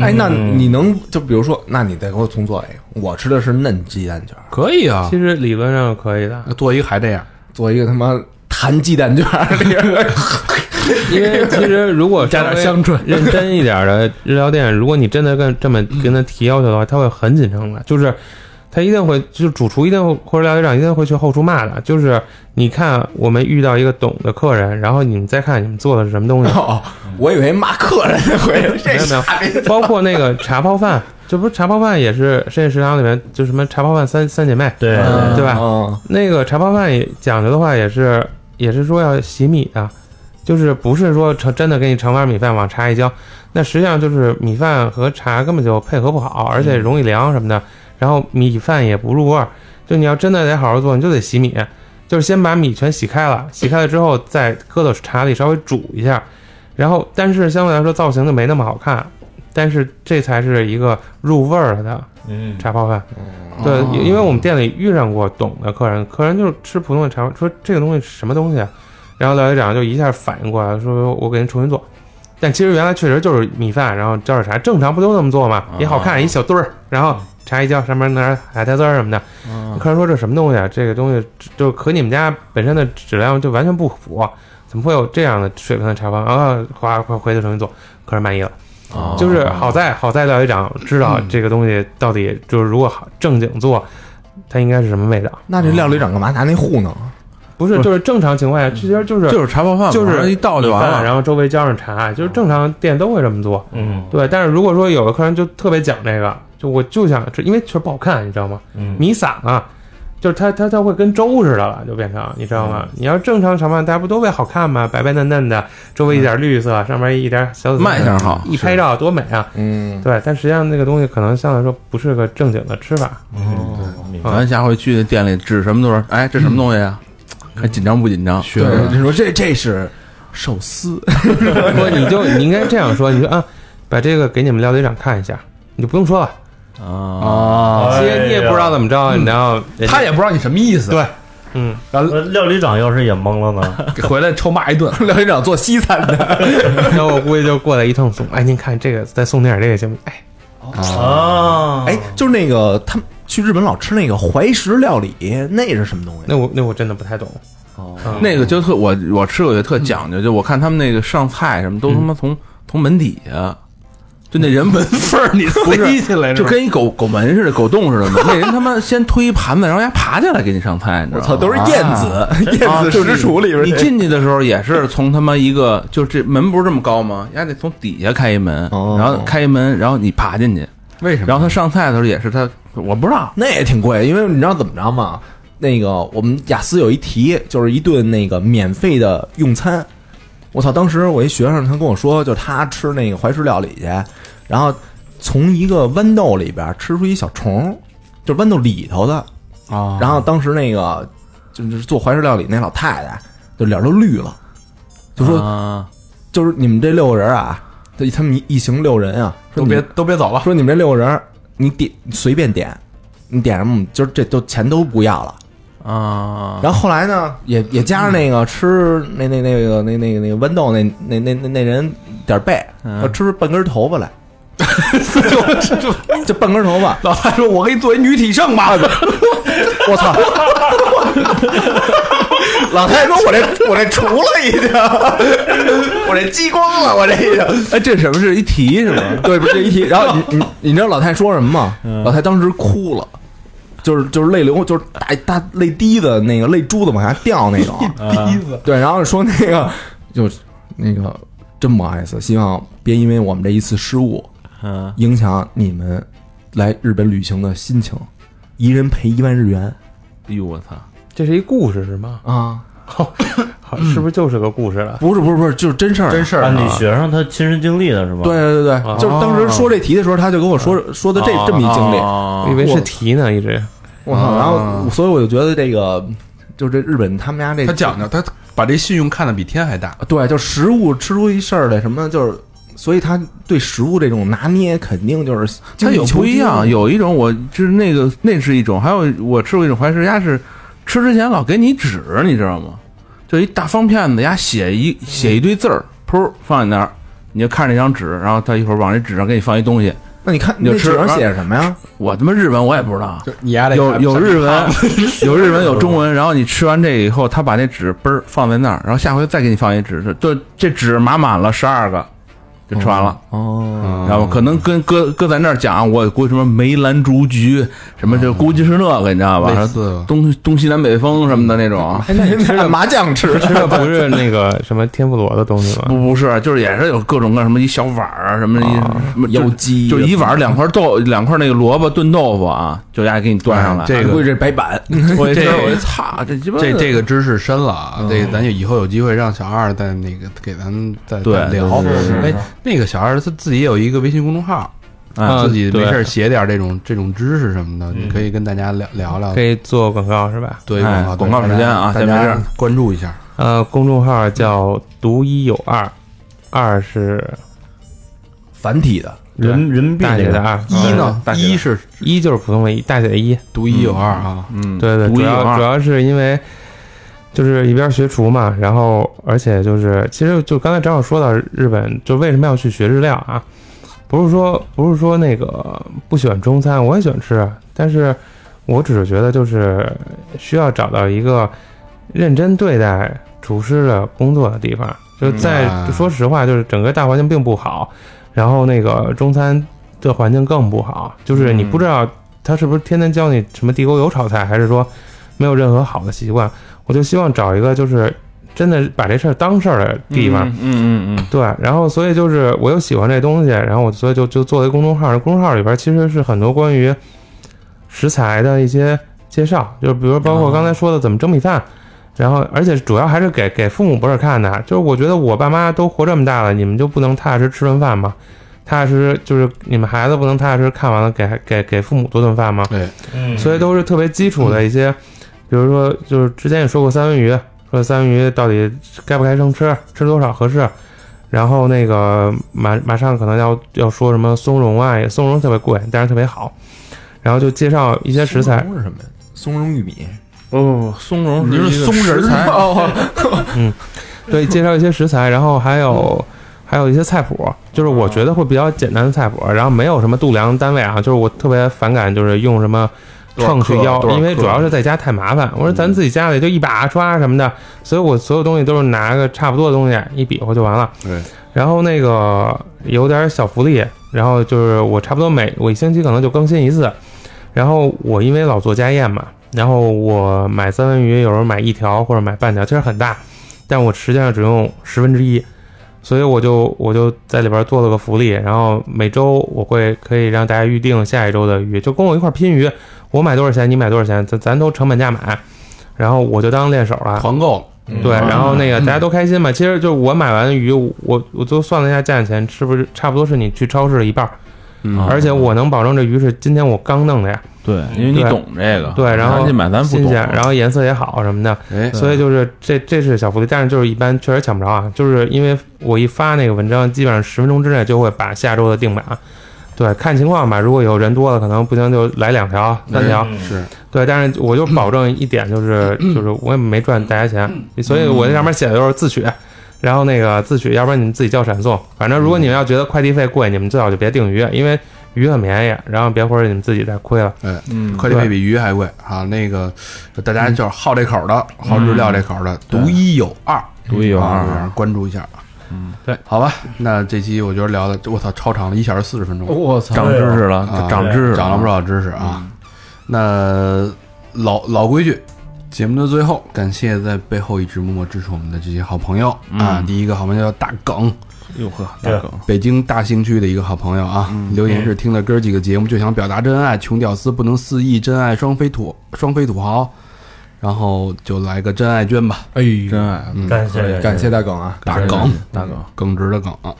哎，那你能就比如说，那你再给我重做一个，我吃的是嫩鸡蛋卷儿，
可以啊
其，实理论上是可以的，
做一个还这样，
做一个他妈弹鸡蛋卷儿， 那个
因为 其实如果
加点
稍微
香椿。
认真一点的日料店，如果你真的跟这么跟他提要求的话，他会很紧张的，就是他一定会，就是主厨一定会或者料理长一定会去后厨骂的。就是你看，我们遇到一个懂的客人，然后你们再看你们做的是什么东西，
哦，我以为骂客人那回，
没
这
有没有
傻逼，
包括那个茶泡饭，这不是茶泡饭也是深夜食堂里面就什么茶泡饭三三姐妹，
对
嗯对吧
嗯
那个茶泡饭也讲究的话，也是也是说要洗米的，就是不是说盛真的给你盛碗米饭往茶一浇，那实际上就是米饭和茶根本就配合不好，而且容易凉什么的，然后米饭也不入味儿。就你要真的得好好做，你就得洗米，就是先把米全洗开了，洗开了之后再搁到茶里稍微煮一下，然后但是相对来说造型就没那么好看，但是这才是一个入味儿的
嗯
茶泡饭。对，因因为我们店里遇上过懂的客人，客人就是吃普通的茶，说这个东西是什么东西、啊，然后料理长就一下反应过来，说我给您重新做。但其实原来确实就是米饭，然后浇点茶，正常不都那么做吗？也好看，一小堆儿，然后茶一浇，上面弄点海苔丝儿什么的。客人说这什么东西啊？这个东西就和你们家本身的质量就完全不符，啊怎么会有这样的水分的茶包啊？哗，快回去重新做，客人满意了。就是好在好在廖局长知道这个东西到底就是如果好正经做，它应该是什么味道？
那这料理长干嘛拿那糊弄？
不是，就是正常情况下，其实就是
就是茶泡饭嘛，
就是
往上一倒就完
米饭
了。
然后周围浇上茶，就是正常店都会这么做。
嗯
对，但是如果说有的客人就特别讲这个，就我就想吃，因为确实不好看，你知道吗？
嗯，
米散了、就是它它它会跟粥似的了，就变成你知道吗？你要正常炒饭，大家不都为好看吗？白白嫩嫩的，周围一点绿色，上面一点小紫
卖相好
一拍照多美啊！
嗯，
对，但实际上那个东西可能相对来说不是个正经的吃法。
明
嗯
白
咱下回去店里指什么都是，哎，这什么东西啊？看紧张不紧张？
对，你说这这是寿司，
说你就你应该这样说，你说啊，把这个给你们料理长看一下，你就不用说了，
啊，
嗯
其实你也不知道怎么着，你知道
嗯他也不知道你什么意思，
对，嗯，
然后
呃料理长要是也懵了呢？
回来臭骂一 顿。
料理长做西餐的，
然后我估计就过来一通送，哎，您看这个，再送点这个行不行？哎，
啊，
哎，就是那个他们去日本老吃那个怀石料理，那是什么东西？
那我那我真的不太懂，
那个就特我我吃过也
嗯
特讲究，就我看他们那个上菜什么都他妈从从门底下，就那人门 缝儿你塞起来，就跟一狗狗门似的，狗洞似的嘛。那人他妈先推一盘子，然后人家爬起来给你上菜，你知
我
道吗？
操，啊都是燕子，燕子
啊
寿司厨里边
你
那
进去的时候也是从他妈一个，就这门不是这么高吗？人家得从底下开一门，
哦
然后开一门，然后你爬进去。
为什么？
然后他上菜的时候也是他，我不知道，
那也挺贵，因为你知道怎么着吗？那个我们雅思有一题，就是一顿那个免费的用餐。我操！当时我一学生，他跟我说，就他吃那个怀石料理去，然后从一个豌豆里边吃出一小虫，就是豌豆里头的。
啊，
然后当时那个就是做怀石料理那老太太，就脸都绿了，就说、
啊
就是你们这六个人啊，这他们一一行六人啊，说
都
你
别
们
都别走了，
说你们这六个人，你点随便点，你点什么，就是这都钱都不要了。
啊，
然后后来呢，也也加上那个吃那那那个那那个那个豌豆那那那那那人点儿背，
嗯
要吃半根头 发来，就就就半根头发，
老太说：“我给你做一女体盛吧。
我操！ 老太太说：“我这我这除了已经，我这激光了，我这已经。
哎，这什么是一提是吗？嗯
对，不是这一提。然后 你你你知道老太说什么吗？老太当时哭了，就是就是泪流，就是大大泪滴子那个泪珠子往下掉那种。啊
第一次
对，然后说那个。就那个真不好意思，希望别因为我们这一次失误，
嗯，
影响你们来日本旅行的心情。一人赔一万日元
哎呦我操！
这是一故事是吗？
啊！
好，是不是就是个故事了？
不是不是不是，就是真事儿，真事
啊，你学生他亲身经历的是吧？
对，对对对，就是当时说这题的时候，他就跟我说说的这这么一经历，
哦
哦嗯
我以为是
我
题呢，一直
我操！然后所以我就觉得这个就是这日本他们家这
他讲究，他把这信用看得比天还大。
对，就食物吃出一事儿来，什么就是，所以他对食物这种拿捏肯定就是
它有不一样，
有
有一种我就是那个那是一种，还有我吃过一种怀石鸭是吃之前老给你纸，你知道吗？就一大方片子，鸭写一写一堆字儿，噗放你那儿，你就看着那张纸，然后他一会儿往这纸上给你放一东西，
那你看
你就
那
吃
纸上写着什么呀？
我他妈日文我也不知道，
就你丫
有有日文， 有日文有 中文，然后你吃完这以后，他把那纸嘣儿放在那儿，然后下回再给你放一纸，就就这纸码满了十二个，就吃完了。
哦，
然后可能跟搁搁在那儿讲，我估计什么梅兰竹菊，什么这估计是那个，你知道吧？
哦类似
东东西南北风什么的那种，
哎，那你按麻酱吃，
这不是那个什么天妇罗的东 西吗？
不不是，就是也是有各种各样什么一小碗儿啊，什么一
哦
什么就
有鸡
就一碗儿两块豆两块那个萝卜炖豆腐啊，就丫给你端上来。
哎这
估
个
计这白板
我
这
这我操，这鸡巴
这这个知识深了啊，这个咱就以后有机会让小二再那个给咱们再
对
再聊。
是是
哎，那个小二他自己也有一个微信公众号，
啊
嗯
自己没事
对嗯
儿写点这种这种知识什么的，你可以跟大家聊聊聊
可。以做广告是吧？
对
哎
广告
广告时间啊
大家
先没
大
事
家关注一下。
呃，公众号叫“独一有二”，二是
繁体的，
人人民币
大
那
写的
个
二，
一呢，一是
一就是普通的一，大写的一。
独一有二啊，
嗯，
对对，
独
主
一无
要主
二，
要是因为就是一边学厨嘛，然后而且就是其实就刚才正好说到日本，就为什么要去学日料啊？不是说不是说那个不喜欢中餐，我也喜欢吃，啊但是我只是觉得就是需要找到一个认真对待厨师的工作的地方。就在、
嗯
啊
就说实话，就是整个大环境并不好，然后那个中餐的环境更不好，就是你
嗯
不知道他是不是天天教你什么地沟油炒菜，还是说没有任何好的习惯。我就希望找一个就是真的把这事儿当事儿的地方，
嗯嗯嗯
对，然后所以就是我又喜欢这东西，然后我所以就就做了一个公众号，公众号里边其实是很多关于食材的一些介绍，就比如包括刚才说的怎么蒸米饭，然后而且主要还是给给父母辈儿看的，就是我觉得我爸妈都活这么大了，你们就不能踏踏实实吃顿饭吗？踏踏实实就是你们孩子不能踏踏实实看完了给给给父母做顿饭吗？
嗯，
所以都是特别基础的一些，比如说就是之前也说过三文鱼，说三文鱼到底该不该生吃，吃多少合适，然后那个马马上可能要要说什么松茸啊，也松茸特别贵，但是特别好，然后就介绍一些食材，
松茸是什么呀？松茸玉米，
哦，松茸
你
是一
是
个
松
食
仁
材
儿哦，
对，介绍一些食材，然后还有还有一些菜谱，就是我觉得会比较简单的菜谱，然后没有什么度量单位啊，就是我特别反感就是用什么秤去腰，因为主要是在家太麻烦。我说咱自己家里就一把刷什么的，所以我所有东西都是拿个差不多的东西一比划就完了。
对，
然后那个有点小福利，然后就是我差不多每我一星期可能就更新一次，然后我因为老做家宴嘛。然后我买三文鱼，有时候买一条或者买半条，其实很大，但我实际上只用十分之一，所以我就我就在里边做了个福利，然后每周我会可以让大家预定下一周的鱼，就跟我一块儿拼鱼，我买多少钱你买多少钱，咱咱都成本价买，然后我就当练手了。
团购嗯
对，然后那个大家都开心嘛。其实就是我买完鱼，我我都算了一下价钱，是不是差不多是你去超市的一半儿？
嗯
而且我能保证这鱼是今天我刚弄的呀，
对，因为你
对
懂这个，
对然后
咱去买咱不
新
懂，
鲜，然后颜色也好什么的。
哎，
所以就是这这是小福利，但是就是一般确实抢不着啊，就是因为我一发那个文章，基本上十分钟之内就会把下周的定满。啊对，看情况吧。如果有人多了，可能不行就来两条、三条。
嗯
哎是
对，但是我就保证一 点，就是就是我也没赚大家钱，
嗯
所以我这上面写的就是自取，然后那个自取，要不然你们自己叫闪送。反正如果你们要觉得快递费贵，你们最好就别订鱼，因为鱼很便宜，然后别或者你们自己再亏了。
嗯，
快递费比鱼还贵啊！那个大家就是好这口的，好日料这口的，独一有二，
嗯独一无二，
啊，关注一下啊。嗯，对，好吧，那这期我觉得聊的，我操，超长了，一小时四十分钟，
我操
长知识了
啊，
长知识，
长了不？少知识啊。那老老规矩，节目的最后，感谢在背后一直默默支持我们的这些好朋友、啊。第一个好朋友叫大耿，
哟呵，大
对
哥，
北京大兴区的一个好朋友啊，留言是听了哥儿几个节目就想表达真爱，穷屌丝不能肆意，真爱双飞土双飞土豪，然后就来个真爱捐吧，
哎呦，
真爱，
嗯
感谢
感谢大耿啊！
大耿
大哥，
耿直的耿啊，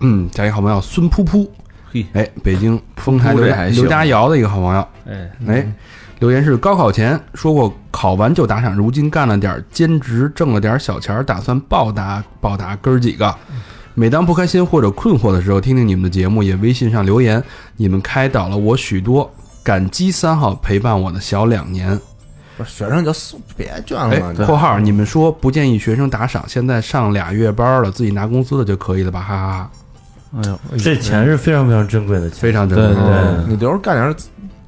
嗯，下一个好朋友孙噗噗，
嘿，
哎，北京丰台刘
这
家
还行
刘家瑶的一个好朋友，
哎，
哎，留言是高考前说过考完就打赏，如今干了点儿兼职，挣了点儿小钱儿，打算报答报答哥儿几个。
嗯
每当不开心或者困惑的时候，听听你们的节目，也微信上留言，你们开导了我许多，感激三好陪伴我的小两年。
不是学生就送别捐了
哎
嘛，，
嗯
括号你们说不建议学生打赏，现在上俩月班了，自己拿工资的就可以了吧？哈哈哈，
哎呦，
这钱是非常非常珍贵的钱，
非常珍贵，
对
嗯你留着干点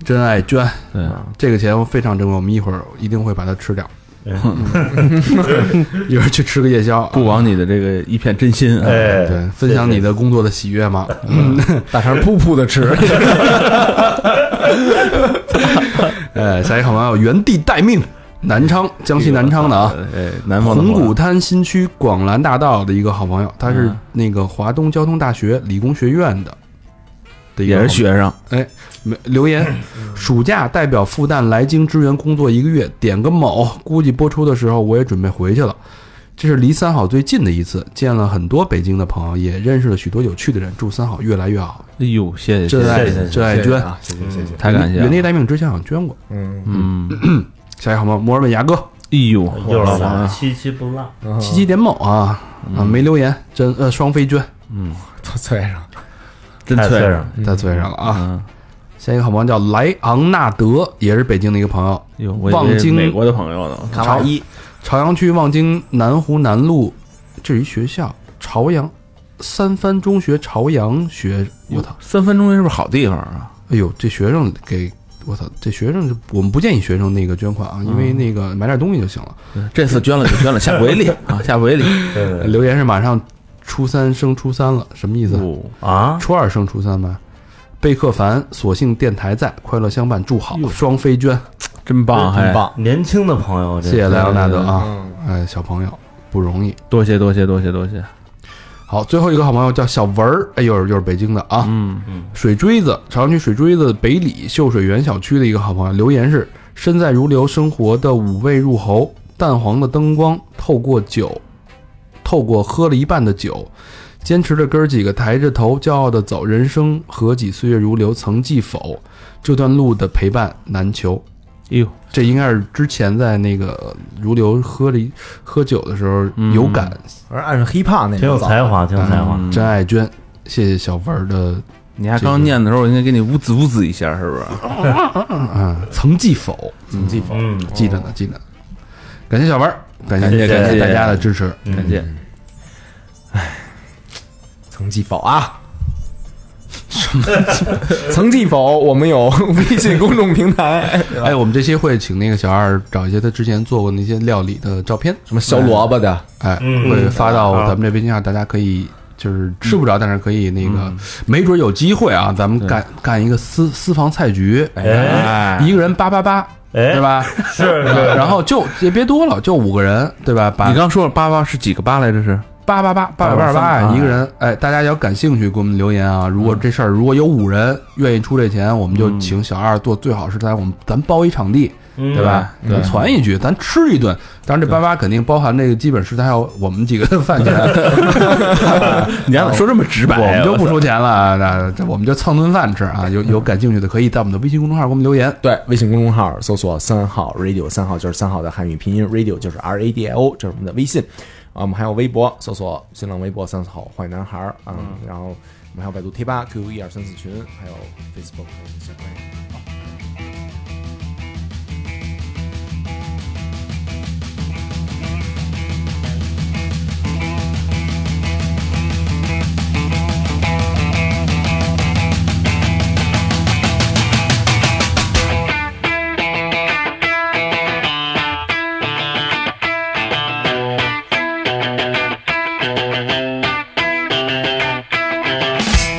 真爱捐，
对，
这个钱非常珍贵，我们一会儿一定会把它吃掉，嗯一会儿去吃个夜宵啊。
不枉你的这个一片真心啊，
哎，
对，分享你的工作的喜悦嘛。嗯
大肠噗噗的吃，
哎，下一个好朋友原地待命，南昌，江西南昌的啊，
哎，南方的
红
伙
谷
伴
滩新区广兰大道的一个好朋友，他是那个华东交通大学理工学院的。的一个
也
好
是
朋友
学生，
没留言，暑假代表复旦来京支援工作一个月，点个卯，估计播出的时候我也准备回去了。这是离三好最近的一次，见了很多北京的朋友，也认识了许多有趣的人。祝三好越来越好，
哎呦，谢谢，
嗯真
谢谢
爱
谢谢
真爱
谢谢
捐，
啊！谢谢谢谢，
太感谢了
原，地待命之前好像捐过。
嗯，
嗯，
下一个好吗？墨尔本牙哥，
哎呦，好
又呃
啊
是
吧
啥七七不落，
七七点某啊啊，没留言，真呃双飞娟，
都催上，
真
太
脆
脆
弱
了，
他催上了啊。
嗯，
下一个好朋友叫莱昂纳德，也是北京的一个朋友，
哎呦，我以为
望京
美国的朋友呢，
卡哇伊，
朝阳区望京南湖南路，这是一学校，朝阳三藩中学朝阳学，我操，
三分钟是不是好地方啊？
哎呦，这学生给。我操，这学生是我们不建议学生那个捐款啊，因为那个买点东西就行了。
这次捐了就捐了，下 回力啊，下回力，
对对对
留言是马上初三升初三了，什么意思？
哦
啊，
初二升初三吧。贝克凡，所幸电台在，快乐相伴，祝好。双飞娟，
真棒，哎还
很，棒，
年轻的朋友，这
谢谢莱昂纳德啊，
嗯，
哎，小朋友不容易。
多谢多谢多谢多谢，
好，最后一个好朋友叫小文儿，哎，又是又是北京的啊，
嗯，
水锥子，朝阳区水锥子北里秀水园小区的一个好朋友，留言是：身在如流生活的五味入喉，淡黄的灯光透过酒，透过喝了一半的酒，坚持的哥儿几个抬着头骄傲的走，人生何几岁月如流，曾记否？这段路的陪伴难求。
哎呦，
这应该是之前在那个如流喝了一喝酒的时候
嗯
有感，
而按是 hiphop 那
挺有
种
才华，挺有才华，
嗯
真爱娟，谢谢小文儿的
你还刚念的时候，我应该给你呜滋呜滋一下，是不是？
啊、曾记否？曾记否？
嗯，
记得呢，记得呢。感谢小文儿，感
感谢
谢感
感谢
大家的支持。
嗯
感谢，
曾记否啊？曾记否？我们有 微信公众平台，
哎，我们这期会请那个小二找一些他之前做过那些料理的照片，
什么削萝卜的，
哎，
嗯
会发到咱们这微信上，大家可以就是吃不着，但是可以那个，没准有机会啊，咱们干干一个私私房菜局，
哎
一个人八八八，
哎
对吧？
是是，
然后就也别多了，就五个人，对吧？把
你刚说了八八是几个八来着？是
八八八八百八十八
啊
一个人，哎，大家要感兴趣，给我们留言啊。如果这事儿如果有五人愿意出这钱，我们就请小二做，最好是在我们咱包一场地，
嗯
对吧？
对
咱哎攒一局，咱吃一顿。当然，这八八肯定包含这个基本食材还有我们几个的饭钱，
你还说这么直白，
我们就不
说
出钱了啊，那这我们就蹭顿饭吃啊。有有感兴趣的可以在我们的微信公众号给我们留
嗯
言。
对，微信公众号搜索“三号 radio”，三号就是三号的汉语拼音，radio 就是 R A D I O，这是我们的微信。啊，我们还有微博，搜索新浪微博“三好坏男孩”儿啊、
嗯
然后我们还有百度贴吧 QQ 一二三四群，还有 Facebook 还有小关。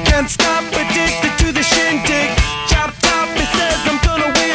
Can't stop addicted to the shindig. Chop top is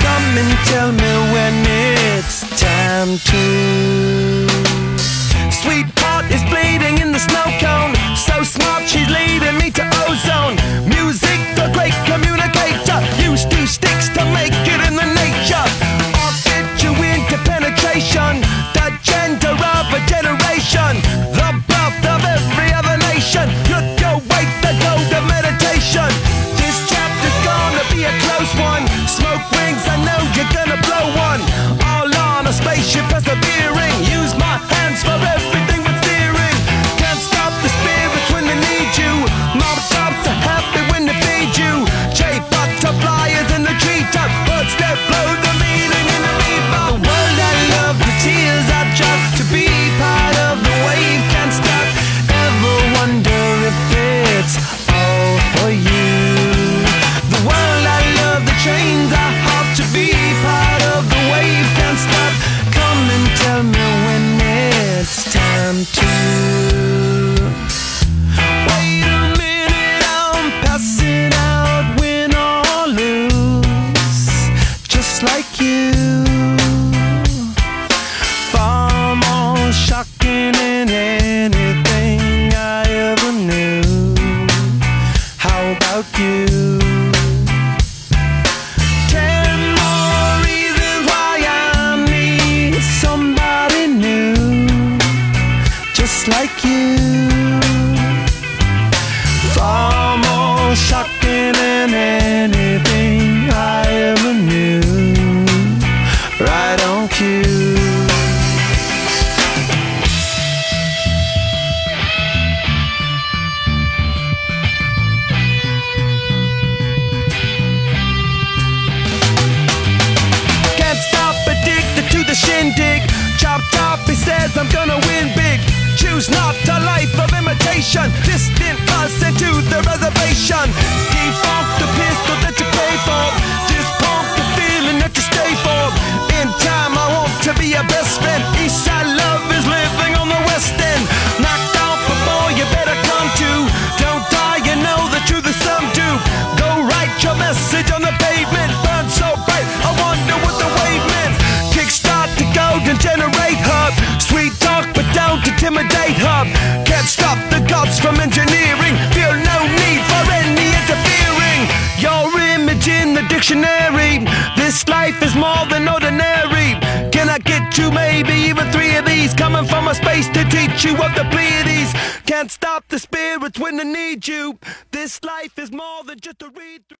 come and tell me when it's time to. Sweetheart is bleeding in the snow cone. So smart, she's leading me to ozone. Music, the great communicator. Used two sticks to make it in the nature. I'll get you into penetration. The gender of a generation. The birth of every other nation. Look your way to go to meditation. This chapter's gonna be a close one. Smoke rings, I know you're gonna blow one. All on a spaceship persevering. Use my hands for everything but steering. Can't stop the spirits when they need you. Mom tops are happy when they feed you. J-pop suppliers in the treetop. Birds that blow the meaning in the bebop. The world I love, the tears I drop. To be part of the wave can't stop. Ever wonder if it's all for you? The world I love, the chains I hop to be part of the wave can't stop. Come and tell me when it's time to. Wait a minute, I'm passing out, win or lose, just like you far more shocking than anything I ever knew. How about you? Ten more reasons why I need somebody new, just like you. Far more shocking than anything I ever knew. Right on cue. Can't stop, addicted to the shindig. Chop top, he says I'm gonna win big. Choose not a life of imitation. Distant us into the reservation. Defunct the pistol that you pay for. Dispunk the feeling that you stay for. In time, I want to be your best friend. Eastside love is living on the west end. Knocked out before you better come to. Don't die, you know the truth is some do. Go write your message on the pavement. Burn so bright, I wonder what the wave meant. Kickstart the golden generate hub. Sweet talk, but don't intimidate hub. Can't stop the gods from engineering. Feel no need for any interfering. Your image in the dictionary. This life is more than ordinary. Can I get two, maybe even three of these? Coming from a space to teach you of the Pleiades. Can't stop the spirits when they need you. This life is more than just a read through.